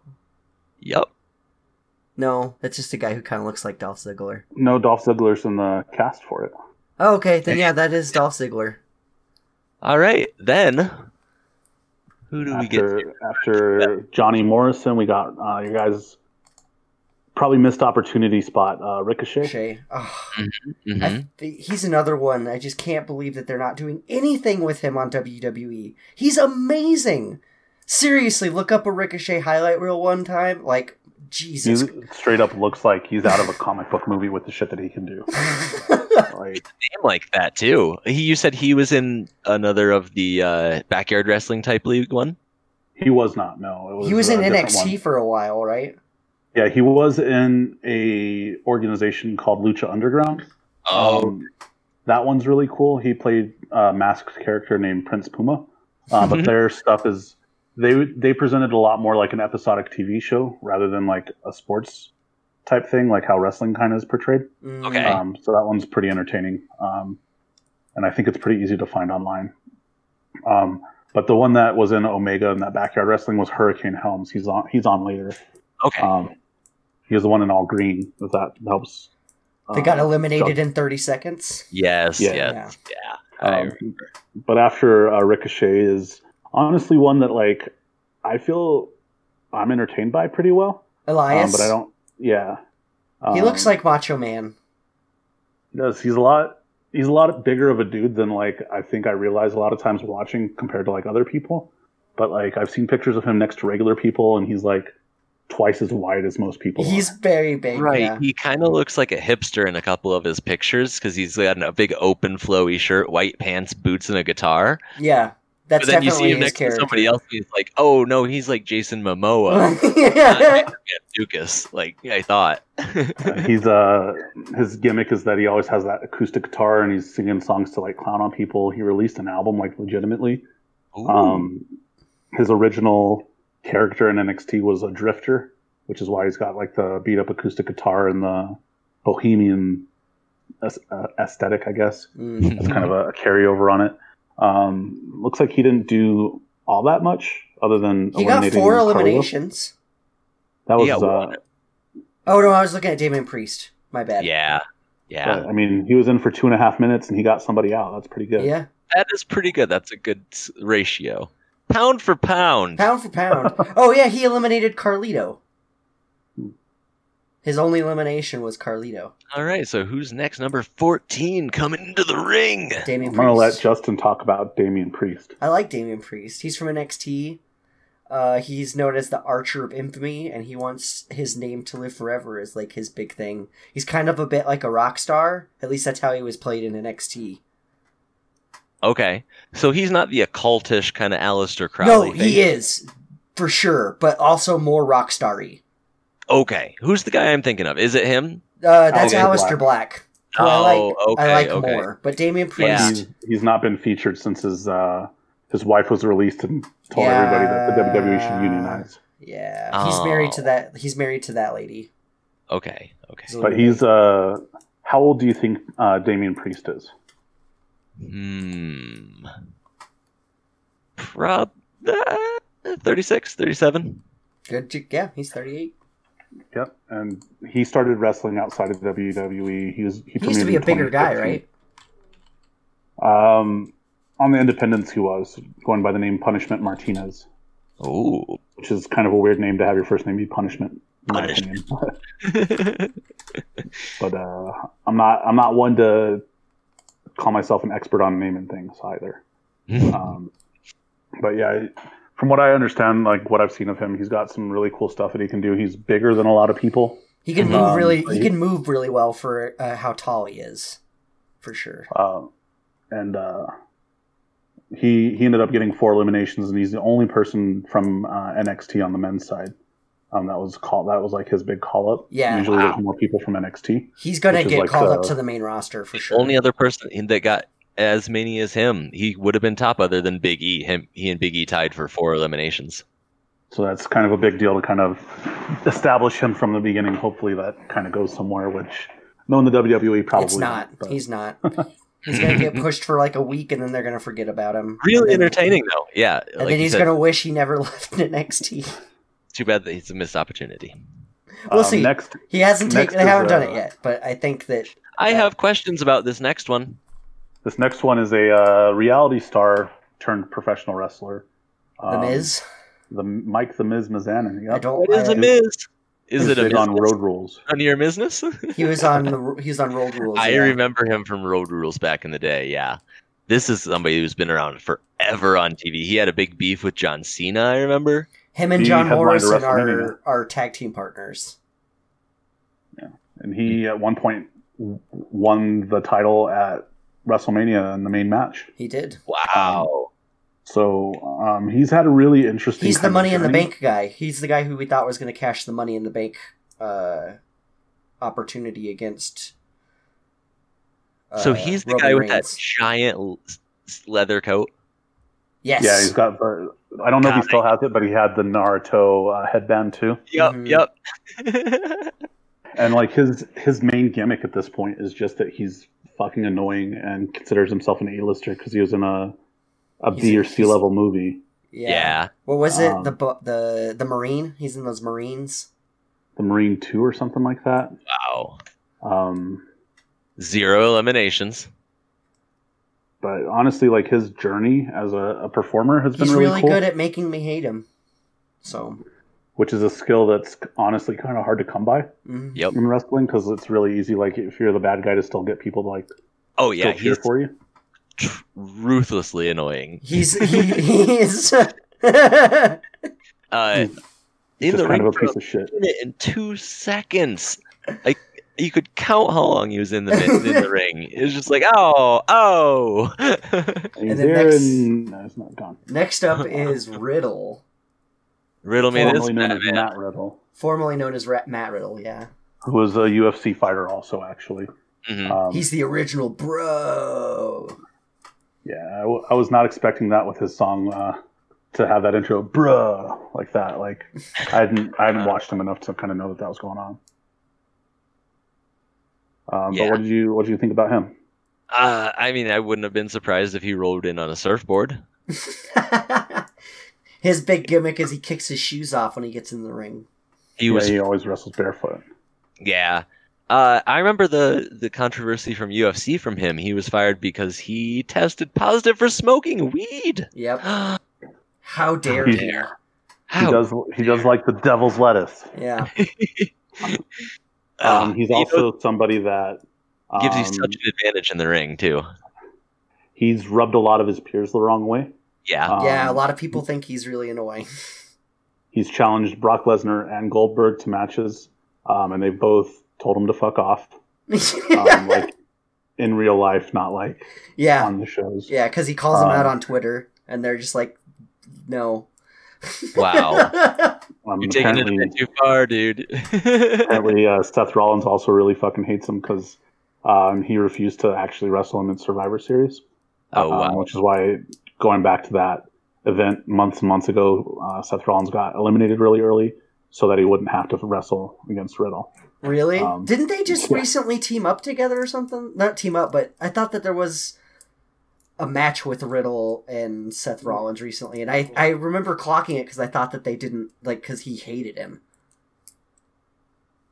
[SPEAKER 3] Yep.
[SPEAKER 1] No, that's just a guy who kind of looks like Dolph Ziggler.
[SPEAKER 2] no, Dolph Ziggler's in the cast for it.
[SPEAKER 1] Oh, okay, then yeah, that is Dolph Ziggler.
[SPEAKER 3] All right. Then who do we get?
[SPEAKER 2] after after Johnny Morrison, we got uh, your guys probably missed opportunity spot. Uh, Ricochet.
[SPEAKER 1] Shay. Oh,
[SPEAKER 2] Hmm?
[SPEAKER 3] Mhm.
[SPEAKER 1] he's another one. I just can't believe that they're not doing anything with him on WWE. He's amazing. Seriously, look up a Ricochet highlight reel one time. Like,
[SPEAKER 2] He
[SPEAKER 1] Jesus.
[SPEAKER 2] straight up looks like he's out of a comic book movie with the shit that he
[SPEAKER 1] (laughs)
[SPEAKER 2] can do. Like,
[SPEAKER 3] Name like that too. He, you said he was in another of the uh, backyard wrestling type league one.
[SPEAKER 2] he was not. No, it was
[SPEAKER 1] he was
[SPEAKER 2] a
[SPEAKER 1] in
[SPEAKER 2] different
[SPEAKER 1] NXT
[SPEAKER 2] one.
[SPEAKER 1] for a while, right?
[SPEAKER 2] Yeah, he was in a organization called Lucha Underground.
[SPEAKER 3] Oh.
[SPEAKER 2] Um, that one's really cool. He played a masked character named Prince Puma, uh, but their stuff is they they presented a lot more like an episodic TV show rather than like a sports type thing, like how wrestling kind of is portrayed.
[SPEAKER 1] Mm,
[SPEAKER 3] Okay.
[SPEAKER 2] Um, so that one's pretty entertaining, um, and I think it's pretty easy to find online. Um, but the one that was in Omega and that backyard wrestling was Hurricane Helms. He's on he's on later.
[SPEAKER 3] okay.
[SPEAKER 2] Um, he was the one in all green. If that helps.
[SPEAKER 1] They got
[SPEAKER 2] Um,
[SPEAKER 1] eliminated
[SPEAKER 2] John-
[SPEAKER 1] in 30 seconds.
[SPEAKER 3] yes.
[SPEAKER 2] yeah.
[SPEAKER 3] Yes.
[SPEAKER 1] Yeah.
[SPEAKER 3] Yeah.
[SPEAKER 1] Oh.
[SPEAKER 3] I-
[SPEAKER 2] Um, but after uh, Ricochet is honestly one that like I feel I'm entertained by pretty well, um,
[SPEAKER 1] Elias.
[SPEAKER 2] but I don't. Yeah,
[SPEAKER 1] He
[SPEAKER 2] Um,
[SPEAKER 1] looks like Macho Man.
[SPEAKER 2] he does. He's a lot. He's a lot bigger of a dude than like I think I realize a lot of times watching compared to like other people. But like I've seen pictures of him next to regular people, and he's like twice as wide as most people. are.
[SPEAKER 1] He's very big.
[SPEAKER 3] Right.
[SPEAKER 1] yeah.
[SPEAKER 3] He kind of looks like a hipster in a couple of his pictures because he's got a big open flowy shirt, white pants, boots, and a guitar.
[SPEAKER 1] Yeah. That's
[SPEAKER 3] but then you see
[SPEAKER 1] definitely
[SPEAKER 3] him
[SPEAKER 1] his
[SPEAKER 3] next to
[SPEAKER 1] character.
[SPEAKER 3] somebody else, and he's like, "Oh no, he's like Jason Momoa,
[SPEAKER 1] (laughs) yeah.
[SPEAKER 3] Yeah, Lucas." Like I thought. (laughs)
[SPEAKER 2] Uh, he's uh his gimmick is that he always has that acoustic guitar and he's singing songs to like clown on people. He released an album like legitimately.
[SPEAKER 1] Hmm.
[SPEAKER 3] Ooh. (laughs)
[SPEAKER 2] Um, his original character in NXT was a drifter, which is why he's got like the beat up acoustic guitar and the bohemian es- uh, aesthetic, I guess.
[SPEAKER 1] Mm.
[SPEAKER 2] That's kind of a carryover on it. Um, looks like he didn't do all that much other than
[SPEAKER 1] (laughs) He got
[SPEAKER 2] eliminating
[SPEAKER 1] four
[SPEAKER 2] Carlito.
[SPEAKER 1] eliminations.
[SPEAKER 2] That was
[SPEAKER 3] Yeah,
[SPEAKER 2] uh,
[SPEAKER 3] one.
[SPEAKER 1] Oh no, I was looking at Damien Priest. My bad.
[SPEAKER 3] yeah, yeah,
[SPEAKER 2] I mean, he was in for two and a half minutes and he got somebody out. That's pretty good.
[SPEAKER 1] Yeah.
[SPEAKER 3] that is pretty good. That's a good s- ratio, pound for pound.
[SPEAKER 1] Pound for
[SPEAKER 2] (laughs)
[SPEAKER 1] pound. oh yeah, he eliminated Carlito.
[SPEAKER 2] Hmm.
[SPEAKER 1] His only elimination was Carlito.
[SPEAKER 3] All right, so who's next? Number fourteen coming into the ring.
[SPEAKER 1] Damien
[SPEAKER 2] I'm gonna let
[SPEAKER 1] Priest.
[SPEAKER 2] Justin talk about Damian Priest.
[SPEAKER 1] I like Damien Priest. He's from NXT. Uh, he's known as the Archer of Infamy, and he wants his name to live forever as like his big thing. He's kind of a bit like a rock star. At least that's how he was played in NXT.
[SPEAKER 3] Okay, so he's not the occultish kind of Aleister Crowley.
[SPEAKER 1] no, he is for sure, but also more rock starry.
[SPEAKER 3] Okay, who's the guy I'm thinking of? Is it him?
[SPEAKER 1] Uh, that's
[SPEAKER 2] Aleister
[SPEAKER 1] Alistair Black. who I like,
[SPEAKER 3] Oh,
[SPEAKER 1] I
[SPEAKER 3] okay,
[SPEAKER 1] like
[SPEAKER 3] okay.
[SPEAKER 1] more, but Damien
[SPEAKER 3] Yeah.
[SPEAKER 1] Priest.
[SPEAKER 2] He's, he's not been featured since his uh, his wife was released and told
[SPEAKER 1] Yeah.
[SPEAKER 2] everybody that the WWE should unionize.
[SPEAKER 1] Yeah, he's married to
[SPEAKER 3] Oh.
[SPEAKER 1] that. He's married to that lady.
[SPEAKER 3] Okay, okay.
[SPEAKER 1] He's a
[SPEAKER 2] But
[SPEAKER 1] little
[SPEAKER 2] he's
[SPEAKER 1] bit-
[SPEAKER 2] uh, how old do you think uh, Damian Priest is?
[SPEAKER 3] Hmm. Prob uh, 36, 37.
[SPEAKER 1] good. to- Yeah, he's thirty-eight.
[SPEAKER 2] Yep, and he started wrestling outside of WWE. He was he,
[SPEAKER 1] He used to
[SPEAKER 2] premiered
[SPEAKER 1] be a
[SPEAKER 2] in
[SPEAKER 1] bigger guy,
[SPEAKER 2] 2015.
[SPEAKER 1] right?
[SPEAKER 2] Um, on the independents, he was going by the name Punishment Martinez,
[SPEAKER 3] Ooh.
[SPEAKER 2] which is kind of a weird name to have your first name be Punishment. in my
[SPEAKER 3] Punishment.
[SPEAKER 2] opinion. but uh, I'm not I'm not one to call myself an expert on naming things either. Um, but yeah, from what I understand, like what I've seen of him, he's got some really cool stuff that he can do. He's bigger than a lot of people.
[SPEAKER 1] He can
[SPEAKER 2] Um,
[SPEAKER 1] move really. He
[SPEAKER 2] he-
[SPEAKER 1] can move really well for uh, how tall he is, for sure.
[SPEAKER 2] Uh, and uh, he he ended up getting four eliminations, and he's the only person from uh, NXT on the men's side. Um, that was call that was like his big call up.
[SPEAKER 1] Yeah.
[SPEAKER 2] Usually
[SPEAKER 3] Wow.
[SPEAKER 2] there's more people from NXT.
[SPEAKER 1] He's gonna
[SPEAKER 2] Which is
[SPEAKER 1] get
[SPEAKER 2] like
[SPEAKER 1] called
[SPEAKER 2] the-
[SPEAKER 1] up to the main roster for sure.
[SPEAKER 3] Only other person in- that got as many as him, he would have been top other than Big E. Him, he and Big E tied for four eliminations.
[SPEAKER 2] So that's kind of a big deal to kind of establish him from the beginning. Hopefully that kind of goes somewhere, which No, in the WWE, probably
[SPEAKER 1] it's not.
[SPEAKER 2] but-
[SPEAKER 1] He's not. He's gonna
[SPEAKER 3] (laughs)
[SPEAKER 1] get pushed for like a week, and then they're gonna forget about him.
[SPEAKER 3] really
[SPEAKER 1] And then-
[SPEAKER 3] entertaining though. Yeah,
[SPEAKER 1] And
[SPEAKER 3] like
[SPEAKER 1] then
[SPEAKER 3] you
[SPEAKER 1] he's
[SPEAKER 3] said,
[SPEAKER 1] gonna wish he never (laughs) left NXT.
[SPEAKER 3] too bad that it's a missed opportunity.
[SPEAKER 1] We'll
[SPEAKER 2] um,
[SPEAKER 1] see.
[SPEAKER 2] Next,
[SPEAKER 1] He hasn't
[SPEAKER 2] Next
[SPEAKER 1] taken. They
[SPEAKER 2] is,
[SPEAKER 1] haven't done
[SPEAKER 2] uh,
[SPEAKER 1] it yet, but I think that
[SPEAKER 3] I
[SPEAKER 1] Yeah.
[SPEAKER 3] have questions about this next one.
[SPEAKER 2] this next one is a uh, reality star turned professional wrestler.
[SPEAKER 1] the
[SPEAKER 2] Um,
[SPEAKER 1] Miz.
[SPEAKER 2] the Mike the Miz Mizanin.
[SPEAKER 1] I
[SPEAKER 2] Yep.
[SPEAKER 1] don't.
[SPEAKER 3] What is
[SPEAKER 1] I-
[SPEAKER 3] a Miz? Is
[SPEAKER 2] Who
[SPEAKER 3] it a
[SPEAKER 2] did
[SPEAKER 3] business
[SPEAKER 2] on
[SPEAKER 3] on,
[SPEAKER 2] Road Rules?
[SPEAKER 3] your business?
[SPEAKER 1] He was on the. He was on Road Rules.
[SPEAKER 3] I
[SPEAKER 1] yeah.
[SPEAKER 3] remember him from Road Rules back in the day. Yeah, this is somebody who's been around forever on TV. He had a big beef with John Cena. I remember.
[SPEAKER 1] Him and
[SPEAKER 2] He
[SPEAKER 1] John
[SPEAKER 2] headlined
[SPEAKER 1] Morrison
[SPEAKER 2] WrestleMania.
[SPEAKER 1] are are tag team partners.
[SPEAKER 2] And he at one point w- won the title at WrestleMania in the main match.
[SPEAKER 1] He did.
[SPEAKER 3] Wow.
[SPEAKER 2] So um, he's had a really interesting.
[SPEAKER 1] He's the
[SPEAKER 2] kind of
[SPEAKER 1] Money in the
[SPEAKER 2] journey.
[SPEAKER 1] Bank guy. He's the guy who we thought was going to cash the Money in the Bank uh, opportunity against.
[SPEAKER 3] so
[SPEAKER 1] uh,
[SPEAKER 3] he's the
[SPEAKER 1] Roman
[SPEAKER 3] guy with
[SPEAKER 1] Reigns.
[SPEAKER 3] that giant l- s- leather coat.
[SPEAKER 1] Yes.
[SPEAKER 2] Yeah, he's got the. I don't know if
[SPEAKER 3] Got
[SPEAKER 2] he still has it, but he had the Naruto uh, headband too.
[SPEAKER 3] Yep.
[SPEAKER 1] Mhm.
[SPEAKER 3] (laughs) Yep.
[SPEAKER 2] And like his his main gimmick at this point is just that he's fucking annoying and considers himself an A-lister because he was in a a
[SPEAKER 1] He's-
[SPEAKER 2] B or C
[SPEAKER 1] he's-
[SPEAKER 2] level movie,
[SPEAKER 1] yeah.
[SPEAKER 3] yeah.
[SPEAKER 1] What was it?
[SPEAKER 2] Um,
[SPEAKER 1] the bu- the the Marine. He's in those Marines.
[SPEAKER 2] the Marine Two or something like that.
[SPEAKER 3] Wow.
[SPEAKER 2] Um,
[SPEAKER 3] Zero eliminations.
[SPEAKER 2] but honestly, like his journey as a, a performer has been
[SPEAKER 1] He's
[SPEAKER 2] really,
[SPEAKER 1] really
[SPEAKER 2] cool,
[SPEAKER 1] good at making me hate him. So.
[SPEAKER 2] which is a skill that's honestly kind of hard to come by
[SPEAKER 1] mhm.
[SPEAKER 3] Yep.
[SPEAKER 2] in wrestling because it's really easy. Like if you're the bad guy, to still get people to like
[SPEAKER 3] Oh
[SPEAKER 2] yeah,
[SPEAKER 3] yeah,
[SPEAKER 2] cheer
[SPEAKER 3] he's
[SPEAKER 2] for you.
[SPEAKER 3] tr- ruthlessly annoying.
[SPEAKER 2] (laughs)
[SPEAKER 1] He's he, he is. (laughs) I
[SPEAKER 3] Uh, in
[SPEAKER 2] Just
[SPEAKER 3] the
[SPEAKER 2] kind
[SPEAKER 3] ring
[SPEAKER 2] of a
[SPEAKER 3] for
[SPEAKER 2] piece
[SPEAKER 3] a
[SPEAKER 2] of shit.
[SPEAKER 3] minute and two seconds. Like you could count how long he was in the mi- in the ring. It was just like oh oh. (laughs)
[SPEAKER 2] And
[SPEAKER 1] And then
[SPEAKER 2] he's there,
[SPEAKER 1] next-
[SPEAKER 2] and no, it's not gone.
[SPEAKER 1] Next up is Riddle,
[SPEAKER 3] Riddle me this,
[SPEAKER 2] Formerly known as
[SPEAKER 3] Batman.
[SPEAKER 2] Matt Riddle,
[SPEAKER 1] formerly known as Rat Matt Riddle. Yeah,
[SPEAKER 2] who was a UFC fighter also, actually.
[SPEAKER 3] Mhm.
[SPEAKER 2] Um,
[SPEAKER 1] he's the original bro.
[SPEAKER 2] yeah, I, w- I was not expecting that with his song uh, to have that intro, bruh, like that. Like I hadn't I
[SPEAKER 3] (laughs)
[SPEAKER 2] hadn't watched him enough to kind of know that that was going on. Um,
[SPEAKER 3] Yeah.
[SPEAKER 2] But what did you what did you think about him?
[SPEAKER 3] Uh, I mean, I wouldn't have been surprised if he rolled in on a surfboard.
[SPEAKER 1] (laughs) his big gimmick is he kicks his shoes off when he gets in the ring.
[SPEAKER 3] He
[SPEAKER 2] yeah,
[SPEAKER 3] was
[SPEAKER 2] he always wrestles barefoot.
[SPEAKER 3] Yeah. Uh, I remember the, the controversy from UFC from him. He was fired because he tested positive for smoking weed. (gasps)
[SPEAKER 1] Yep.
[SPEAKER 3] How
[SPEAKER 1] How dare
[SPEAKER 2] He-
[SPEAKER 1] he?
[SPEAKER 2] He does um, he does like the devil's lettuce.
[SPEAKER 1] Yeah.
[SPEAKER 3] Ah,
[SPEAKER 2] Um, he's
[SPEAKER 3] you know,
[SPEAKER 2] also somebody that um,
[SPEAKER 3] gives you such an advantage in the ring too.
[SPEAKER 2] he's rubbed a lot of his peers the wrong way. (laughs)
[SPEAKER 3] Yeah.
[SPEAKER 2] Um,
[SPEAKER 1] yeah, a lot of people think he's really annoying. (laughs)
[SPEAKER 2] he's challenged Brock Lesnar and Goldberg to matches, um, and they've both told him to fuck off,
[SPEAKER 1] (laughs)
[SPEAKER 2] um, like in real life, not like
[SPEAKER 1] yeah.
[SPEAKER 2] on the shows.
[SPEAKER 1] Yeah, because he calls them
[SPEAKER 2] Um,
[SPEAKER 1] out on Twitter and they're just like, no.
[SPEAKER 3] Wow.
[SPEAKER 2] Um,
[SPEAKER 3] You're taking it a
[SPEAKER 2] apparently,
[SPEAKER 3] bit too far, dude. (laughs)
[SPEAKER 2] apparently uh, Seth Rollins also really fucking hates him because um, he refused to actually wrestle him in Survivor Series,
[SPEAKER 3] oh
[SPEAKER 2] um,
[SPEAKER 3] wow.
[SPEAKER 2] which is why going back to that event months and months ago, uh, Seth Rollins got eliminated really early so that he wouldn't have to wrestle against Riddle.
[SPEAKER 1] (laughs) really?
[SPEAKER 2] Um,
[SPEAKER 1] Didn't they just
[SPEAKER 2] yeah.
[SPEAKER 1] recently team up together or something? Not team up, but I thought that there was a match with Riddle and Seth Rollins recently, and I, I remember clocking it because I thought that they didn't, like, because he hated him.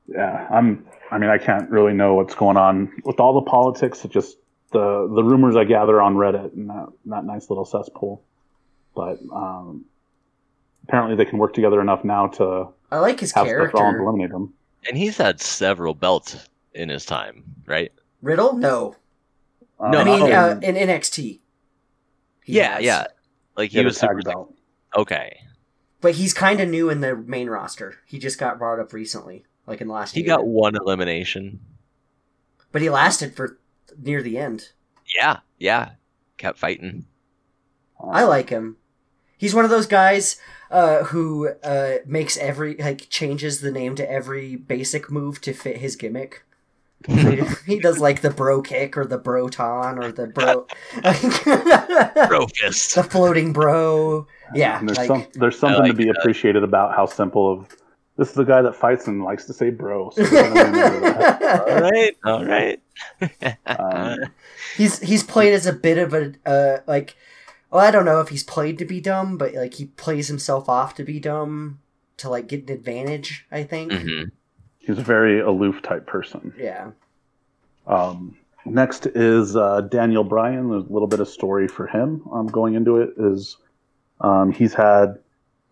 [SPEAKER 2] yeah i'm i mean i can't really know what's going on with all the politics it just the the rumors i gather on reddit and that, that nice little cesspool but um apparently they can work together enough now to
[SPEAKER 1] I like his
[SPEAKER 2] have Seth Rollins
[SPEAKER 1] character.
[SPEAKER 2] eliminate him
[SPEAKER 3] And he's had several belts in his time, right?
[SPEAKER 1] Riddle? No.
[SPEAKER 2] Uh,
[SPEAKER 3] No,
[SPEAKER 1] I mean,
[SPEAKER 2] not
[SPEAKER 1] uh,
[SPEAKER 2] only-
[SPEAKER 1] in NXT. He
[SPEAKER 3] yeah,
[SPEAKER 1] has.
[SPEAKER 3] yeah. Like he
[SPEAKER 2] yeah, the
[SPEAKER 3] was super,
[SPEAKER 2] tag belt.
[SPEAKER 3] okay.
[SPEAKER 1] But he's kind of new in the main roster. He just got brought up recently, like in the last
[SPEAKER 3] He
[SPEAKER 1] year.
[SPEAKER 3] got one elimination.
[SPEAKER 1] But he lasted for near the end.
[SPEAKER 3] Yeah, yeah. Kept fighting.
[SPEAKER 1] (laughs) I like him. He's one of those guys uh, who uh, makes every like changes the name to every basic move to fit his
[SPEAKER 3] (laughs)
[SPEAKER 1] gimmick. he does like the bro kick or the bro ton or the bro (laughs) the
[SPEAKER 3] Bro
[SPEAKER 1] (laughs)
[SPEAKER 3] fist.
[SPEAKER 1] floating bro. Yeah,
[SPEAKER 2] And there's
[SPEAKER 1] like (laughs)
[SPEAKER 2] some there's something
[SPEAKER 3] I
[SPEAKER 2] to
[SPEAKER 3] like
[SPEAKER 2] be
[SPEAKER 3] that.
[SPEAKER 2] appreciated about how simple of This is the guy that fights and likes to say bro. So we're gonna remember that.
[SPEAKER 3] All right, all (laughs) right.
[SPEAKER 1] Uh,
[SPEAKER 2] Um,
[SPEAKER 1] he's he's played as a bit of a uh, like. Well, I don't know if he's played to be dumb, but like he plays himself off to be dumb to like get an advantage. I think.
[SPEAKER 3] Mhm.
[SPEAKER 2] he's a very aloof type person.
[SPEAKER 1] Yeah.
[SPEAKER 2] Um, next is uh, Daniel Bryan. There's a little bit of story for him um, going into it. Is um, he's had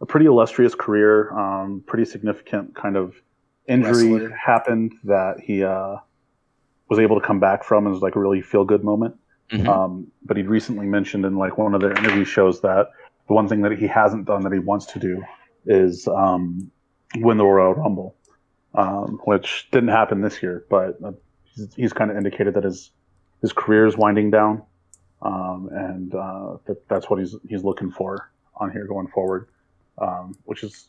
[SPEAKER 2] a pretty illustrious career, um, pretty significant kind of injury
[SPEAKER 1] Wrestler.
[SPEAKER 2] happened that he uh, was able to come back from and was like a really feel good moment.
[SPEAKER 3] Mhm.
[SPEAKER 2] Um, but he'd recently mentioned in like one of their interview shows that the one thing that he hasn't done that he wants to do is um, win the Royal Rumble, um, which didn't happen this year. But uh, he's, he's kind of indicated that his his career is winding down, um, and uh, that, that's what he's he's looking for on here going forward, um, which is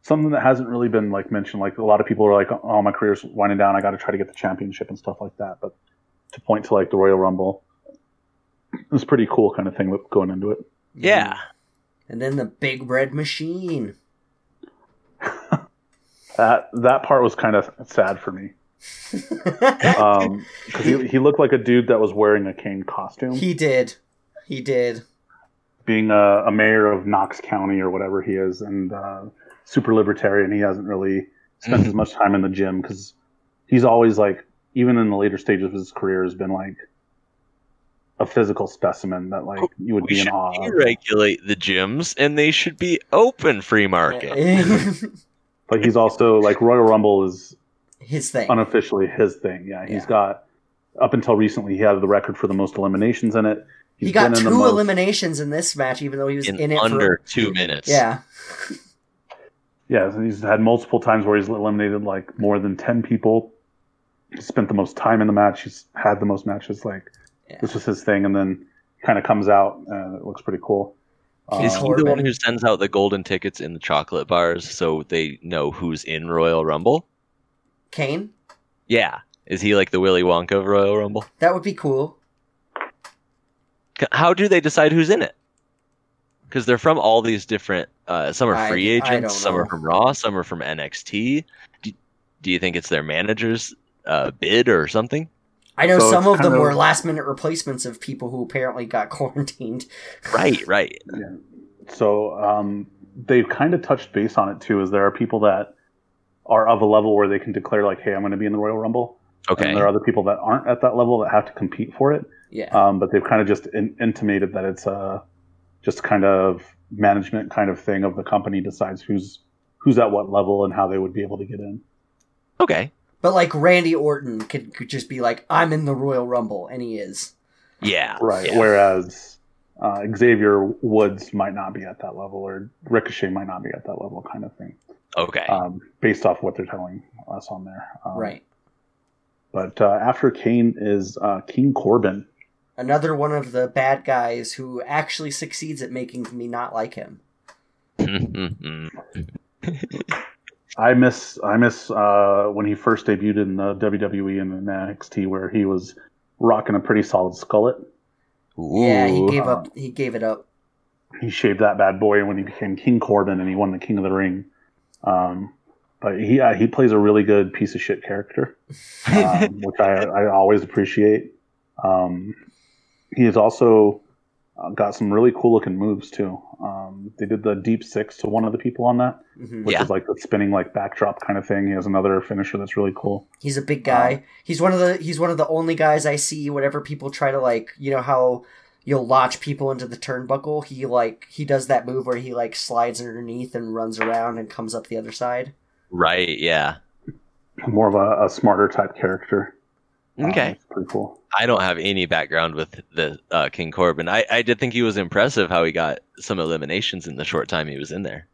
[SPEAKER 2] something that hasn't really been like mentioned. Like a lot of people are like, "Oh, my career's winding down. I got to try to get the championship and stuff like that." But to point to like the Royal Rumble, it's a pretty cool kind of thing with- going into it.
[SPEAKER 3] Yeah.
[SPEAKER 1] Mm-hmm. And then the big red
[SPEAKER 2] (laughs)
[SPEAKER 1] machine.
[SPEAKER 2] That that part was kind of sad for me because he, he looked like a dude that was wearing a cane costume,
[SPEAKER 1] he did. He did.
[SPEAKER 2] being a, a mayor of Knox County or whatever he is, and uh, super libertarian. He hasn't really spent
[SPEAKER 3] Mm-hmm.
[SPEAKER 2] as much time in the gym because he's always like, even in the later stages of his career, has been like a physical specimen that like you would
[SPEAKER 3] Oh, We
[SPEAKER 2] be in
[SPEAKER 3] should
[SPEAKER 2] awe. of.
[SPEAKER 3] deregulate the gyms, and they should be open free market.
[SPEAKER 1] (laughs)
[SPEAKER 2] But he's also like Royal Rumble is
[SPEAKER 1] His thing.
[SPEAKER 2] unofficially his thing. Yeah, he's
[SPEAKER 1] Yeah.
[SPEAKER 2] got up until recently he had the record for the most eliminations in it. He's
[SPEAKER 1] he got
[SPEAKER 2] been in
[SPEAKER 1] two
[SPEAKER 2] the most-
[SPEAKER 1] eliminations in this match, even though he was
[SPEAKER 3] In,
[SPEAKER 1] in, it
[SPEAKER 3] under
[SPEAKER 1] for
[SPEAKER 3] two minutes.
[SPEAKER 1] yeah.
[SPEAKER 2] Yeah, and he's had multiple times where he's eliminated like more than ten people. He spent the most time in the match. He's had the most matches. Like
[SPEAKER 1] Yeah.
[SPEAKER 2] this was his thing, and then kind of comes out. Uh, it looks pretty cool.
[SPEAKER 1] He's
[SPEAKER 3] Is
[SPEAKER 2] Um,
[SPEAKER 3] he the one who sends out the golden tickets in the chocolate bars so they know who's in Royal Rumble?
[SPEAKER 1] Kane.
[SPEAKER 3] Yeah. Is he like the Willy Wonka of Royal Rumble?
[SPEAKER 1] That would be cool.
[SPEAKER 3] C- How do they decide who's in it? Because they're from all these different. Uh, some are
[SPEAKER 1] I-
[SPEAKER 3] free
[SPEAKER 1] I don't
[SPEAKER 3] agents, some are
[SPEAKER 1] know.
[SPEAKER 3] from Raw, some are from NXT. Do, do you think it's their manager's uh, bid or something?
[SPEAKER 1] I know
[SPEAKER 2] So
[SPEAKER 1] some
[SPEAKER 2] it's
[SPEAKER 1] of them
[SPEAKER 2] kind of-
[SPEAKER 1] were last minute replacements of people who apparently got (laughs) quarantined.
[SPEAKER 3] Right, right.
[SPEAKER 2] So um, they've kind of touched base on it too. Is there are people that are of a level where they can declare like, "Hey, I'm going to be in the Royal Rumble,"
[SPEAKER 3] Okay.
[SPEAKER 2] and there are other people that aren't at that level that have to compete for it.
[SPEAKER 1] Yeah.
[SPEAKER 2] um, but they've kind of just in- intimated that it's a just kind of management kind of thing of the company decides who's who's at what level and how they would be able to get in.
[SPEAKER 3] Okay.
[SPEAKER 1] But like Randy Orton could, could just be like, I'm in the Royal Rumble, and he is.
[SPEAKER 3] Yeah.
[SPEAKER 2] Right.
[SPEAKER 3] yeah.
[SPEAKER 2] Whereas uh, Xavier Woods might not be at that level, or Ricochet might not be at that level, kind of thing,
[SPEAKER 3] Okay.
[SPEAKER 1] Uh,
[SPEAKER 3] (laughs)
[SPEAKER 2] um, based off what they're telling us on there. Um,
[SPEAKER 1] Right.
[SPEAKER 2] But uh, after Kane is uh, King Corbin.
[SPEAKER 1] Another one of the bad guys who actually succeeds at making me not like him.
[SPEAKER 3] Mhm.
[SPEAKER 2] I miss I miss uh, when he first debuted in the WWE and in NXT, where he was rocking a pretty solid skullet.
[SPEAKER 1] yeah, he
[SPEAKER 3] Ooh.
[SPEAKER 1] gave up. He gave it up.
[SPEAKER 2] he shaved that bad boy when he became King Corbin and he won the King of the Ring. Um, but he uh, he plays a really good piece of shit character,
[SPEAKER 1] uh,
[SPEAKER 2] um, which I, I always appreciate. Um, he has also uh, got some really cool looking moves too. Um, they did the deep six to one of the people on that,
[SPEAKER 1] Mhm.
[SPEAKER 2] which
[SPEAKER 3] Yeah.
[SPEAKER 2] is like the spinning like backdrop kind of thing. He has another finisher that's really cool.
[SPEAKER 1] He's a big guy.
[SPEAKER 3] Um,
[SPEAKER 1] he's one of the. He's one of the only guys I see. Whenever people try to like, you know how you'll launch people into the turnbuckle. He like he does that move where he like slides underneath and runs around and comes up the other side.
[SPEAKER 3] (laughs) Right. Yeah.
[SPEAKER 2] More of a, a smarter type character. Um,
[SPEAKER 3] Okay.
[SPEAKER 2] it's pretty cool.
[SPEAKER 3] I don't have any background with the uh, King Corbin. I, I did think he was impressive how he got some eliminations in the short time he was in there.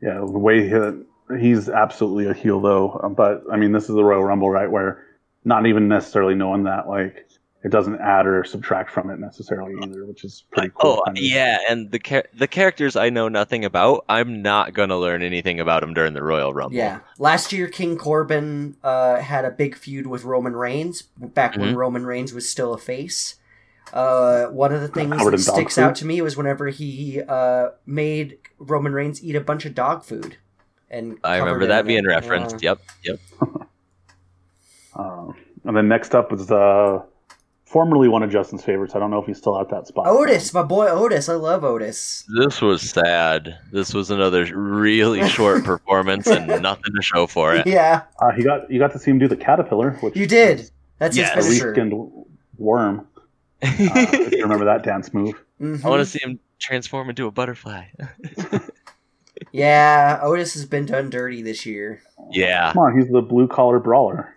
[SPEAKER 2] Yeah, the way he, he's absolutely a heel though. Um, But I mean, this is the Royal Rumble, right? Where not even necessarily knowing that, like, it doesn't add or subtract from it necessarily either, which is pretty cool.
[SPEAKER 3] oh
[SPEAKER 1] Mm-hmm.
[SPEAKER 2] kind of.
[SPEAKER 3] yeah, and the char- the characters I know nothing about, I'm not gonna learn anything about them during the Royal Rumble.
[SPEAKER 1] Yeah. Last year, King Corbin uh, had a big feud with Roman Reigns back
[SPEAKER 3] Mm-hmm.
[SPEAKER 1] when Roman Reigns was still a face. Uh, one of the things
[SPEAKER 2] Covered
[SPEAKER 1] that
[SPEAKER 2] in dog
[SPEAKER 1] sticks
[SPEAKER 2] food?
[SPEAKER 1] out to me was whenever he uh, made Roman Reigns eat a bunch of dog food. and
[SPEAKER 3] I
[SPEAKER 1] covered
[SPEAKER 3] remember
[SPEAKER 1] in it.
[SPEAKER 3] that being referenced.
[SPEAKER 1] Yeah.
[SPEAKER 3] Yep, yep.
[SPEAKER 2] Um, and then next up is uh, formerly one of Justin's favorites. I don't know if he's still at that spot.
[SPEAKER 1] Otis, my boy Otis. I love Otis.
[SPEAKER 3] This was sad. This was another
[SPEAKER 1] (laughs)
[SPEAKER 3] really short performance and nothing to show for it.
[SPEAKER 1] Yeah,
[SPEAKER 2] Uh, he got you got to see him do the caterpillar, which
[SPEAKER 1] you did. That's
[SPEAKER 3] Yes.
[SPEAKER 2] the
[SPEAKER 1] his
[SPEAKER 2] leaf
[SPEAKER 1] finisher.
[SPEAKER 2] skinned worm. Uh, if
[SPEAKER 3] (laughs)
[SPEAKER 2] you remember that dance move.
[SPEAKER 1] Mhm.
[SPEAKER 3] I want to see him transform into a
[SPEAKER 1] (laughs)
[SPEAKER 3] butterfly. (laughs)
[SPEAKER 1] Yeah, Otis has been done dirty this year.
[SPEAKER 3] yeah.
[SPEAKER 2] Come on, he's the blue collar brawler.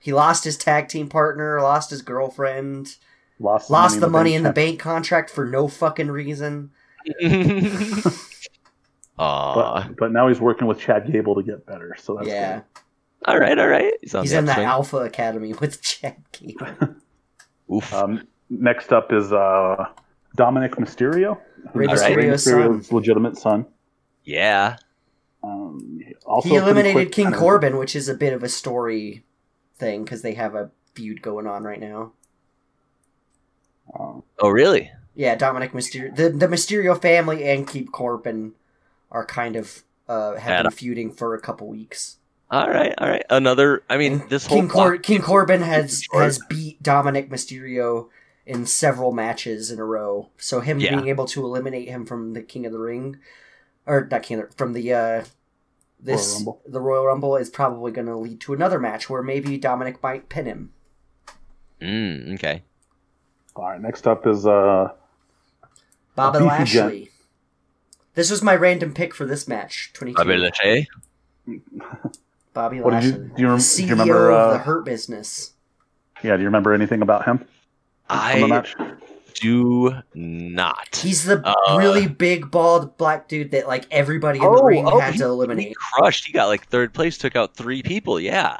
[SPEAKER 1] He lost his tag team partner, lost his girlfriend,
[SPEAKER 2] Lost the
[SPEAKER 1] lost the money in the
[SPEAKER 2] bank.
[SPEAKER 1] bank contract for no fucking reason.
[SPEAKER 3] Aw.
[SPEAKER 2] But, but now he's working with Chad Gable to get better. So that's
[SPEAKER 1] Uh, yeah,
[SPEAKER 2] good.
[SPEAKER 3] All right, all right. He's on
[SPEAKER 1] he's
[SPEAKER 3] the
[SPEAKER 1] in the
[SPEAKER 3] upswing.
[SPEAKER 1] Alpha Academy (laughs) with Chad Gable.
[SPEAKER 3] Oof.
[SPEAKER 1] uh,
[SPEAKER 2] Um, next up is uh, Dominic Mysterio,
[SPEAKER 1] Rey
[SPEAKER 2] who's
[SPEAKER 3] Mysterio's
[SPEAKER 2] Rey
[SPEAKER 1] son.
[SPEAKER 2] Mysterio's legitimate son.
[SPEAKER 3] yeah.
[SPEAKER 2] Um, also
[SPEAKER 1] he
[SPEAKER 2] a pretty
[SPEAKER 1] eliminated
[SPEAKER 2] quick
[SPEAKER 1] King
[SPEAKER 2] kind of-
[SPEAKER 1] Corbin, which is a bit of a story thing because they have a feud going on right now.
[SPEAKER 2] um,
[SPEAKER 3] Oh, really?
[SPEAKER 1] Yeah, Dominic Mysterio, the, the Mysterio family, and Keep Corbin are kind of uh, have
[SPEAKER 3] Add
[SPEAKER 1] been feuding for a couple weeks.
[SPEAKER 3] All right, all right. Another. I mean, this whole
[SPEAKER 1] King, Cor-
[SPEAKER 3] block-
[SPEAKER 1] King Corbin has
[SPEAKER 3] Sure.
[SPEAKER 1] has beat Dominic Mysterio in several matches in a row. So him
[SPEAKER 3] Yeah.
[SPEAKER 1] being able to eliminate him from the King of the Ring, or not King of the, from the uh, this
[SPEAKER 2] Royal Rumble.
[SPEAKER 1] the Royal Rumble is probably going to lead to another match where maybe Dominic might pin him.
[SPEAKER 3] Mm, okay.
[SPEAKER 2] All right, next up is uh,
[SPEAKER 1] Bobby
[SPEAKER 2] Beefy
[SPEAKER 1] Lashley.
[SPEAKER 2] gent.
[SPEAKER 1] This was my random pick for this match. Twenty two.
[SPEAKER 3] Bobby
[SPEAKER 1] Bobby,
[SPEAKER 3] Lashley.
[SPEAKER 2] what did
[SPEAKER 1] Lashley.
[SPEAKER 2] you do? You, rem- do
[SPEAKER 1] CEO
[SPEAKER 2] you remember?
[SPEAKER 1] of the
[SPEAKER 2] Uh,
[SPEAKER 1] Hurt Business.
[SPEAKER 2] yeah, do you remember anything about him from the
[SPEAKER 3] I
[SPEAKER 2] match?
[SPEAKER 3] do not.
[SPEAKER 1] He's the
[SPEAKER 3] Uh,
[SPEAKER 1] really big bald black dude that like everybody in the
[SPEAKER 3] Oh,
[SPEAKER 1] ring
[SPEAKER 3] oh,
[SPEAKER 1] had to eliminate.
[SPEAKER 3] He crushed. He got like third place. Took out three people. Yeah.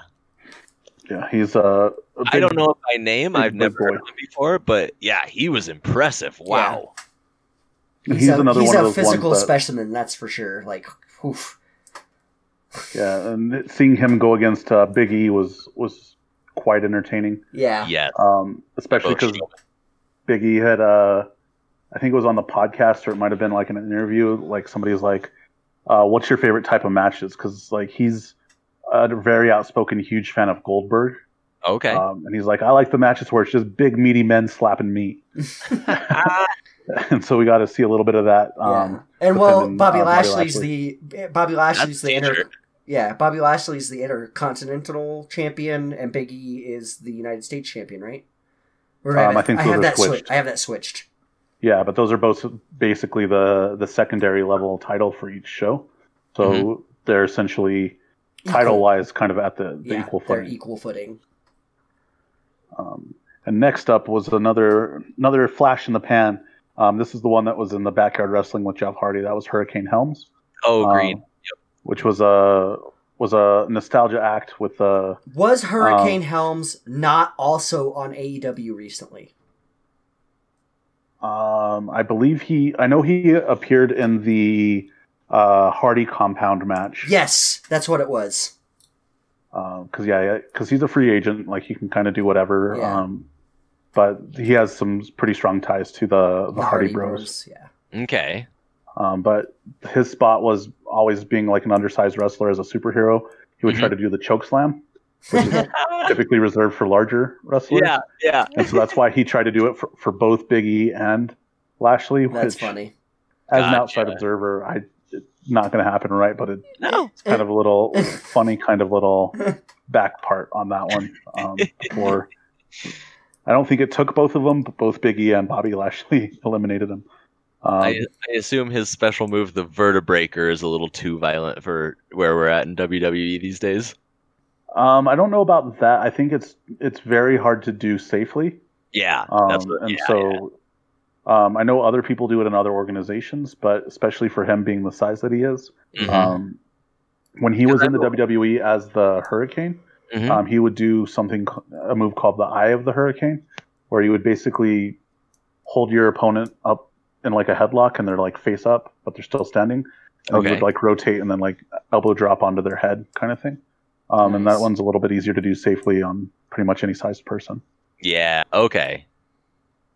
[SPEAKER 2] Yeah, he's uh, a
[SPEAKER 3] I
[SPEAKER 2] big-
[SPEAKER 3] don't know it by name.
[SPEAKER 2] big
[SPEAKER 3] I've
[SPEAKER 2] big
[SPEAKER 3] never heard
[SPEAKER 2] boy.
[SPEAKER 3] of him before, but yeah, he was impressive. Wow.
[SPEAKER 2] He's, another
[SPEAKER 1] he's
[SPEAKER 2] one
[SPEAKER 1] a
[SPEAKER 2] of those
[SPEAKER 1] physical
[SPEAKER 2] ones that-
[SPEAKER 1] specimen, that's for sure. Like, oof.
[SPEAKER 2] Yeah, and seeing him go against uh, Big E was was quite entertaining,
[SPEAKER 1] yeah,
[SPEAKER 3] Yes.
[SPEAKER 2] um, especially because Big E had uh, I think it was on the podcast or it might have been like in an interview. Like somebody was like, uh, "What's your favorite type of matches?" Because like he's a very outspoken, huge fan of Goldberg,
[SPEAKER 3] Okay.
[SPEAKER 2] um, and he's like, "I like the matches where it's just big, meaty men slapping
[SPEAKER 1] (laughs)
[SPEAKER 2] meat." (laughs)
[SPEAKER 3] Ah.
[SPEAKER 2] and so we got to see a little bit of that. Um,
[SPEAKER 1] yeah. And
[SPEAKER 2] but
[SPEAKER 1] well,
[SPEAKER 2] then,
[SPEAKER 1] Bobby
[SPEAKER 2] uh, Bobby
[SPEAKER 1] Lashley's the Bobby Lashley's
[SPEAKER 3] That's
[SPEAKER 1] the inter,
[SPEAKER 3] dangerous.
[SPEAKER 1] yeah Bobby Lashley's the intercontinental champion, and Big E is the United States champion, right? Or
[SPEAKER 2] Um,
[SPEAKER 1] have
[SPEAKER 2] I think
[SPEAKER 1] I
[SPEAKER 2] those
[SPEAKER 1] have
[SPEAKER 2] are
[SPEAKER 1] that switched.
[SPEAKER 2] switched.
[SPEAKER 1] I have that switched.
[SPEAKER 2] Yeah, but those are both basically the the secondary level title for each show. So they're essentially title
[SPEAKER 1] Equal-
[SPEAKER 2] wise kind of at the, the
[SPEAKER 1] yeah,
[SPEAKER 2] equal
[SPEAKER 1] they're
[SPEAKER 2] footing.
[SPEAKER 1] equal footing.
[SPEAKER 2] um, and next up was another another flash in the pan. Um, this is the one that was in the backyard wrestling with Jeff Hardy. That was Hurricane Helms,
[SPEAKER 3] oh,
[SPEAKER 2] um,
[SPEAKER 3] green.
[SPEAKER 2] which was a was a nostalgia act with uh
[SPEAKER 1] Was
[SPEAKER 2] Um,
[SPEAKER 1] Hurricane Helms not also on AEW recently?
[SPEAKER 2] um, I believe he I know he appeared in the uh, Hardy compound match.
[SPEAKER 1] Yes, that's what it was.
[SPEAKER 2] because yeah, because he's a free agent, like he can kind of do whatever.
[SPEAKER 1] Yeah.
[SPEAKER 2] Um, but he has some pretty strong ties to the the, Hardy, Bros.
[SPEAKER 1] Yeah.
[SPEAKER 2] (laughs)
[SPEAKER 3] Okay.
[SPEAKER 2] Um, but his spot was always being like an undersized wrestler as a superhero. He would try
[SPEAKER 3] Mm-hmm.
[SPEAKER 2] to do the choke slam, which
[SPEAKER 3] (laughs)
[SPEAKER 2] is typically reserved for larger wrestlers.
[SPEAKER 3] yeah, yeah.
[SPEAKER 2] And so that's why he tried to do it for, for both Big E and Lashley.
[SPEAKER 1] That's
[SPEAKER 2] which,
[SPEAKER 1] funny.
[SPEAKER 2] As an
[SPEAKER 3] Gotcha.
[SPEAKER 2] outside observer, I it's not going to happen, right? But it's
[SPEAKER 3] No.
[SPEAKER 2] kind of a
[SPEAKER 1] (laughs)
[SPEAKER 2] little funny kind of little back part on that one um, for i don't think it took both of them but both big e and bobby lashley (laughs) eliminated them um,
[SPEAKER 3] I, I assume his special move, the vertebraker, is a little too violent for where we're at in WWE these days.
[SPEAKER 2] um, I don't know about that i think it's it's very hard to do safely
[SPEAKER 3] Yeah.
[SPEAKER 2] um,
[SPEAKER 3] that's what,
[SPEAKER 2] and
[SPEAKER 3] yeah,
[SPEAKER 2] so Um, i know other people do it in other organizations but especially for him being the size that he is
[SPEAKER 3] yeah. Mhm,
[SPEAKER 2] um, when he was
[SPEAKER 3] I
[SPEAKER 2] in the
[SPEAKER 3] know-
[SPEAKER 2] wwe as the hurricane
[SPEAKER 3] mhm.
[SPEAKER 2] um, he would do something a move called the eye of the hurricane where you would basically hold your opponent up in like a headlock and they're like face up but they're still standing and you
[SPEAKER 3] Okay.
[SPEAKER 2] would like rotate and then like elbow drop onto their head kind of thing um, and
[SPEAKER 1] Nice.
[SPEAKER 2] that one's a little bit easier to do safely on pretty much any sized person
[SPEAKER 3] yeah. Okay.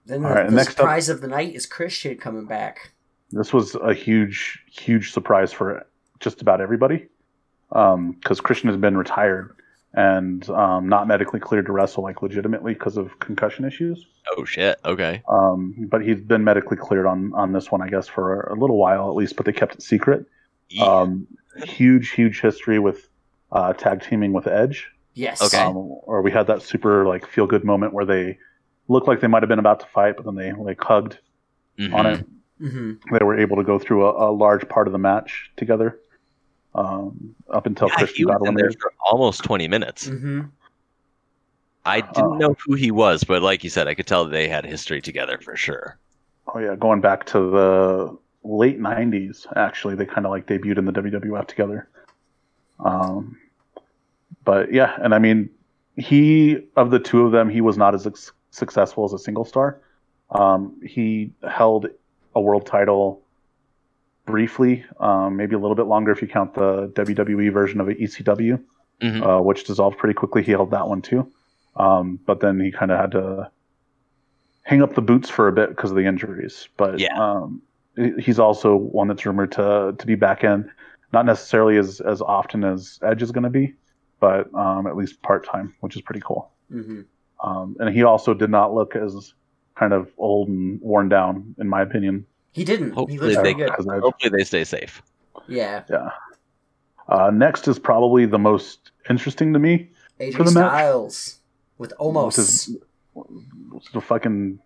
[SPEAKER 1] Then the,
[SPEAKER 2] All right,
[SPEAKER 1] the
[SPEAKER 2] next up-
[SPEAKER 1] surprise of the night is Christian coming back.
[SPEAKER 2] this was a huge huge surprise for just about everybody because Christian has been retired and um, not medically cleared to wrestle, like legitimately, because of concussion issues.
[SPEAKER 3] Oh shit. Okay.
[SPEAKER 2] Um, but he's been medically cleared on on this one, I guess, for a little while at least. But they kept it secret.
[SPEAKER 3] Yeah.
[SPEAKER 2] Um, huge, huge history with uh, tag teaming with Edge.
[SPEAKER 1] Yes.
[SPEAKER 3] Okay.
[SPEAKER 2] Um, or we had that super like feel good moment where they looked like they might have been about to fight, but then they like hugged
[SPEAKER 3] Mhm.
[SPEAKER 2] on it.
[SPEAKER 1] Mm-hmm.
[SPEAKER 2] They were able to go through a, a large part of the match together. Um, up until
[SPEAKER 3] Yeah, he
[SPEAKER 2] Christian
[SPEAKER 3] was
[SPEAKER 2] got
[SPEAKER 3] in there
[SPEAKER 2] eliminated.
[SPEAKER 3] for almost 20 minutes.
[SPEAKER 1] Mm-hmm.
[SPEAKER 3] I
[SPEAKER 2] Uh,
[SPEAKER 3] didn't know who he was, but like you said, I could tell they had history together for sure.
[SPEAKER 2] Oh yeah, going back to the late '90s, actually, they kind of like debuted in the WWF together. Um, but yeah, and I mean, he of the two of them, he was not as ex- successful as a single star. Um, he held a world title briefly, um, maybe a little bit longer if you count the WWE version of ECW,
[SPEAKER 3] Mhm.
[SPEAKER 2] uh, which dissolved pretty quickly. He held that one too, um, but then he kind of had to hang up the boots for a bit because of the injuries. But
[SPEAKER 3] Yeah.
[SPEAKER 2] um, he- he's also one that's rumored to to be back in, not necessarily as as often as Edge is going to be, but um, at least part time, which is pretty cool.
[SPEAKER 1] Mm-hmm.
[SPEAKER 2] Um, and he also did not look as kind of old and worn down, in my opinion.
[SPEAKER 1] He didn't. he
[SPEAKER 3] Hopefully
[SPEAKER 1] looks
[SPEAKER 2] uh,
[SPEAKER 1] pretty
[SPEAKER 3] they,
[SPEAKER 1] good.
[SPEAKER 2] as Edge.
[SPEAKER 3] hopefully they stay safe.
[SPEAKER 1] Yeah.
[SPEAKER 2] Uh, next is probably the most interesting to me. For
[SPEAKER 1] AJ
[SPEAKER 2] the match.
[SPEAKER 1] Styles with almost.
[SPEAKER 2] Which (laughs) is which is a fucking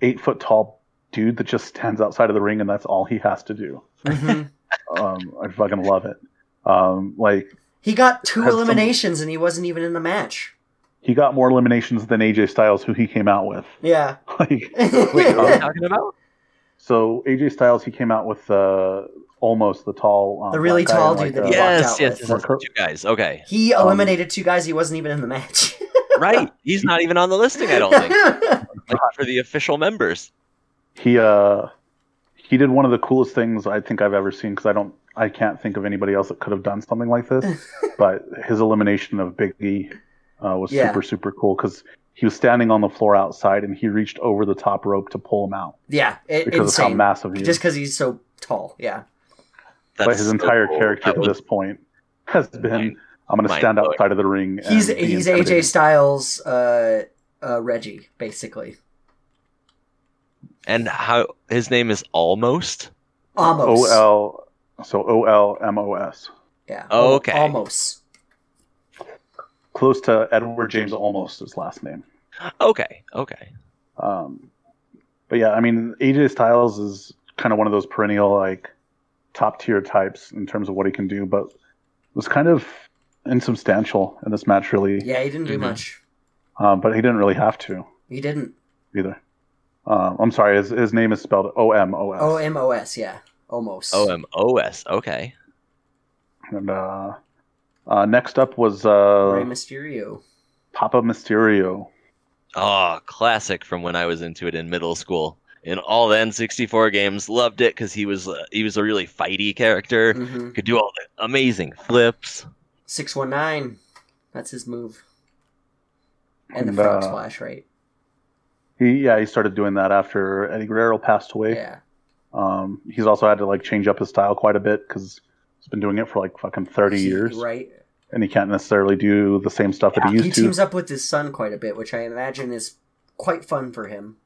[SPEAKER 2] eight foot tall dude that just stands outside of the ring and that's all he has to do.
[SPEAKER 1] Mhm.
[SPEAKER 2] Um, I fucking love it. Um, like
[SPEAKER 1] He got two
[SPEAKER 2] Had some-
[SPEAKER 1] eliminations and he wasn't even in the match.
[SPEAKER 2] he got more eliminations than AJ Styles, who he came out with. (laughs)
[SPEAKER 1] Yeah.
[SPEAKER 2] Like
[SPEAKER 3] Wait, what are we
[SPEAKER 2] um,
[SPEAKER 3] talking about?
[SPEAKER 2] so, AJ Styles, he came out with uh, almost the tall, um,
[SPEAKER 1] The really
[SPEAKER 2] black guy
[SPEAKER 1] tall
[SPEAKER 2] in,
[SPEAKER 1] dude
[SPEAKER 2] like,
[SPEAKER 1] that
[SPEAKER 2] uh,
[SPEAKER 1] he walked
[SPEAKER 3] Yes,
[SPEAKER 1] out
[SPEAKER 3] yes,
[SPEAKER 1] with.
[SPEAKER 3] yes, yes,
[SPEAKER 2] Cur-
[SPEAKER 3] two guys. Okay,
[SPEAKER 1] (laughs) He
[SPEAKER 2] um,
[SPEAKER 1] eliminated two guys he wasn't even in the match.
[SPEAKER 3] right. He's not even on the listing. (laughs) I
[SPEAKER 2] (laughs)
[SPEAKER 3] don't think like, for the official members.
[SPEAKER 2] he uh he did one of the coolest things I think I've ever seen because I don't I can't think of anybody else that could have done something like this.
[SPEAKER 1] (laughs)
[SPEAKER 2] but his elimination of Big E uh, was
[SPEAKER 1] Yeah.
[SPEAKER 2] super super cool because he was standing on the floor outside and he reached over the top rope to pull him out
[SPEAKER 1] (laughs) yeah. i-
[SPEAKER 2] because of how
[SPEAKER 1] insane.
[SPEAKER 2] massive he
[SPEAKER 1] Just
[SPEAKER 2] is.
[SPEAKER 1] because he's so tall. Yeah.
[SPEAKER 3] That's
[SPEAKER 2] But his
[SPEAKER 3] so
[SPEAKER 2] entire
[SPEAKER 3] cool.
[SPEAKER 2] character
[SPEAKER 3] That
[SPEAKER 2] to
[SPEAKER 3] was
[SPEAKER 2] this point has been
[SPEAKER 3] mind-
[SPEAKER 2] I'm going to
[SPEAKER 3] mind
[SPEAKER 2] stand
[SPEAKER 3] blowing.
[SPEAKER 2] outside of the ring. and
[SPEAKER 1] He's
[SPEAKER 2] be
[SPEAKER 1] he's
[SPEAKER 2] intimidated."
[SPEAKER 1] AJ Styles, uh, uh, Reggie, basically.
[SPEAKER 3] and how his name is almost.
[SPEAKER 1] Almost.
[SPEAKER 2] O L so O L M O S
[SPEAKER 1] yeah.
[SPEAKER 3] Oh, okay.
[SPEAKER 1] Almost.
[SPEAKER 2] close to Edward James almost his last name.
[SPEAKER 3] Okay, okay.
[SPEAKER 2] Um, but yeah, I mean, AJ Styles is kind of one of those perennial like top tier types in terms of what he can do, but was kind of insubstantial in this match, really.
[SPEAKER 1] Yeah, he didn't do
[SPEAKER 2] Mm-hmm.
[SPEAKER 3] Mhm.
[SPEAKER 1] much.
[SPEAKER 2] Um, but he didn't really have to
[SPEAKER 1] He didn't.
[SPEAKER 2] either. Um, I'm sorry, his, his name is spelled O M O
[SPEAKER 1] O
[SPEAKER 2] S,
[SPEAKER 1] Oh, M O S. Yeah. Almost.
[SPEAKER 2] Oh,
[SPEAKER 3] O M O S. Okay.
[SPEAKER 2] and uh, uh, next up was
[SPEAKER 1] Rey
[SPEAKER 2] uh,
[SPEAKER 1] Mysterio.
[SPEAKER 2] Papa Mysterio.
[SPEAKER 3] Oh, classic from when I was into it in middle school. In all the N64 games, loved it because he was uh, he was a really fighty character.
[SPEAKER 1] hmm
[SPEAKER 3] Could do all the amazing flips.
[SPEAKER 1] Six one nine. That's his move. And the
[SPEAKER 2] And,
[SPEAKER 1] frog
[SPEAKER 2] uh,
[SPEAKER 1] splash, right?
[SPEAKER 2] He yeah, he started doing that after Eddie Guerrero passed away.
[SPEAKER 1] Yeah.
[SPEAKER 2] Um, he's also had to like change up his style quite a bit because he's been doing it for like fucking 30
[SPEAKER 1] He-
[SPEAKER 2] years.
[SPEAKER 1] Right.
[SPEAKER 2] and he can't necessarily do the same stuff that he
[SPEAKER 1] He
[SPEAKER 2] used to.
[SPEAKER 1] teams up with his son quite a bit, which I imagine is quite fun for him.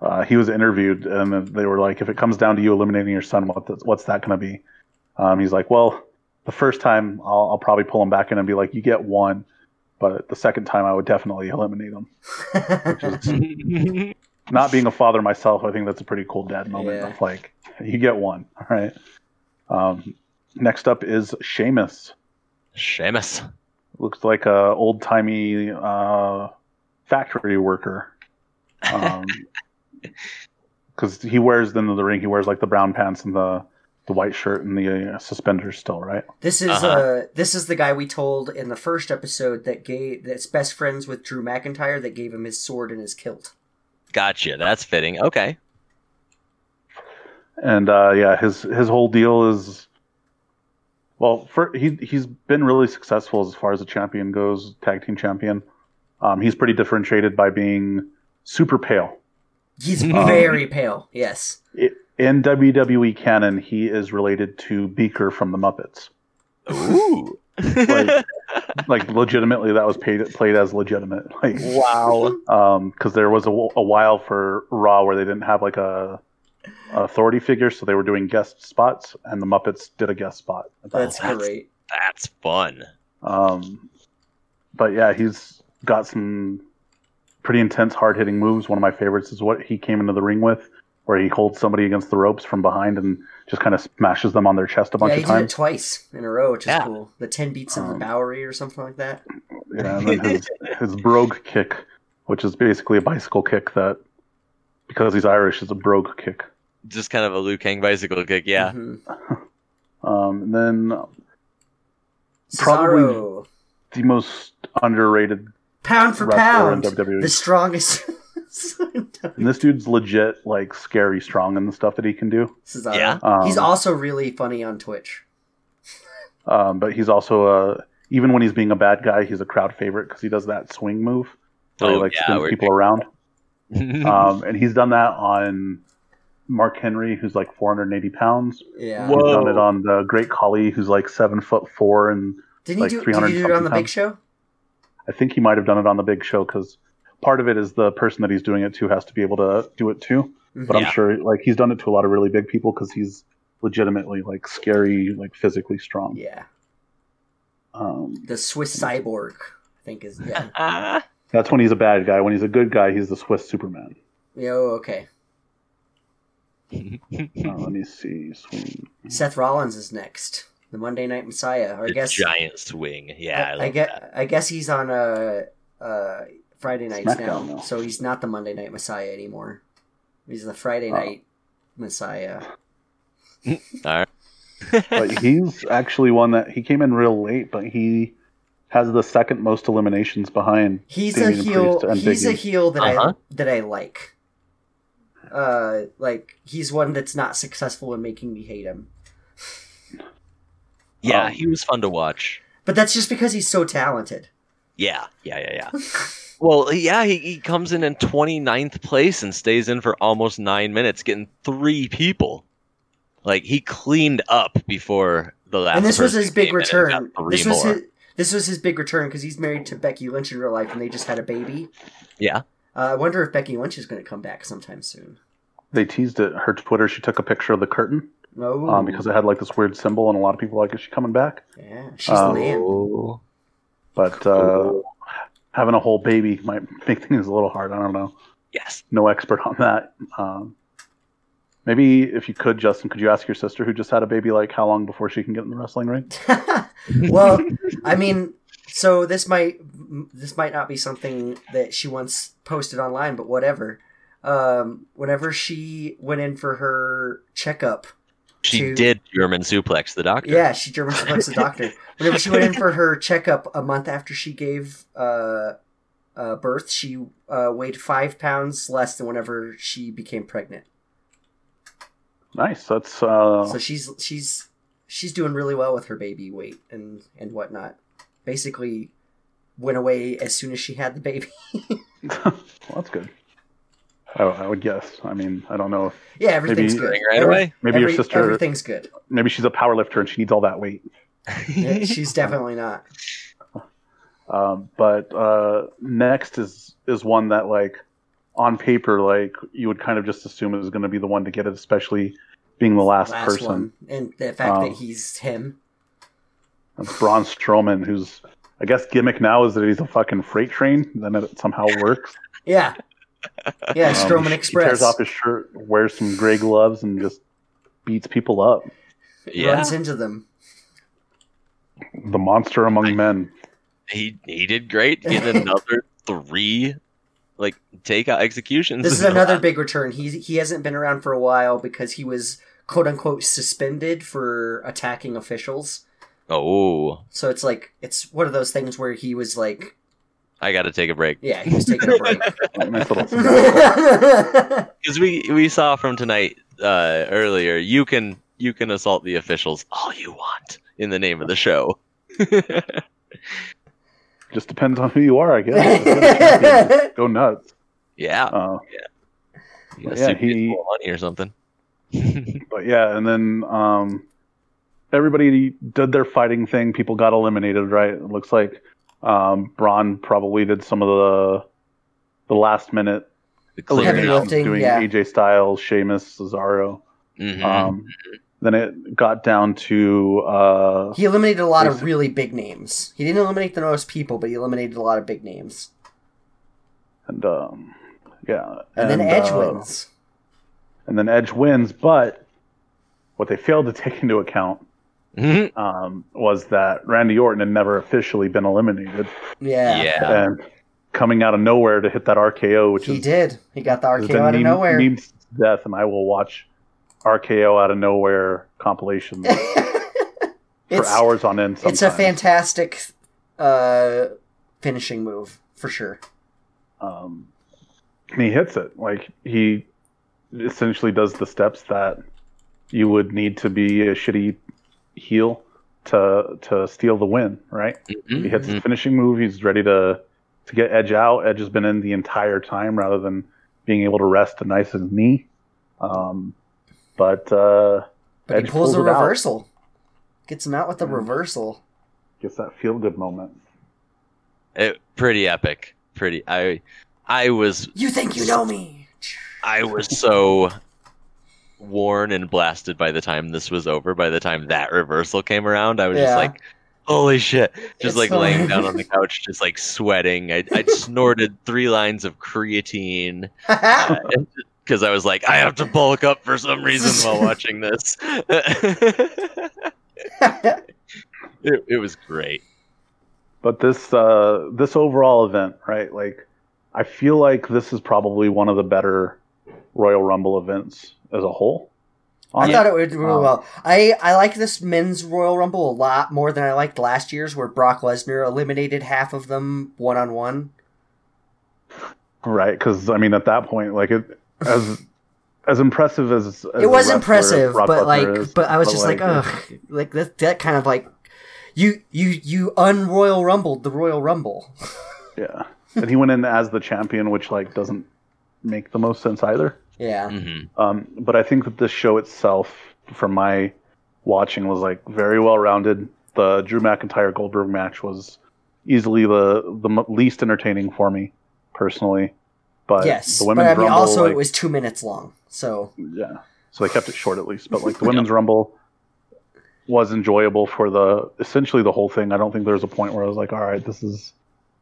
[SPEAKER 2] uh, he was interviewed, and they were like, "If it comes down to you eliminating your son, what th- what's that going to be?" Um, he's like, "Well, the first time I'll, I'll probably pull him back in and be like, you get one, but the second time I would definitely eliminate him."
[SPEAKER 3] yeah,
[SPEAKER 2] Not being a father myself, I think that's a pretty cool dad moment
[SPEAKER 1] Yeah.
[SPEAKER 2] of like, you get one, (laughs) all right. Um, next up is Seamus.
[SPEAKER 3] Seamus.
[SPEAKER 2] Looks like a old timey uh, factory worker. um, because he wears then the ring. He wears like the brown pants and the the white shirt and the uh, suspenders still, right?
[SPEAKER 1] (laughs) this is uh
[SPEAKER 3] Uh-huh.
[SPEAKER 1] this is the guy we told in the first episode that gave that's best friends with Drew McIntyre that gave him his sword and his kilt.
[SPEAKER 3] Gotcha. That's fitting. Okay.
[SPEAKER 2] And uh, yeah, his his whole deal is well, for, he he's been really successful as far as a champion goes, tag team champion. Um, he's pretty differentiated by being super pale. (laughs)
[SPEAKER 1] He's
[SPEAKER 2] Oh.
[SPEAKER 3] Um.
[SPEAKER 1] very pale. Yes.
[SPEAKER 2] E I in WWE canon, he is related to Beaker from the Muppets.
[SPEAKER 3] Ooh.
[SPEAKER 2] Like- like legitimately that was paid, played as legitimate (laughs) like
[SPEAKER 3] wow.
[SPEAKER 2] um because there was a, wh- a while for raw where they didn't have like a, a authority figure so they were doing guest spots and the muppets did a guest spot
[SPEAKER 1] That's
[SPEAKER 3] that's-
[SPEAKER 1] great.
[SPEAKER 3] That's fun.
[SPEAKER 2] um but yeah he's got some pretty intense hard-hitting moves one of my favorites is what he came into the ring with where he holds somebody against the ropes from behind and just kind of smashes them on their chest a bunch
[SPEAKER 1] yeah, he
[SPEAKER 2] of
[SPEAKER 1] did it
[SPEAKER 2] times
[SPEAKER 1] twice in a row, which is
[SPEAKER 3] Yeah.
[SPEAKER 1] cool. The ten beats of the
[SPEAKER 2] Um,
[SPEAKER 1] Bowery or something like that.
[SPEAKER 2] Yeah, and
[SPEAKER 1] (laughs)
[SPEAKER 2] then his, his brogue kick, which is basically a bicycle kick that, because he's Irish, is a brogue kick.
[SPEAKER 3] Just kind of a Liu Kang bicycle kick. Yeah.
[SPEAKER 1] Mhm.
[SPEAKER 2] Um, and then Probably-
[SPEAKER 1] Cesaro,
[SPEAKER 2] the most underrated
[SPEAKER 1] pound for
[SPEAKER 2] wrestler in
[SPEAKER 1] pound,
[SPEAKER 2] WWE.
[SPEAKER 1] the strongest. (laughs)
[SPEAKER 2] and this dude's legit, like, scary strong in the stuff that he can do.
[SPEAKER 1] Cesaro.
[SPEAKER 3] Yeah.
[SPEAKER 2] Um,
[SPEAKER 1] He's also really funny on Twitch.
[SPEAKER 2] um, but he's also a, even when he's being a bad guy, he's a crowd favorite because he does that swing move. Where he,
[SPEAKER 3] Oh,
[SPEAKER 2] like,
[SPEAKER 3] yeah,
[SPEAKER 2] spins
[SPEAKER 3] we're-
[SPEAKER 2] people
[SPEAKER 3] (laughs)
[SPEAKER 2] around. (laughs) Um, and he's done that on Mark Henry, who's like 480 pounds.
[SPEAKER 1] Yeah.
[SPEAKER 3] Whoa.
[SPEAKER 2] He's done it on the Great Collie, who's like seven foot four and
[SPEAKER 1] Didn't
[SPEAKER 2] like
[SPEAKER 1] he do? Did
[SPEAKER 2] 300
[SPEAKER 1] he do it on the
[SPEAKER 2] something
[SPEAKER 1] Big Show?
[SPEAKER 2] I think he might have done it on the big show because part of it is the person that he's doing it to has to be able to do it too.
[SPEAKER 1] Mm-hmm.
[SPEAKER 2] But
[SPEAKER 3] Yeah.
[SPEAKER 2] I'm sure like he's done it to a lot of really big people because he's legitimately like scary, like physically strong.
[SPEAKER 1] Yeah.
[SPEAKER 2] Um,
[SPEAKER 1] The Swiss Cyborg, I think is. Yeah.
[SPEAKER 3] (laughs)
[SPEAKER 2] uh,
[SPEAKER 3] Ah.
[SPEAKER 2] that's when he's a bad guy. When he's a good guy, he's the Swiss Superman.
[SPEAKER 1] Yo, oh, okay.
[SPEAKER 2] Uh, let me see. Swing.
[SPEAKER 1] Seth Rollins is next. The Monday Night Messiah. Or I
[SPEAKER 3] The
[SPEAKER 1] guess
[SPEAKER 3] giant swing. Yeah, I,
[SPEAKER 1] I,
[SPEAKER 3] love
[SPEAKER 1] I get.
[SPEAKER 3] that.
[SPEAKER 1] I guess he's on uh, uh, Friday nights now,
[SPEAKER 2] SmackDown now.
[SPEAKER 1] so he's not the Monday Night Messiah anymore. He's the Friday
[SPEAKER 2] Oh.
[SPEAKER 1] Night Messiah.
[SPEAKER 2] But he's actually one that he came in real late, but he has the second most eliminations behind.
[SPEAKER 1] He's a
[SPEAKER 2] Damian Priest
[SPEAKER 1] heel.
[SPEAKER 2] and
[SPEAKER 1] He's a
[SPEAKER 2] Big E.
[SPEAKER 1] heel that
[SPEAKER 3] Uh-huh.
[SPEAKER 1] I that I like. Uh, like he's one that's not successful in making me hate him,
[SPEAKER 3] Yeah,
[SPEAKER 2] Um,
[SPEAKER 3] he was fun to watch.
[SPEAKER 1] but that's just because he's so talented.
[SPEAKER 3] Yeah, yeah, yeah, yeah. well, yeah, he, he comes in in 29th place and stays in for almost nine minutes, getting three people. Like, he cleaned up before the last
[SPEAKER 1] and this was
[SPEAKER 3] person
[SPEAKER 1] his big
[SPEAKER 3] came in and got
[SPEAKER 1] return.
[SPEAKER 3] three
[SPEAKER 1] This was
[SPEAKER 3] more.
[SPEAKER 1] his, this was his big return because he's married to Becky Lynch in real life, and they just had a baby.
[SPEAKER 3] Yeah.
[SPEAKER 1] Uh, I wonder if Becky Lynch is going to come back sometime soon.
[SPEAKER 2] They teased it. Her Twitter, she took a picture of the curtain
[SPEAKER 1] No,
[SPEAKER 2] um, because it had like this weird symbol, and a lot of people were like, is she coming back?
[SPEAKER 1] yeah, she's the
[SPEAKER 2] um,
[SPEAKER 1] man.
[SPEAKER 3] Oh.
[SPEAKER 2] But uh, having a whole baby might make things a little hard. I don't know.
[SPEAKER 3] Yes.
[SPEAKER 2] No expert on that. Um, maybe if you could, Justin, could you ask your sister who just had a baby, like how long before she can get in the wrestling ring?
[SPEAKER 1] Oh. (laughs) well, I mean, so this might this might not be something that she once posted online, but whatever. Um, whenever she went in for her checkup,
[SPEAKER 3] She
[SPEAKER 1] to-
[SPEAKER 3] did German suplex the doctor.
[SPEAKER 1] yeah, she German supports the doctor. Whenever she went in for her checkup a month after she gave uh, uh, birth, she uh, weighed five pounds less than whenever she became pregnant.
[SPEAKER 2] Nice. That's uh,
[SPEAKER 1] So she's she's she's doing really well with her baby weight and and whatnot. Basically, went away as soon as she had the baby. (laughs)
[SPEAKER 2] (laughs) well, that's good. I, I would guess. I mean, I don't know. If,
[SPEAKER 1] yeah, everything's
[SPEAKER 2] Maybe-
[SPEAKER 1] good.
[SPEAKER 3] Right
[SPEAKER 1] Every-
[SPEAKER 3] away?
[SPEAKER 2] maybe
[SPEAKER 1] every-
[SPEAKER 2] your sister.
[SPEAKER 1] Everything's good.
[SPEAKER 3] (laughs)
[SPEAKER 2] Maybe she's a power lifter and she needs all that weight.
[SPEAKER 1] Yeah, she's definitely not.
[SPEAKER 2] Um, but uh, next is is one that like on paper like you would kind of just assume is going to be the one to get it, especially being the last,
[SPEAKER 1] Last
[SPEAKER 2] person.
[SPEAKER 1] one, and the fact
[SPEAKER 2] Um,
[SPEAKER 1] that he's him.
[SPEAKER 2] That's Braun Strowman, who's I guess gimmick now is that he's a fucking freight train. Then it somehow
[SPEAKER 1] (laughs)
[SPEAKER 2] works.
[SPEAKER 1] Yeah, yeah.
[SPEAKER 2] Um,
[SPEAKER 1] Strowman
[SPEAKER 2] he
[SPEAKER 1] Express.
[SPEAKER 2] tears off his shirt, wears some gray gloves, and just beats people up.
[SPEAKER 3] yeah.
[SPEAKER 1] Runs into them.
[SPEAKER 2] The monster among men.
[SPEAKER 3] He, he did great.
[SPEAKER 1] (laughs)
[SPEAKER 3] Getting another three, like, takeout
[SPEAKER 2] (laughs)
[SPEAKER 3] executions.
[SPEAKER 1] This is another big return. He he hasn't been around for a while because he was quote unquote suspended for attacking officials.
[SPEAKER 3] Oh,
[SPEAKER 1] So it's like it's one of those things where he was like,
[SPEAKER 3] I got to take a break.
[SPEAKER 1] yeah, he was taking a (laughs) break.
[SPEAKER 2] Nice little symbol.
[SPEAKER 1] yeah,
[SPEAKER 3] because we we saw from tonight uh, earlier, you can you can assault the officials all you want in the name of the show.
[SPEAKER 2] just depends on who you are, I guess. Go nuts.
[SPEAKER 3] Yeah,
[SPEAKER 2] Uh,
[SPEAKER 3] You know,
[SPEAKER 2] yeah,
[SPEAKER 3] super
[SPEAKER 2] he- (laughs)
[SPEAKER 3] cool money or something.
[SPEAKER 2] but yeah, and then um, everybody did their fighting thing. People got eliminated, right? It looks like um, Braun probably did some of the the last minute
[SPEAKER 3] The
[SPEAKER 1] Oh, Heavy
[SPEAKER 3] clearing
[SPEAKER 2] eliminations,
[SPEAKER 3] out.
[SPEAKER 1] lifting,
[SPEAKER 2] doing
[SPEAKER 1] yeah.
[SPEAKER 2] AJ Styles, Sheamus, Cesaro.
[SPEAKER 3] Mhm.
[SPEAKER 2] Um, then it got down to uh,
[SPEAKER 1] (laughs) He eliminated a lot of
[SPEAKER 2] Basic-
[SPEAKER 1] really big names. He didn't eliminate the most people, but he eliminated a lot of big names.
[SPEAKER 2] and um, yeah,
[SPEAKER 1] And, then Edge
[SPEAKER 2] uh,
[SPEAKER 1] wins.
[SPEAKER 2] and then Edge wins. But what they failed to take into account
[SPEAKER 3] Mhm.
[SPEAKER 2] um, was that Randy Orton had never officially been eliminated,
[SPEAKER 1] Yeah.
[SPEAKER 3] yeah.
[SPEAKER 2] and coming out of nowhere to hit that RKO, which
[SPEAKER 1] He
[SPEAKER 2] is
[SPEAKER 1] did. He got the
[SPEAKER 2] has
[SPEAKER 1] RKO
[SPEAKER 2] been
[SPEAKER 1] out of
[SPEAKER 2] meme-
[SPEAKER 1] nowhere. (laughs)
[SPEAKER 2] memed to death, and I will watch RKO out of nowhere
[SPEAKER 1] (laughs)
[SPEAKER 2] compilations for
[SPEAKER 1] it's
[SPEAKER 2] hours on end. Sometimes.
[SPEAKER 1] it's a fantastic uh, finishing move for sure.
[SPEAKER 2] um, and he hits it like he essentially does the steps that you would need to be a shitty heel to to steal the win right
[SPEAKER 3] Mhm.
[SPEAKER 2] he hits his finishing move he's ready to to get edge out edge has been in the entire time rather than being able to rest and ice his knee um, but uh
[SPEAKER 1] But
[SPEAKER 2] Edge
[SPEAKER 1] he pulls,
[SPEAKER 2] pulls
[SPEAKER 1] a
[SPEAKER 2] it out.
[SPEAKER 1] reversal. Gets him out with a
[SPEAKER 2] Mhm.
[SPEAKER 1] reversal.
[SPEAKER 2] gets that feel good moment
[SPEAKER 3] It- pretty epic. Pretty. I I was
[SPEAKER 1] You think you know
[SPEAKER 2] (laughs)
[SPEAKER 1] me? (laughs)
[SPEAKER 3] I was so worn and blasted by the time this was over. By the time that reversal came around, I was
[SPEAKER 1] Yeah.
[SPEAKER 3] just like, "Holy shit!" Just
[SPEAKER 1] It's
[SPEAKER 3] like
[SPEAKER 1] so-
[SPEAKER 3] laying down on the couch, just like sweating. I I snorted three lines of creatine uh, because I was like, "I have to bulk up for some reason
[SPEAKER 1] (laughs)
[SPEAKER 3] while watching this." (laughs) it, it was great.
[SPEAKER 2] but this uh, this overall event, right? Like, I feel like this is probably one of the better Royal Rumble events as a whole.
[SPEAKER 1] I thought it would do really
[SPEAKER 2] Um,
[SPEAKER 1] well. I, I like this men's Royal Rumble a lot more than I liked last year's, where Brock Lesnar eliminated half of them one on one.
[SPEAKER 2] right? Because I mean, at that point, like it as as impressive as,
[SPEAKER 1] It
[SPEAKER 2] as a
[SPEAKER 1] was
[SPEAKER 2] wrestler
[SPEAKER 1] impressive,
[SPEAKER 2] Brock
[SPEAKER 1] but
[SPEAKER 2] Lesnar
[SPEAKER 1] like,
[SPEAKER 2] is,
[SPEAKER 1] but I was just like,
[SPEAKER 2] it-
[SPEAKER 1] ugh, like that, that kind of like, you you you unroyal rumbled the Royal Rumble.
[SPEAKER 2] yeah. And he went in as the champion, which like doesn't make the most sense either.
[SPEAKER 1] Yeah,
[SPEAKER 3] Mhm.
[SPEAKER 2] Um, but I think that this show itself, from my watching, was like very well rounded. The Drew McIntyre Goldberg match was easily the the m- least entertaining for me personally. But
[SPEAKER 1] yes,
[SPEAKER 2] the
[SPEAKER 1] but
[SPEAKER 2] women's
[SPEAKER 1] I mean,
[SPEAKER 2] rumble,
[SPEAKER 1] also
[SPEAKER 2] like,
[SPEAKER 1] it was two minutes long, so
[SPEAKER 2] yeah, so they kept it short at least. But
[SPEAKER 1] (laughs)
[SPEAKER 2] like the women's rumble was enjoyable for the essentially the whole thing. I don't think there was a point where I was like, all right, this is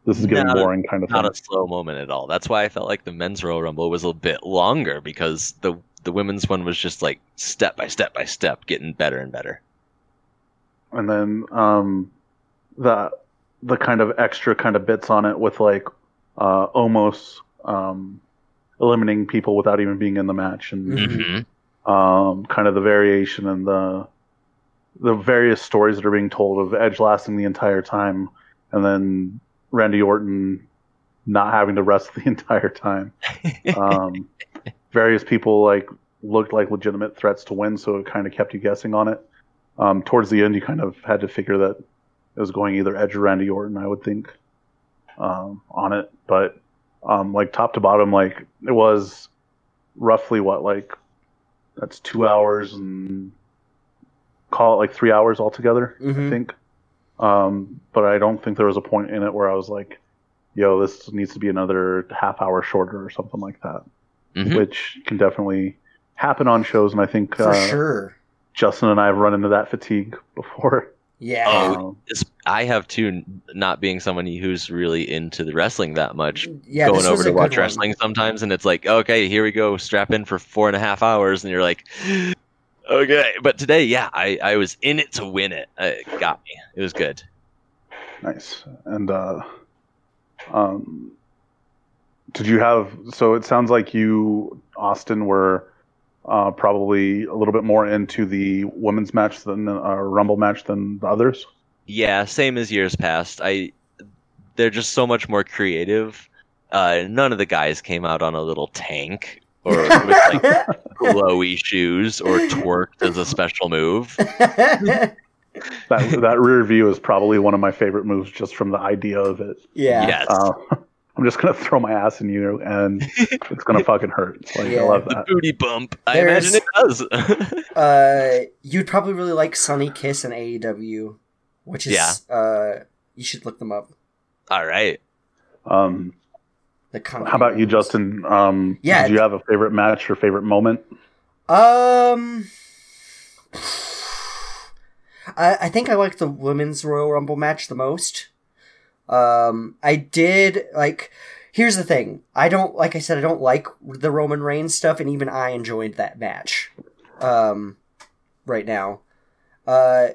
[SPEAKER 2] this is getting
[SPEAKER 3] Not a-
[SPEAKER 2] boring kind of
[SPEAKER 3] Not
[SPEAKER 2] thing.
[SPEAKER 3] a slow moment at all. That's why I felt like the men's Royal Rumble was a bit longer because the the women's one was just like step by step by step getting better and better.
[SPEAKER 2] and then um, the the kind of extra kind of bits on it with like uh, almost um, eliminating people without even being in the match, and
[SPEAKER 1] Mhm.
[SPEAKER 2] um, kind of the variation and the the various stories that are being told of Edge lasting the entire time, and then Randy Orton not having to rest (laughs) the entire time. Um, various people like looked like legitimate threats to win, so it kind of kept you guessing on it. Um, towards the end, you kind of had to figure that it was going either Edge or Randy Orton, I would think, um, on it. But um, like top to bottom, like it was roughly what like that's two hours and call it like three hours altogether. I
[SPEAKER 1] Mhm.
[SPEAKER 2] think. Um, but I don't think there was a point in it where I was like, yo, this needs to be another half hour shorter or something like that,
[SPEAKER 3] Mhm.
[SPEAKER 2] which can definitely happen on shows. And I think
[SPEAKER 1] Mm-hmm. for
[SPEAKER 2] uh,
[SPEAKER 1] sure,
[SPEAKER 2] Justin and I have run into that fatigue before.
[SPEAKER 1] yeah,
[SPEAKER 2] Um,
[SPEAKER 3] This- I have too, n- not being someone who's really into the wrestling that much.
[SPEAKER 1] yeah.
[SPEAKER 3] going
[SPEAKER 1] this
[SPEAKER 3] over
[SPEAKER 1] was a
[SPEAKER 3] to
[SPEAKER 1] good
[SPEAKER 3] watch
[SPEAKER 1] one.
[SPEAKER 3] wrestling sometimes, and it's like, okay, here we go, strap in for four and a half hours, and you're like, okay. But today, yeah, I, I was in it to win it. Uh, It got me. It was good.
[SPEAKER 2] Nice. And uh, um, did you have? So it sounds like you, Austin, were uh, probably a little bit more into the women's match than uh, Rumble match than the others.
[SPEAKER 3] Yeah, same as years past. I they're just so much more creative. Uh, none of the guys came out on a little tank or
[SPEAKER 1] (laughs)
[SPEAKER 3] with like glowy shoes or twerked as a special move.
[SPEAKER 1] (laughs)
[SPEAKER 2] That that rear view is probably one of my favorite moves, just from the idea of it.
[SPEAKER 1] yeah.
[SPEAKER 3] Yes.
[SPEAKER 2] Uh, (laughs) I'm just gonna throw my ass in you,
[SPEAKER 1] (laughs)
[SPEAKER 2] and it's gonna fucking hurt. Like
[SPEAKER 1] Yeah.
[SPEAKER 2] I love
[SPEAKER 3] The
[SPEAKER 2] that.
[SPEAKER 3] booty bump. I
[SPEAKER 1] There
[SPEAKER 3] imagine
[SPEAKER 1] is-
[SPEAKER 3] it does. (laughs)
[SPEAKER 1] Uh, you'd probably really like Sunny Kiss and AEW, which is
[SPEAKER 3] Yeah.
[SPEAKER 1] uh, you should look them up.
[SPEAKER 3] All right.
[SPEAKER 2] Um,
[SPEAKER 1] The
[SPEAKER 2] how about you, Justin? Um,
[SPEAKER 1] Yeah.
[SPEAKER 2] Do you have a favorite match or favorite moment?
[SPEAKER 1] Um, I I think I like the women's Royal Rumble match the most. Um, I did like. Here's the thing. I don't like. I said I don't like the Roman Reigns stuff, and even I enjoyed that match. Um, right now, uh,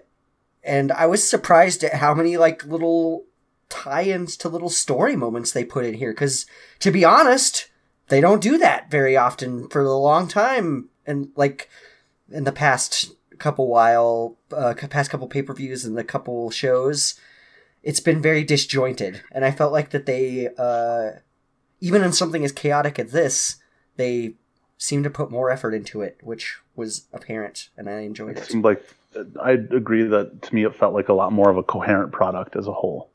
[SPEAKER 1] and I was surprised at how many like little tie-ins to little story moments they put in here. Because to be honest, they don't do that very often for a long time and like in the past couple while uh, c- past couple pay-per-views and the couple shows it's been very disjointed and i felt like that they uh even in something as chaotic as this they seemed to put more effort into it which was apparent and i enjoyed
[SPEAKER 2] It
[SPEAKER 1] it
[SPEAKER 2] seemed like I agree that to me it felt like a lot more of a coherent product as a whole.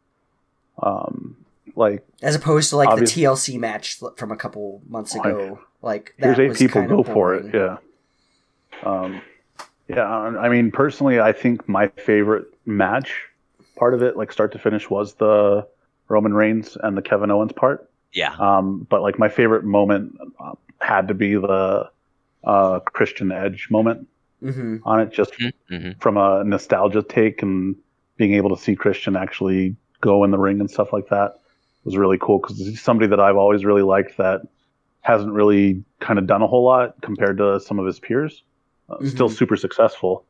[SPEAKER 2] Um, like
[SPEAKER 1] as opposed to like
[SPEAKER 2] Obvious-
[SPEAKER 1] the tlc match l- from a couple months
[SPEAKER 2] Like,
[SPEAKER 1] ago like that
[SPEAKER 2] here's eight
[SPEAKER 1] was
[SPEAKER 2] people
[SPEAKER 1] kinda
[SPEAKER 2] go for
[SPEAKER 1] boring.
[SPEAKER 2] it. Yeah. Um, yeah. I I mean, personally, I think my favorite match part of it, like start to finish, was the Roman Reigns and the Kevin Owens part.
[SPEAKER 3] Yeah.
[SPEAKER 2] Um, but like my favorite moment uh, had to be the uh, Christian Edge moment
[SPEAKER 1] Mhm.
[SPEAKER 2] on it, just
[SPEAKER 3] hmm (laughs)
[SPEAKER 2] from a nostalgia take and being able to see Christian actually go in the ring and stuff like that was really cool because he's somebody that I've always really liked that hasn't really kind of done a whole lot compared to some of his peers. Uh, Still
[SPEAKER 1] Mhm.
[SPEAKER 2] super successful,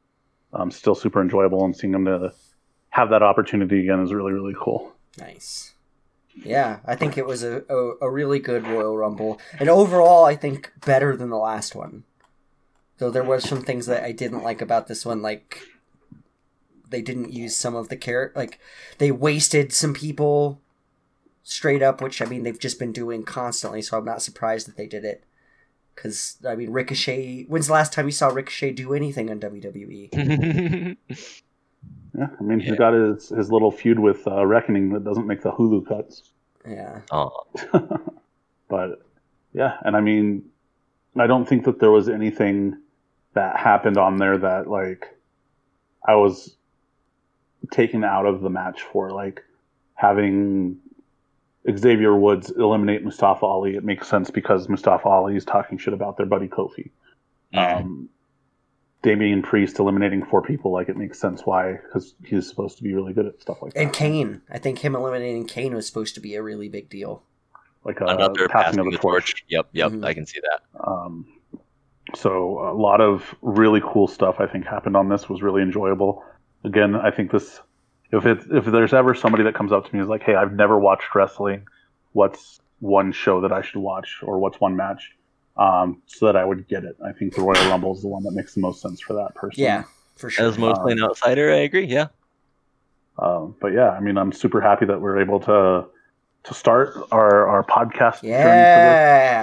[SPEAKER 2] um, still super enjoyable, and seeing him to have that opportunity again is really really cool.
[SPEAKER 1] Nice. Yeah, I think it was a, a, a really good Royal Rumble. And overall, I think better than the last one. Though there were some things that I didn't like about this one, like they didn't use some of the character, like they wasted some people straight up, which I mean they've just been doing constantly. So I'm not surprised that they did it. Because I mean, Ricochet. When's the last time you saw Ricochet do anything on WWE?
[SPEAKER 2] Yeah, I mean he's
[SPEAKER 3] Yeah.
[SPEAKER 2] got his his little feud with uh, Reckoning that doesn't make the Hulu cuts.
[SPEAKER 1] Yeah.
[SPEAKER 3] oh,
[SPEAKER 2] but yeah, and I mean, I don't think that there was anything that happened on there that like I was taken out of the match for like having Xavier Woods eliminate Mustafa Ali. It makes sense because Mustafa Ali is talking shit about their buddy Kofi.
[SPEAKER 3] Mm. Mm-hmm.
[SPEAKER 2] Um, Damian Priest eliminating four people, like it makes sense why because he's supposed to be really good at stuff like that.
[SPEAKER 1] And Kane. I think him eliminating Kane was supposed to be a really big deal.
[SPEAKER 2] like uh,
[SPEAKER 3] another passing of the
[SPEAKER 2] torch.
[SPEAKER 3] torch. Yep. Yep.
[SPEAKER 1] Mhm.
[SPEAKER 3] I can see that.
[SPEAKER 2] Um, so a lot of really cool stuff I think happened on this was really enjoyable. Again, I think this if it if there's ever somebody that comes up to me and is like, "Hey, I've never watched wrestling. What's one show that I should watch or what's one match?" Um, so that I would get it. I think the Royal Rumble is the one that makes the most sense for that person.
[SPEAKER 1] Yeah, for sure.
[SPEAKER 3] As mostly an outsider, I agree. Yeah.
[SPEAKER 2] Um, but yeah, I mean, I'm super happy that we're able to to start our our podcast journey for this.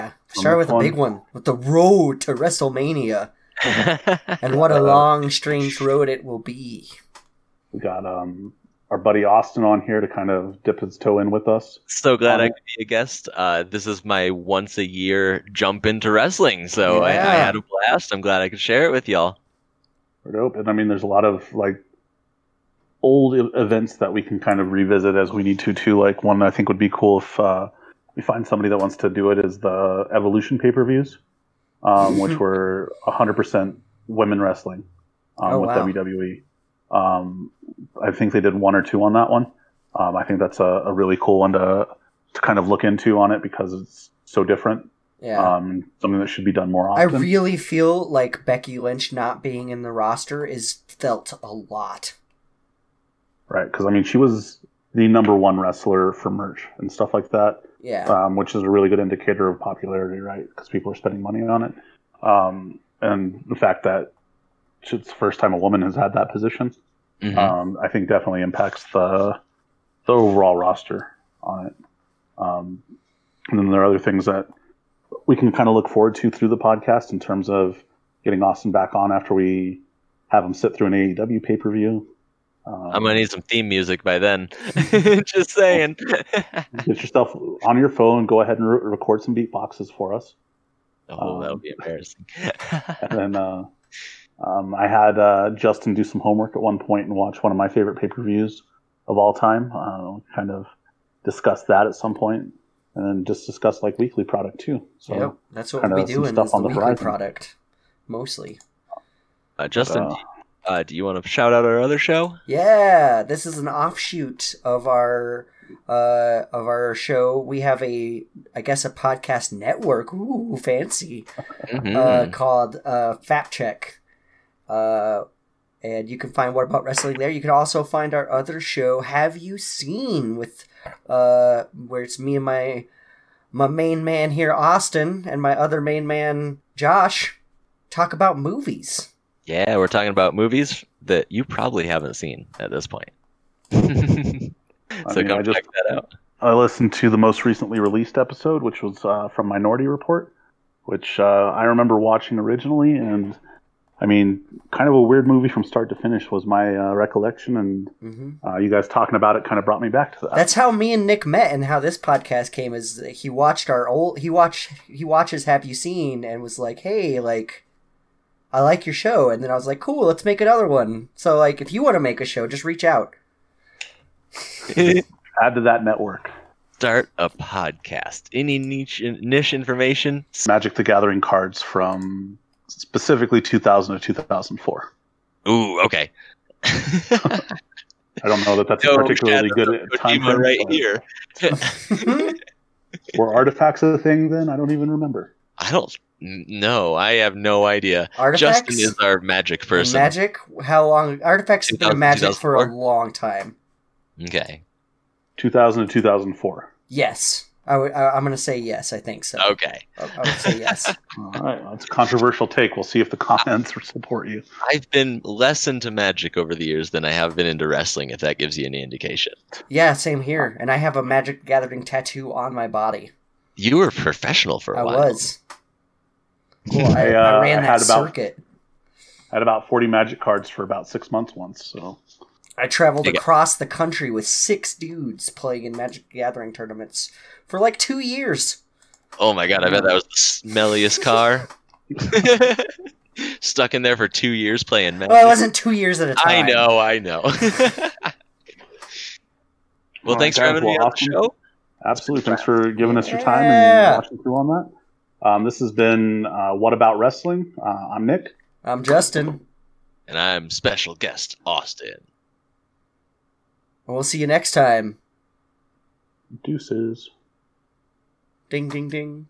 [SPEAKER 1] Yeah.
[SPEAKER 2] this
[SPEAKER 1] Start with a
[SPEAKER 2] one.
[SPEAKER 1] big one with the road to WrestleMania. And what a
[SPEAKER 2] Uh,
[SPEAKER 1] long, strange road it will be.
[SPEAKER 2] We got um, our buddy Austin on here to kind of dip his toe in with us.
[SPEAKER 3] so glad I
[SPEAKER 2] Um,
[SPEAKER 3] could be a guest. Uh, this is my once a year jump into wrestling, so I, I
[SPEAKER 1] Yeah.
[SPEAKER 3] had a blast. I'm glad I could share it with y'all.
[SPEAKER 2] We're dope. And I mean, there's a lot of like old e- events that we can kind of revisit as we need to, too. Like one I think would be cool if uh, we find somebody that wants to do it is the Evolution pay per views, um,
[SPEAKER 1] Mm-hmm.
[SPEAKER 2] which were 100% women wrestling um,
[SPEAKER 1] Oh,
[SPEAKER 2] with
[SPEAKER 1] wow.
[SPEAKER 2] WWE. Um, I think they did one or two on that one. Um, I think that's a, a really cool one to, to kind of look into on it because it's so different.
[SPEAKER 1] Yeah.
[SPEAKER 2] Um, something that should be done more
[SPEAKER 1] I
[SPEAKER 2] often.
[SPEAKER 1] really feel like Becky Lynch not being in the roster is felt a lot.
[SPEAKER 2] Right, because I mean, she was the number one wrestler for merch and stuff like that,
[SPEAKER 1] Yeah.
[SPEAKER 2] um, which is a really good indicator of popularity, right? Because people are spending money on it, um, and the fact that it's the first time a woman has had that position,
[SPEAKER 3] Mhm.
[SPEAKER 2] um, I think definitely impacts the the overall roster on it. Um, and then there are other things that we can kind of look forward to through the podcast in terms of getting Austin back on after we have him sit through an AEW pay per view. E Um,
[SPEAKER 3] I'm gonna need some theme music by then. (laughs)
[SPEAKER 2] (laughs)
[SPEAKER 3] Just saying.
[SPEAKER 2] get yourself on your phone. Go ahead and re- record some beatboxes for us.
[SPEAKER 3] oh, that would
[SPEAKER 2] Um,
[SPEAKER 3] be
[SPEAKER 2] (laughs)
[SPEAKER 3] embarrassing.
[SPEAKER 2] And then uh, um, I had uh, Justin do some homework at one point and watch one of my favorite pay per views of all time. Uh, kind of discuss that at some point, and then just discuss like weekly product too. So
[SPEAKER 1] yep, that's what
[SPEAKER 2] kind
[SPEAKER 1] we'll
[SPEAKER 2] of
[SPEAKER 1] be
[SPEAKER 2] um, some
[SPEAKER 1] doing.
[SPEAKER 2] stuff
[SPEAKER 1] is the
[SPEAKER 2] on the
[SPEAKER 1] weekly
[SPEAKER 2] horizon.
[SPEAKER 1] product, mostly.
[SPEAKER 3] Uh, Justin,
[SPEAKER 2] uh,
[SPEAKER 3] do you- uh, do you want to shout out our other show?
[SPEAKER 1] Yeah, this is an offshoot of our uh, of our show. We have a, I guess, a podcast network. Ooh, fancy. uh,
[SPEAKER 2] Mm-hmm.
[SPEAKER 3] Mhm.
[SPEAKER 1] called uh, Fat Check. Uh, and you can find What About Wrestling there. You can also find our other show, Have You Seen, with uh, where it's me and my my main man here, Austin, and my other main man, Josh, talk about movies.
[SPEAKER 3] yeah, we're talking about movies that you probably haven't seen at this point. (laughs) so
[SPEAKER 2] mean,
[SPEAKER 3] go
[SPEAKER 2] I just-
[SPEAKER 3] check that out.
[SPEAKER 2] I listened to the most recently released episode, which was uh, from Minority Report, which uh, I remember watching originally, and I mean, kind of a weird movie from start to finish was my uh, recollection, and
[SPEAKER 1] hmm
[SPEAKER 2] uh, you guys talking about it kind of brought me back to that.
[SPEAKER 1] That's how me and Nick met, and how this podcast came. Is that he watched our old he watched he watches Have You Seen and was like, hey, like, I like your show, and then I was like, cool, let's make another one. So like, if you want to make a show, just reach out.
[SPEAKER 2] (laughs) Add to that network,
[SPEAKER 3] Start a podcast. Any niche niche information?
[SPEAKER 2] Magic the Gathering cards from specifically 2000 to 2004.
[SPEAKER 3] Ooh, okay.
[SPEAKER 2] I don't know that that's
[SPEAKER 3] No
[SPEAKER 2] a particularly
[SPEAKER 3] shadows
[SPEAKER 2] good
[SPEAKER 3] of
[SPEAKER 2] time
[SPEAKER 3] Kojima
[SPEAKER 2] frame,
[SPEAKER 3] right
[SPEAKER 2] but
[SPEAKER 3] here.
[SPEAKER 1] Mm-hmm.
[SPEAKER 2] Were artifacts a thing then? I don't even remember.
[SPEAKER 3] I don't n- know. I have no idea.
[SPEAKER 1] Artifacts.
[SPEAKER 3] Justin is our magic
[SPEAKER 1] and
[SPEAKER 3] person.
[SPEAKER 1] Magic. How long? Artifacts has been a
[SPEAKER 3] 2000,
[SPEAKER 1] magic for a
[SPEAKER 3] 2004?
[SPEAKER 1] long time.
[SPEAKER 3] Okay.
[SPEAKER 2] 2000 to 2004.
[SPEAKER 1] Yes, I w- I, am gonna say yes. I think so.
[SPEAKER 3] Okay.
[SPEAKER 1] I, I would say yes.
[SPEAKER 3] (laughs)
[SPEAKER 2] All right, well, it's a controversial take. We'll see if the comments (laughs) support you.
[SPEAKER 3] I've been less into magic over the years than I have been into wrestling, if that gives you any indication.
[SPEAKER 1] Yeah, same here. And I have a Magic the Gathering tattoo on my body.
[SPEAKER 3] You were professional for a
[SPEAKER 1] I
[SPEAKER 3] while.
[SPEAKER 1] was.
[SPEAKER 3] (laughs)
[SPEAKER 1] Cool. I,
[SPEAKER 2] I, uh,
[SPEAKER 1] I ran
[SPEAKER 2] I
[SPEAKER 1] that
[SPEAKER 2] had about-
[SPEAKER 1] circuit.
[SPEAKER 2] I had about 40 magic cards for about six months once. So
[SPEAKER 1] I traveled
[SPEAKER 3] Big-
[SPEAKER 1] across the country with six dudes playing in Magic the Gathering tournaments for like two years.
[SPEAKER 3] Oh my god, I bet that was the
[SPEAKER 1] (laughs)
[SPEAKER 3] smelliest car. Stuck in there for two years playing magic.
[SPEAKER 1] Well, it wasn't two years at a
[SPEAKER 3] I
[SPEAKER 1] time.
[SPEAKER 3] know, I know. (laughs) well,
[SPEAKER 1] Oh
[SPEAKER 2] Alright,
[SPEAKER 3] thanks
[SPEAKER 2] guys,
[SPEAKER 3] for having me
[SPEAKER 2] well,
[SPEAKER 3] on
[SPEAKER 2] awesome.
[SPEAKER 3] the show.
[SPEAKER 2] absolutely, thanks for giving us your time
[SPEAKER 1] Yeah.
[SPEAKER 2] and watching through on that. Um, this has been uh, What About Wrestling? Uh, I'm Nick.
[SPEAKER 1] I'm Justin, and
[SPEAKER 3] And I'm special guest Austin.
[SPEAKER 1] we'll see you next time.
[SPEAKER 2] Deuces.
[SPEAKER 1] Ding, ding, ding.